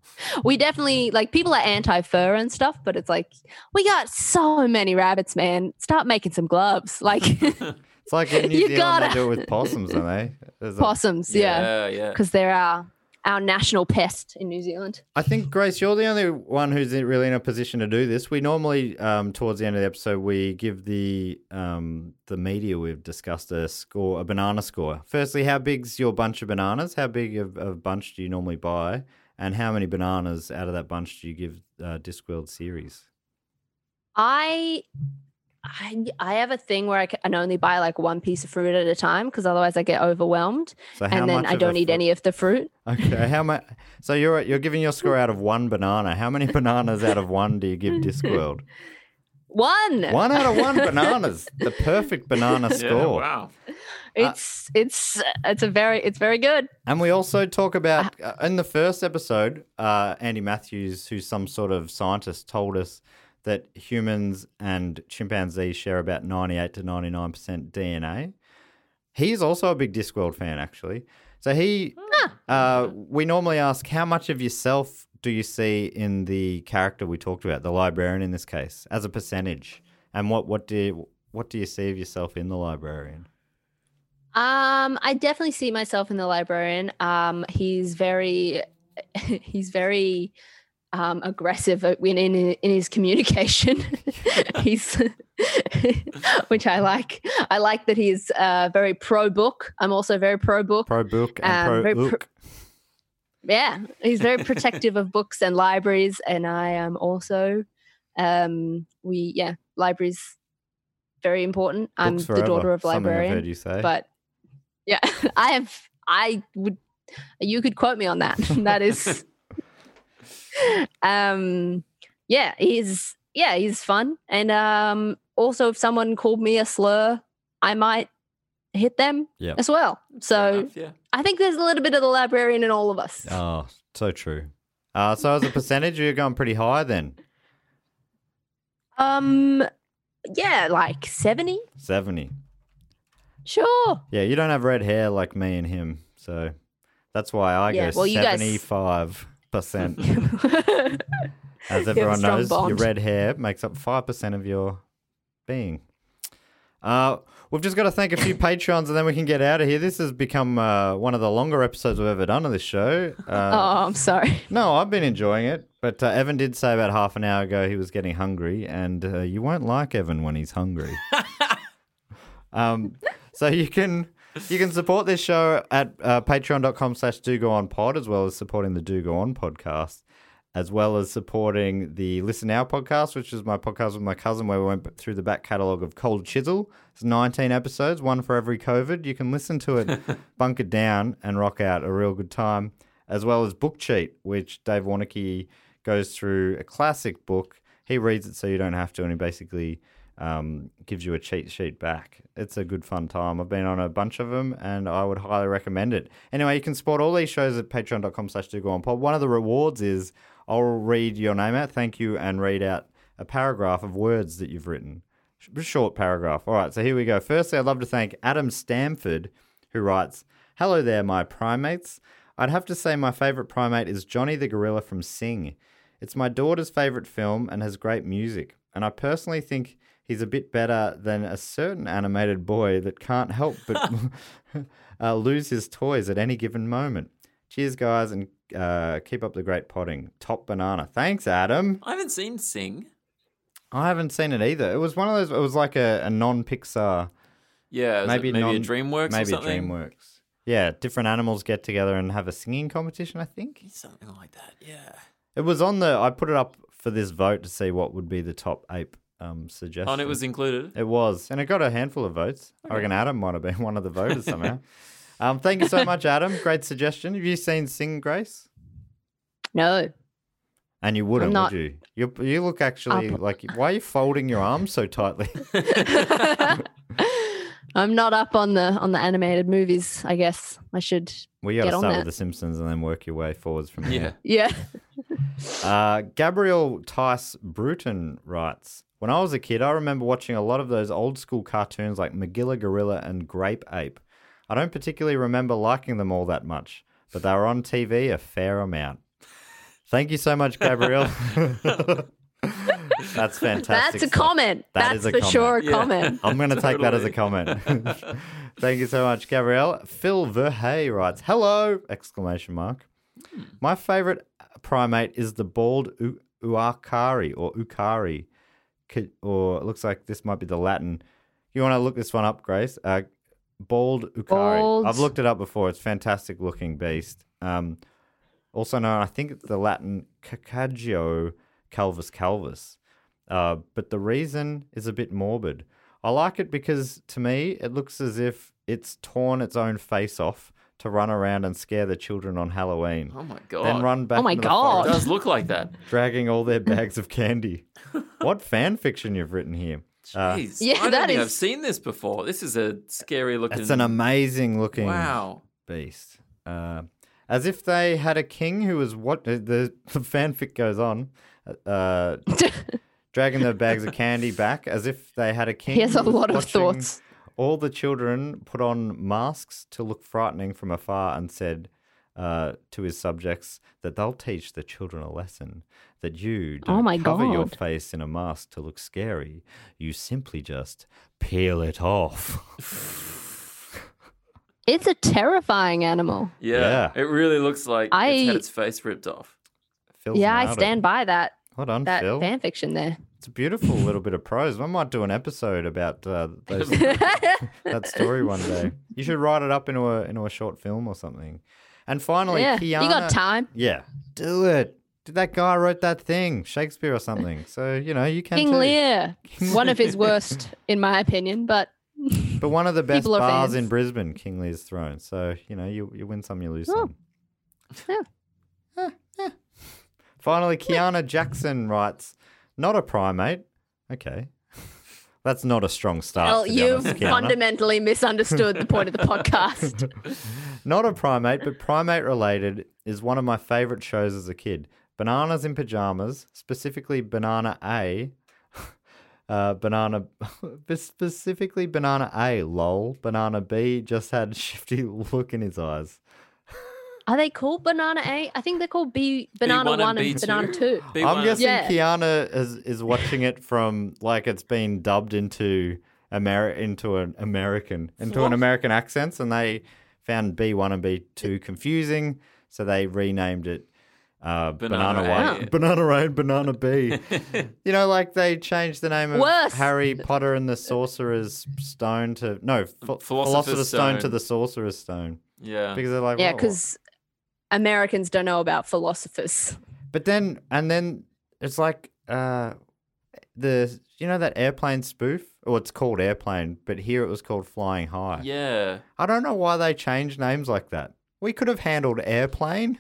Speaker 6: We definitely like people are anti fur and stuff, but it's like we got so many rabbits, man. Start making some gloves, like
Speaker 4: It's like in New
Speaker 6: You
Speaker 4: Zealand
Speaker 6: gotta-
Speaker 4: they do it with possums, don't they? There's a-
Speaker 6: possums, yeah,
Speaker 5: yeah, yeah.
Speaker 6: because they're our our national pest in New Zealand.
Speaker 4: I think Grace, you're the only one who's in- really in a position to do this. We normally, um, towards the end of the episode, we give the um, the media we've discussed a score, a banana score. Firstly, how big's your bunch of bananas? How big of a bunch do you normally buy? And how many bananas out of that bunch do you give uh, Discworld series?
Speaker 6: I. I, I have a thing where I can only buy like one piece of fruit at a time because otherwise I get overwhelmed
Speaker 4: So how
Speaker 6: and then
Speaker 4: much
Speaker 6: I
Speaker 4: of a
Speaker 6: don't eat
Speaker 4: fru-
Speaker 6: any of the fruit.
Speaker 4: Okay, how much? So you're you're giving your score out of one banana. How many bananas out of one do you give Discworld?
Speaker 6: One.
Speaker 4: One out of one bananas, the perfect banana
Speaker 5: Yeah,
Speaker 4: score.
Speaker 5: wow.
Speaker 6: It's it's it's a very it's very good.
Speaker 4: And we also talk about
Speaker 6: Uh-huh.
Speaker 4: uh, in the first episode, uh, Andy Matthews, who's some sort of scientist, told us that humans and chimpanzees share about 98 to 99% DNA. He's also a big Discworld fan, actually. So he, uh, we normally ask, how much of yourself do you see in the character we talked about, the librarian in this case, as a percentage? And what what do you, what do you see of yourself in the librarian?
Speaker 6: Um, I definitely see myself in the librarian. Um, he's very, he's very um, aggressive in, in in his communication. he's, which I like. I like that he's uh, very pro book. I'm also very pro book.
Speaker 4: Pro book
Speaker 6: Um,
Speaker 4: and
Speaker 6: very
Speaker 4: pro
Speaker 6: pro-
Speaker 4: book.
Speaker 6: yeah, he's very protective of books and libraries, and I am also, um, we yeah, libraries very important. I'm
Speaker 4: Books
Speaker 6: the
Speaker 4: forever,
Speaker 6: daughter of
Speaker 4: something I've
Speaker 6: librarian.
Speaker 4: heard you
Speaker 5: Eh?
Speaker 4: say.
Speaker 6: but yeah i have i would you could quote me on that that is um yeah he's yeah he's fun and um also if someone called me a slur i might hit them
Speaker 4: Yep.
Speaker 6: as well
Speaker 5: Fair
Speaker 6: so
Speaker 5: enough, yeah.
Speaker 6: i think there's a little bit of the librarian in all of us
Speaker 4: Oh, so true. Uh, so as a percentage, you're going pretty high then.
Speaker 6: um yeah like 70
Speaker 4: 70.
Speaker 6: sure
Speaker 4: Yeah, you don't have red hair like me and him. So that's why I
Speaker 6: Yeah,
Speaker 4: go
Speaker 6: well, you guys-
Speaker 4: 75%.
Speaker 5: Uh.
Speaker 6: yeah
Speaker 4: As
Speaker 6: have a
Speaker 4: everyone
Speaker 6: strong
Speaker 4: knows, your
Speaker 6: bond.
Speaker 4: red hair makes up 5% of your being. Uh, we've just got to thank a few patrons and then we can get out of here. This has become uh, one of the longer episodes we've ever done on this show. Uh,
Speaker 6: oh, I'm sorry.
Speaker 4: No, I've been enjoying it, but uh, Evan did say about half an hour ago he was getting hungry, and uh, you won't like Evan when he's hungry. um, so you can you can support this show at uh, patreon.com slash do go on pod as well as supporting the do go on podcast as well as supporting the listen now podcast which is my podcast with my cousin where we went through the back catalogue of cold chisel it's 19 episodes one for every covid you can listen to it bunker down and rock out a real good time as well as book cheat which dave warnicky goes through a classic book he reads it so you don't have to and he basically um, gives you a cheat sheet back. It's a good fun time. I've been on a bunch of them and I would highly recommend it. Anyway, you can support all these shows at patreon.com slash do go on pod. One of the rewards is I'll read your name out, thank you, and read out a paragraph of words that you've written. Sh- Short paragraph. All right, so here we go. Firstly, I'd love to thank Adam Stamford, who writes, Hello there, my primates. I'd have to say my favourite primate is Johnny the Gorilla from Sing. It's my daughter's favourite film and has great music. And I personally think he's a bit better than a certain animated boy that can't help but uh, lose his toys at any given moment. Cheers, guys, and uh, keep up the great potting. Top banana. Thanks, Adam.
Speaker 5: I haven't seen Sing.
Speaker 4: I haven't seen it either. It was one of those. It was like a, a non-Pixar,
Speaker 5: Yeah, is it
Speaker 4: maybe
Speaker 5: maybe
Speaker 4: non,
Speaker 5: a DreamWorks
Speaker 4: maybe
Speaker 5: or something.
Speaker 4: DreamWorks. Yeah, different animals get together and have a singing competition. I think
Speaker 5: Something like that. Yeah.
Speaker 4: it was on the. I put it up for this vote to see what would be the top ape um, suggestion.
Speaker 5: Oh, and it was included.
Speaker 4: It was, and it got a handful of votes. I reckon Adam might have been one of the voters somehow. um, thank you so much, Adam. Great suggestion. Have you seen Sing Grace?
Speaker 6: No.
Speaker 4: And you wouldn't,
Speaker 6: not-
Speaker 4: would you? You you look actually
Speaker 6: Up.
Speaker 4: like why are you folding your arms so tightly?
Speaker 6: I'm not up on the on the animated movies, I guess. I should
Speaker 4: we got to
Speaker 6: Get on
Speaker 4: start with
Speaker 6: that.
Speaker 4: The Simpsons and then work your way forwards from
Speaker 5: Yeah.
Speaker 4: there.
Speaker 6: Yeah.
Speaker 4: Uh, Gabrielle Tice Bruton writes. When I was a kid, I remember watching a lot of those old school cartoons like McGilla Gorilla and Grape Ape. I don't particularly remember liking them all that much, but they were on TV a fair amount. Thank you so much, Gabrielle. That's fantastic.
Speaker 6: That's a
Speaker 4: stuff.
Speaker 6: comment.
Speaker 4: That
Speaker 6: That's
Speaker 4: is a
Speaker 6: for
Speaker 4: comment.
Speaker 6: sure a
Speaker 5: Yeah.
Speaker 6: comment.
Speaker 4: I'm going to take that as a
Speaker 5: Totally.
Speaker 4: comment. Thank you so much, Gabrielle. Phil Verhey writes, "Hello!" Exclamation mark. My favorite primate is the bald u- uakari or ukari, Ki- or it looks like this might be the Latin. You want to look this one up, Grace? Uh, bald ukari.
Speaker 6: Bald-
Speaker 4: I've looked it up before. It's a fantastic looking beast. Um, also known, I think, it's the Latin cacagio calvus calvus. Uh, but the reason is a bit morbid. I like it because to me, it looks as if it's torn its own face off to run around and scare the children on Halloween.
Speaker 5: Oh my god.
Speaker 4: Then run back.
Speaker 6: Oh my
Speaker 4: into the
Speaker 6: God.
Speaker 5: It
Speaker 4: forest,
Speaker 5: does look like that.
Speaker 4: dragging all their bags of candy. what fan fiction you've written here? Uh,
Speaker 5: Jeez.
Speaker 6: Yeah,
Speaker 5: I don't
Speaker 6: that
Speaker 5: think I've
Speaker 6: is-
Speaker 5: seen this before. This is a scary looking.
Speaker 4: it's an amazing looking
Speaker 5: Wow.
Speaker 4: beast. Uh, as if they had a king who was what uh, the, the fanfic goes on, uh, dragging their bags of candy back. As if they had a king.
Speaker 6: He has a
Speaker 4: who was
Speaker 6: lot of
Speaker 4: watching
Speaker 6: thoughts.
Speaker 4: All the children put on masks to look frightening from afar and said uh, to his subjects that they'll teach the children a lesson. That you
Speaker 6: Oh
Speaker 4: don't
Speaker 6: my
Speaker 4: cover your
Speaker 6: God.
Speaker 4: face in a mask to look scary. You simply just peel it off.
Speaker 6: It's a terrifying animal.
Speaker 5: Yeah.
Speaker 4: Yeah.
Speaker 5: It really looks like it's
Speaker 6: I-
Speaker 5: had its face ripped off.
Speaker 4: Phil's
Speaker 6: Yeah, I
Speaker 4: nailed it.
Speaker 6: stand by that
Speaker 4: Well done,
Speaker 6: that
Speaker 4: Phil.
Speaker 6: fan fiction there.
Speaker 4: It's a beautiful little bit of prose. I might do an episode about uh, those, that story one day. You should write it up into a into a short film or something. And finally,
Speaker 6: yeah.
Speaker 4: Kiana.
Speaker 6: You got time.
Speaker 4: Yeah, do it. Did that guy wrote that thing, Shakespeare or something? So you know you can.
Speaker 6: King
Speaker 4: too.
Speaker 6: Lear. One of his worst, in my opinion, but
Speaker 4: But one of the best
Speaker 6: People are
Speaker 4: bars
Speaker 6: fans.
Speaker 4: in Brisbane, King Lear's Throne. So you know you you win some, you
Speaker 6: Oh.
Speaker 4: lose some.
Speaker 6: yeah.
Speaker 4: Finally, Kiana Jackson writes, "Not a primate." Okay, that's not a strong start.
Speaker 6: Well,
Speaker 4: to be
Speaker 6: you've
Speaker 4: honest, Kiana.
Speaker 6: fundamentally misunderstood the point of the podcast.
Speaker 4: Not a primate, but primate related is one of my favorite shows as a kid. Bananas in Pajamas, specifically Banana A. Uh, banana, specifically Banana A, lol. Banana B just had a shifty look in his eyes.
Speaker 6: Are they called Banana A? I think they're called B Banana
Speaker 5: B1 and
Speaker 6: One and,
Speaker 5: B2.
Speaker 6: Banana Two.
Speaker 5: B1.
Speaker 4: I'm guessing
Speaker 6: Yeah.
Speaker 4: Kiana is, is watching it from like it's been dubbed into Ameri- into an American into
Speaker 3: What?
Speaker 4: an American accents, and they found B one and B two confusing, so they renamed it uh, Banana,
Speaker 5: Banana Rain.
Speaker 4: White, Banana Rain, Banana B. you know, like they changed the name of
Speaker 6: Worse.
Speaker 4: Harry Potter and the Sorcerer's Stone to no Phil-
Speaker 5: Philosopher's
Speaker 4: Philosopher's Stone. to
Speaker 5: Stone.
Speaker 4: the Sorcerer's Stone
Speaker 5: Yeah.
Speaker 4: because they're like
Speaker 6: yeah,
Speaker 4: "Whoa."
Speaker 6: because Americans don't know about philosophers.
Speaker 4: But then, and then it's like uh, the you know that airplane spoof. Oh, it's called airplane, but here it was called Flying High.
Speaker 5: Yeah.
Speaker 4: I don't know why they changed names like that. We could have handled airplane.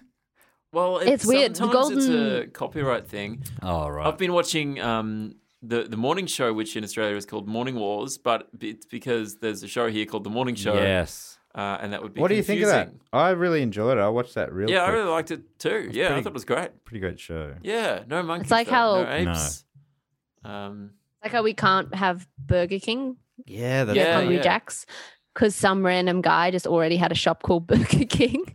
Speaker 5: Well, it,
Speaker 6: It's weird. The
Speaker 5: Sometimes it's a
Speaker 6: golden-
Speaker 5: copyright thing.
Speaker 4: Oh
Speaker 5: I've been watching um, the the morning show, which in Australia is called Morning Wars, but it's because there's a show here called The Morning Show.
Speaker 4: Yes.
Speaker 5: Uh, and that would be.
Speaker 4: What do you think of that?
Speaker 5: confusing.
Speaker 4: I really enjoyed it. I watched that really.
Speaker 5: yeah, I
Speaker 4: quick.
Speaker 5: really liked it too. Yeah, I
Speaker 4: pretty-
Speaker 5: thought it was great.
Speaker 4: Pretty great show.
Speaker 5: Yeah, no monkeys.
Speaker 6: like
Speaker 5: though,
Speaker 6: how-
Speaker 5: no apes. Um,
Speaker 6: Like how we can't have Burger King,
Speaker 4: Yeah,
Speaker 6: yeah,
Speaker 5: that's right.
Speaker 6: Hungry
Speaker 5: yeah.
Speaker 6: Jacks, because some random guy just already had a shop called Burger King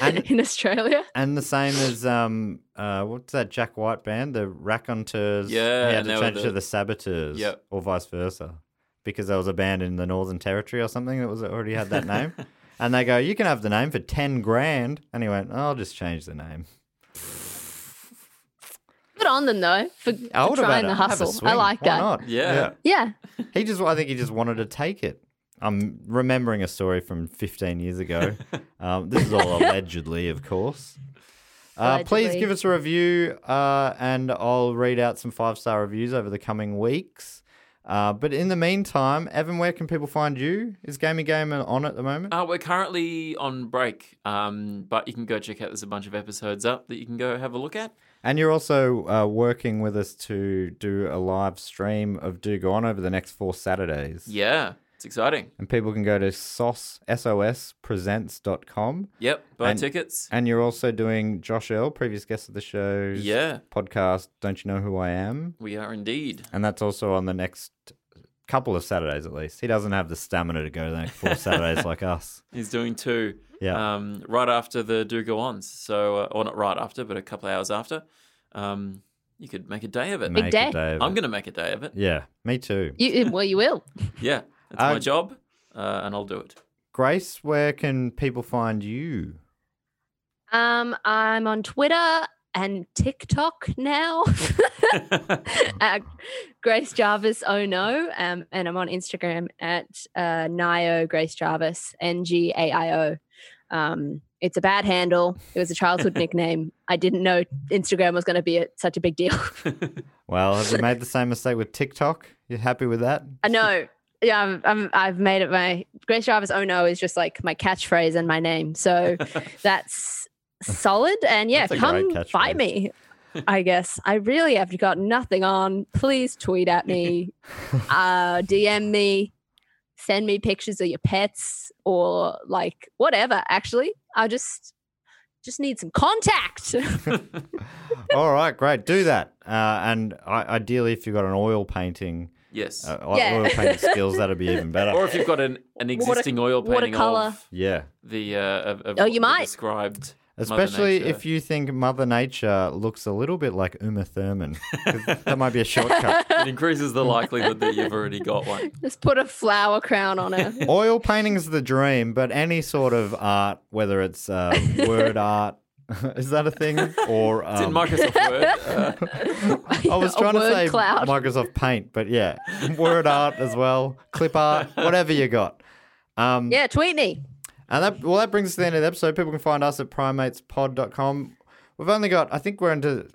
Speaker 4: And-
Speaker 6: in Australia.
Speaker 4: and the same as um, uh, what's that Jack White band? The Raconteurs.
Speaker 5: Yeah,
Speaker 4: they had
Speaker 5: and they
Speaker 4: to
Speaker 5: were
Speaker 4: change it to
Speaker 5: the-
Speaker 4: the Saboteurs.
Speaker 5: Yep.
Speaker 4: or vice versa, because there was a band in the Northern Territory or something that was already had that name, and they go, "You can have the name for ten grand," and he went, "I'll just change the name."
Speaker 6: Good on them though for, for
Speaker 4: I would have had
Speaker 6: trying
Speaker 4: a-
Speaker 6: the
Speaker 4: have a
Speaker 6: hustle. I
Speaker 4: swing.
Speaker 6: like
Speaker 4: Why
Speaker 6: that.
Speaker 4: not?
Speaker 5: Yeah.
Speaker 6: Yeah,
Speaker 4: He just, I think he just wanted to take it. I'm remembering a story from 15 years ago. um, this is all allegedly, of course. Uh, please
Speaker 6: Allegedly.
Speaker 4: give us a review, uh, and I'll read out some five star reviews over the coming weeks. Uh, but in the meantime, Evan, where can people find you? Is Gaming Game on at the moment?
Speaker 5: Uh, we're currently on break, um, but you can go check out. There's a bunch of episodes up that you can go have a look at.
Speaker 4: And you're also uh, working with us to do a live stream of Do Go On over the next four Saturdays.
Speaker 5: Yeah, it's exciting.
Speaker 4: And people can go to SOS, S-O-S presents.com
Speaker 5: Yep, buy
Speaker 4: And-
Speaker 5: tickets.
Speaker 4: And you're also doing Josh L, previous guest of the show's
Speaker 5: Yeah.
Speaker 4: podcast, Don't You Know Who I Am?
Speaker 5: We are indeed.
Speaker 4: And that's also on the next couple of Saturdays at least. He doesn't have the stamina to go the next four Saturdays like us.
Speaker 5: He's doing two.
Speaker 4: Yeah.
Speaker 5: Um, right after the Do Go Ons. So, uh, or not right after, but a couple of hours after. Um, you could make a day of it.
Speaker 4: Make a
Speaker 6: day.
Speaker 4: of
Speaker 5: I'm
Speaker 4: it.
Speaker 5: going to make a day of it.
Speaker 4: Yeah, me too.
Speaker 6: you well you will.
Speaker 5: Yeah. It's
Speaker 4: Uh,
Speaker 5: my job, uh, and I'll do it.
Speaker 4: Grace, where can people find you?
Speaker 6: Um, I'm on Twitter and TikTok now. at Grace Jarvis Oh No, um, and I'm on Instagram at uh, Nio Grace Jarvis N G A I O. Um, it's a bad handle. It was a childhood nickname. I didn't know Instagram was going to be a, such a big deal.
Speaker 4: Well, have you made the same mistake with TikTok? You happy with that?
Speaker 6: I know. Yeah, I'm, I'm, I've made it my Grace Jarvis Oh No is just like my catchphrase and my name. So that's solid. And yeah,
Speaker 4: That's a
Speaker 6: come
Speaker 4: great catchphrase.
Speaker 6: fight me. I guess I really have got nothing on. Please tweet at me, uh, DM me, send me pictures of your pets or like whatever. Actually, I just just need some contact.
Speaker 4: All right, great. Do that. Uh, and I, ideally, if you've got an oil painting,
Speaker 5: Yes.
Speaker 4: uh,
Speaker 6: Yeah.
Speaker 4: oil painting skills, that'd be even better.
Speaker 5: or if you've got an, an existing oil painting
Speaker 6: watercolour.
Speaker 5: of
Speaker 4: yeah.
Speaker 5: the uh, of, of
Speaker 6: Oh,
Speaker 5: what they
Speaker 6: you might.
Speaker 5: described, Mother
Speaker 4: Especially
Speaker 5: Nature.
Speaker 4: if you think Mother Nature looks a little bit like Uma Thurman. 'Cause that might be a shortcut.
Speaker 5: it increases the likelihood that you've already got one.
Speaker 6: just put a flower crown on her.
Speaker 4: Oil painting's the dream, but any sort of art, whether it's uh, word art, is that a thing? Or um,
Speaker 5: It's in Microsoft Word. Uh,
Speaker 4: I was
Speaker 6: A
Speaker 4: trying to
Speaker 6: word
Speaker 4: say
Speaker 6: cloud.
Speaker 4: Microsoft Paint, but yeah, word art as well, clip art, whatever you got. Um,
Speaker 6: yeah, tweet me.
Speaker 4: And that well, that brings us to the end of the episode. People can find us at primatespod.com. We've only got, I think we're into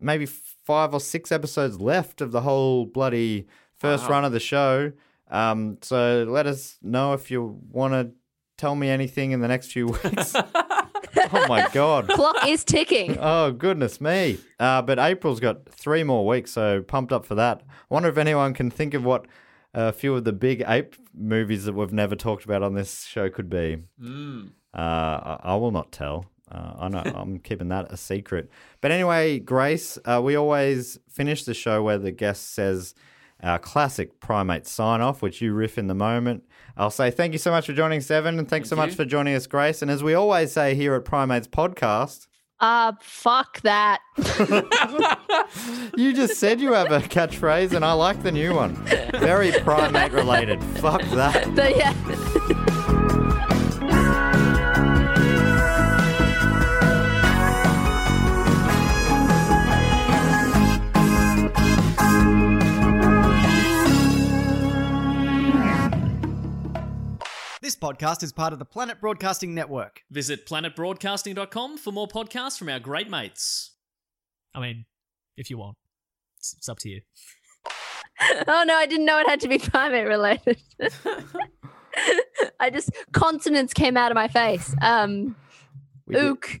Speaker 4: maybe five or six episodes left of the whole bloody first run of the show. Um, so let us know if you want to tell me anything in the next few weeks. oh my god.
Speaker 6: Clock is ticking.
Speaker 4: Oh goodness me! Uh, but April's got three more weeks, so pumped up for that. Wonder if anyone can think of what a few of the big ape movies that we've never talked about on this show could be. Uh, I, I will not tell. Uh, I know I'm keeping that a secret. But anyway, Grace, uh, we always finish the show where the guest says our classic primate sign off, which you riff in the moment. I'll say thank you so much for joining us, Evan, and thanks so much for joining us, Grace. And as we always say here at Primates Podcast.
Speaker 6: Uh, fuck that.
Speaker 4: You just said you have a catchphrase, and I like the new one. Very primate related. Fuck that.
Speaker 6: So yeah.
Speaker 2: This podcast is part of the Planet Broadcasting Network.
Speaker 3: Visit planetbroadcasting.com for more podcasts from our great mates.
Speaker 7: I mean, if you want, it's, it's up to you.
Speaker 6: Oh no, I didn't know it had to be primate related. I just consonants came out of my face. Um,
Speaker 4: We did-
Speaker 6: ook.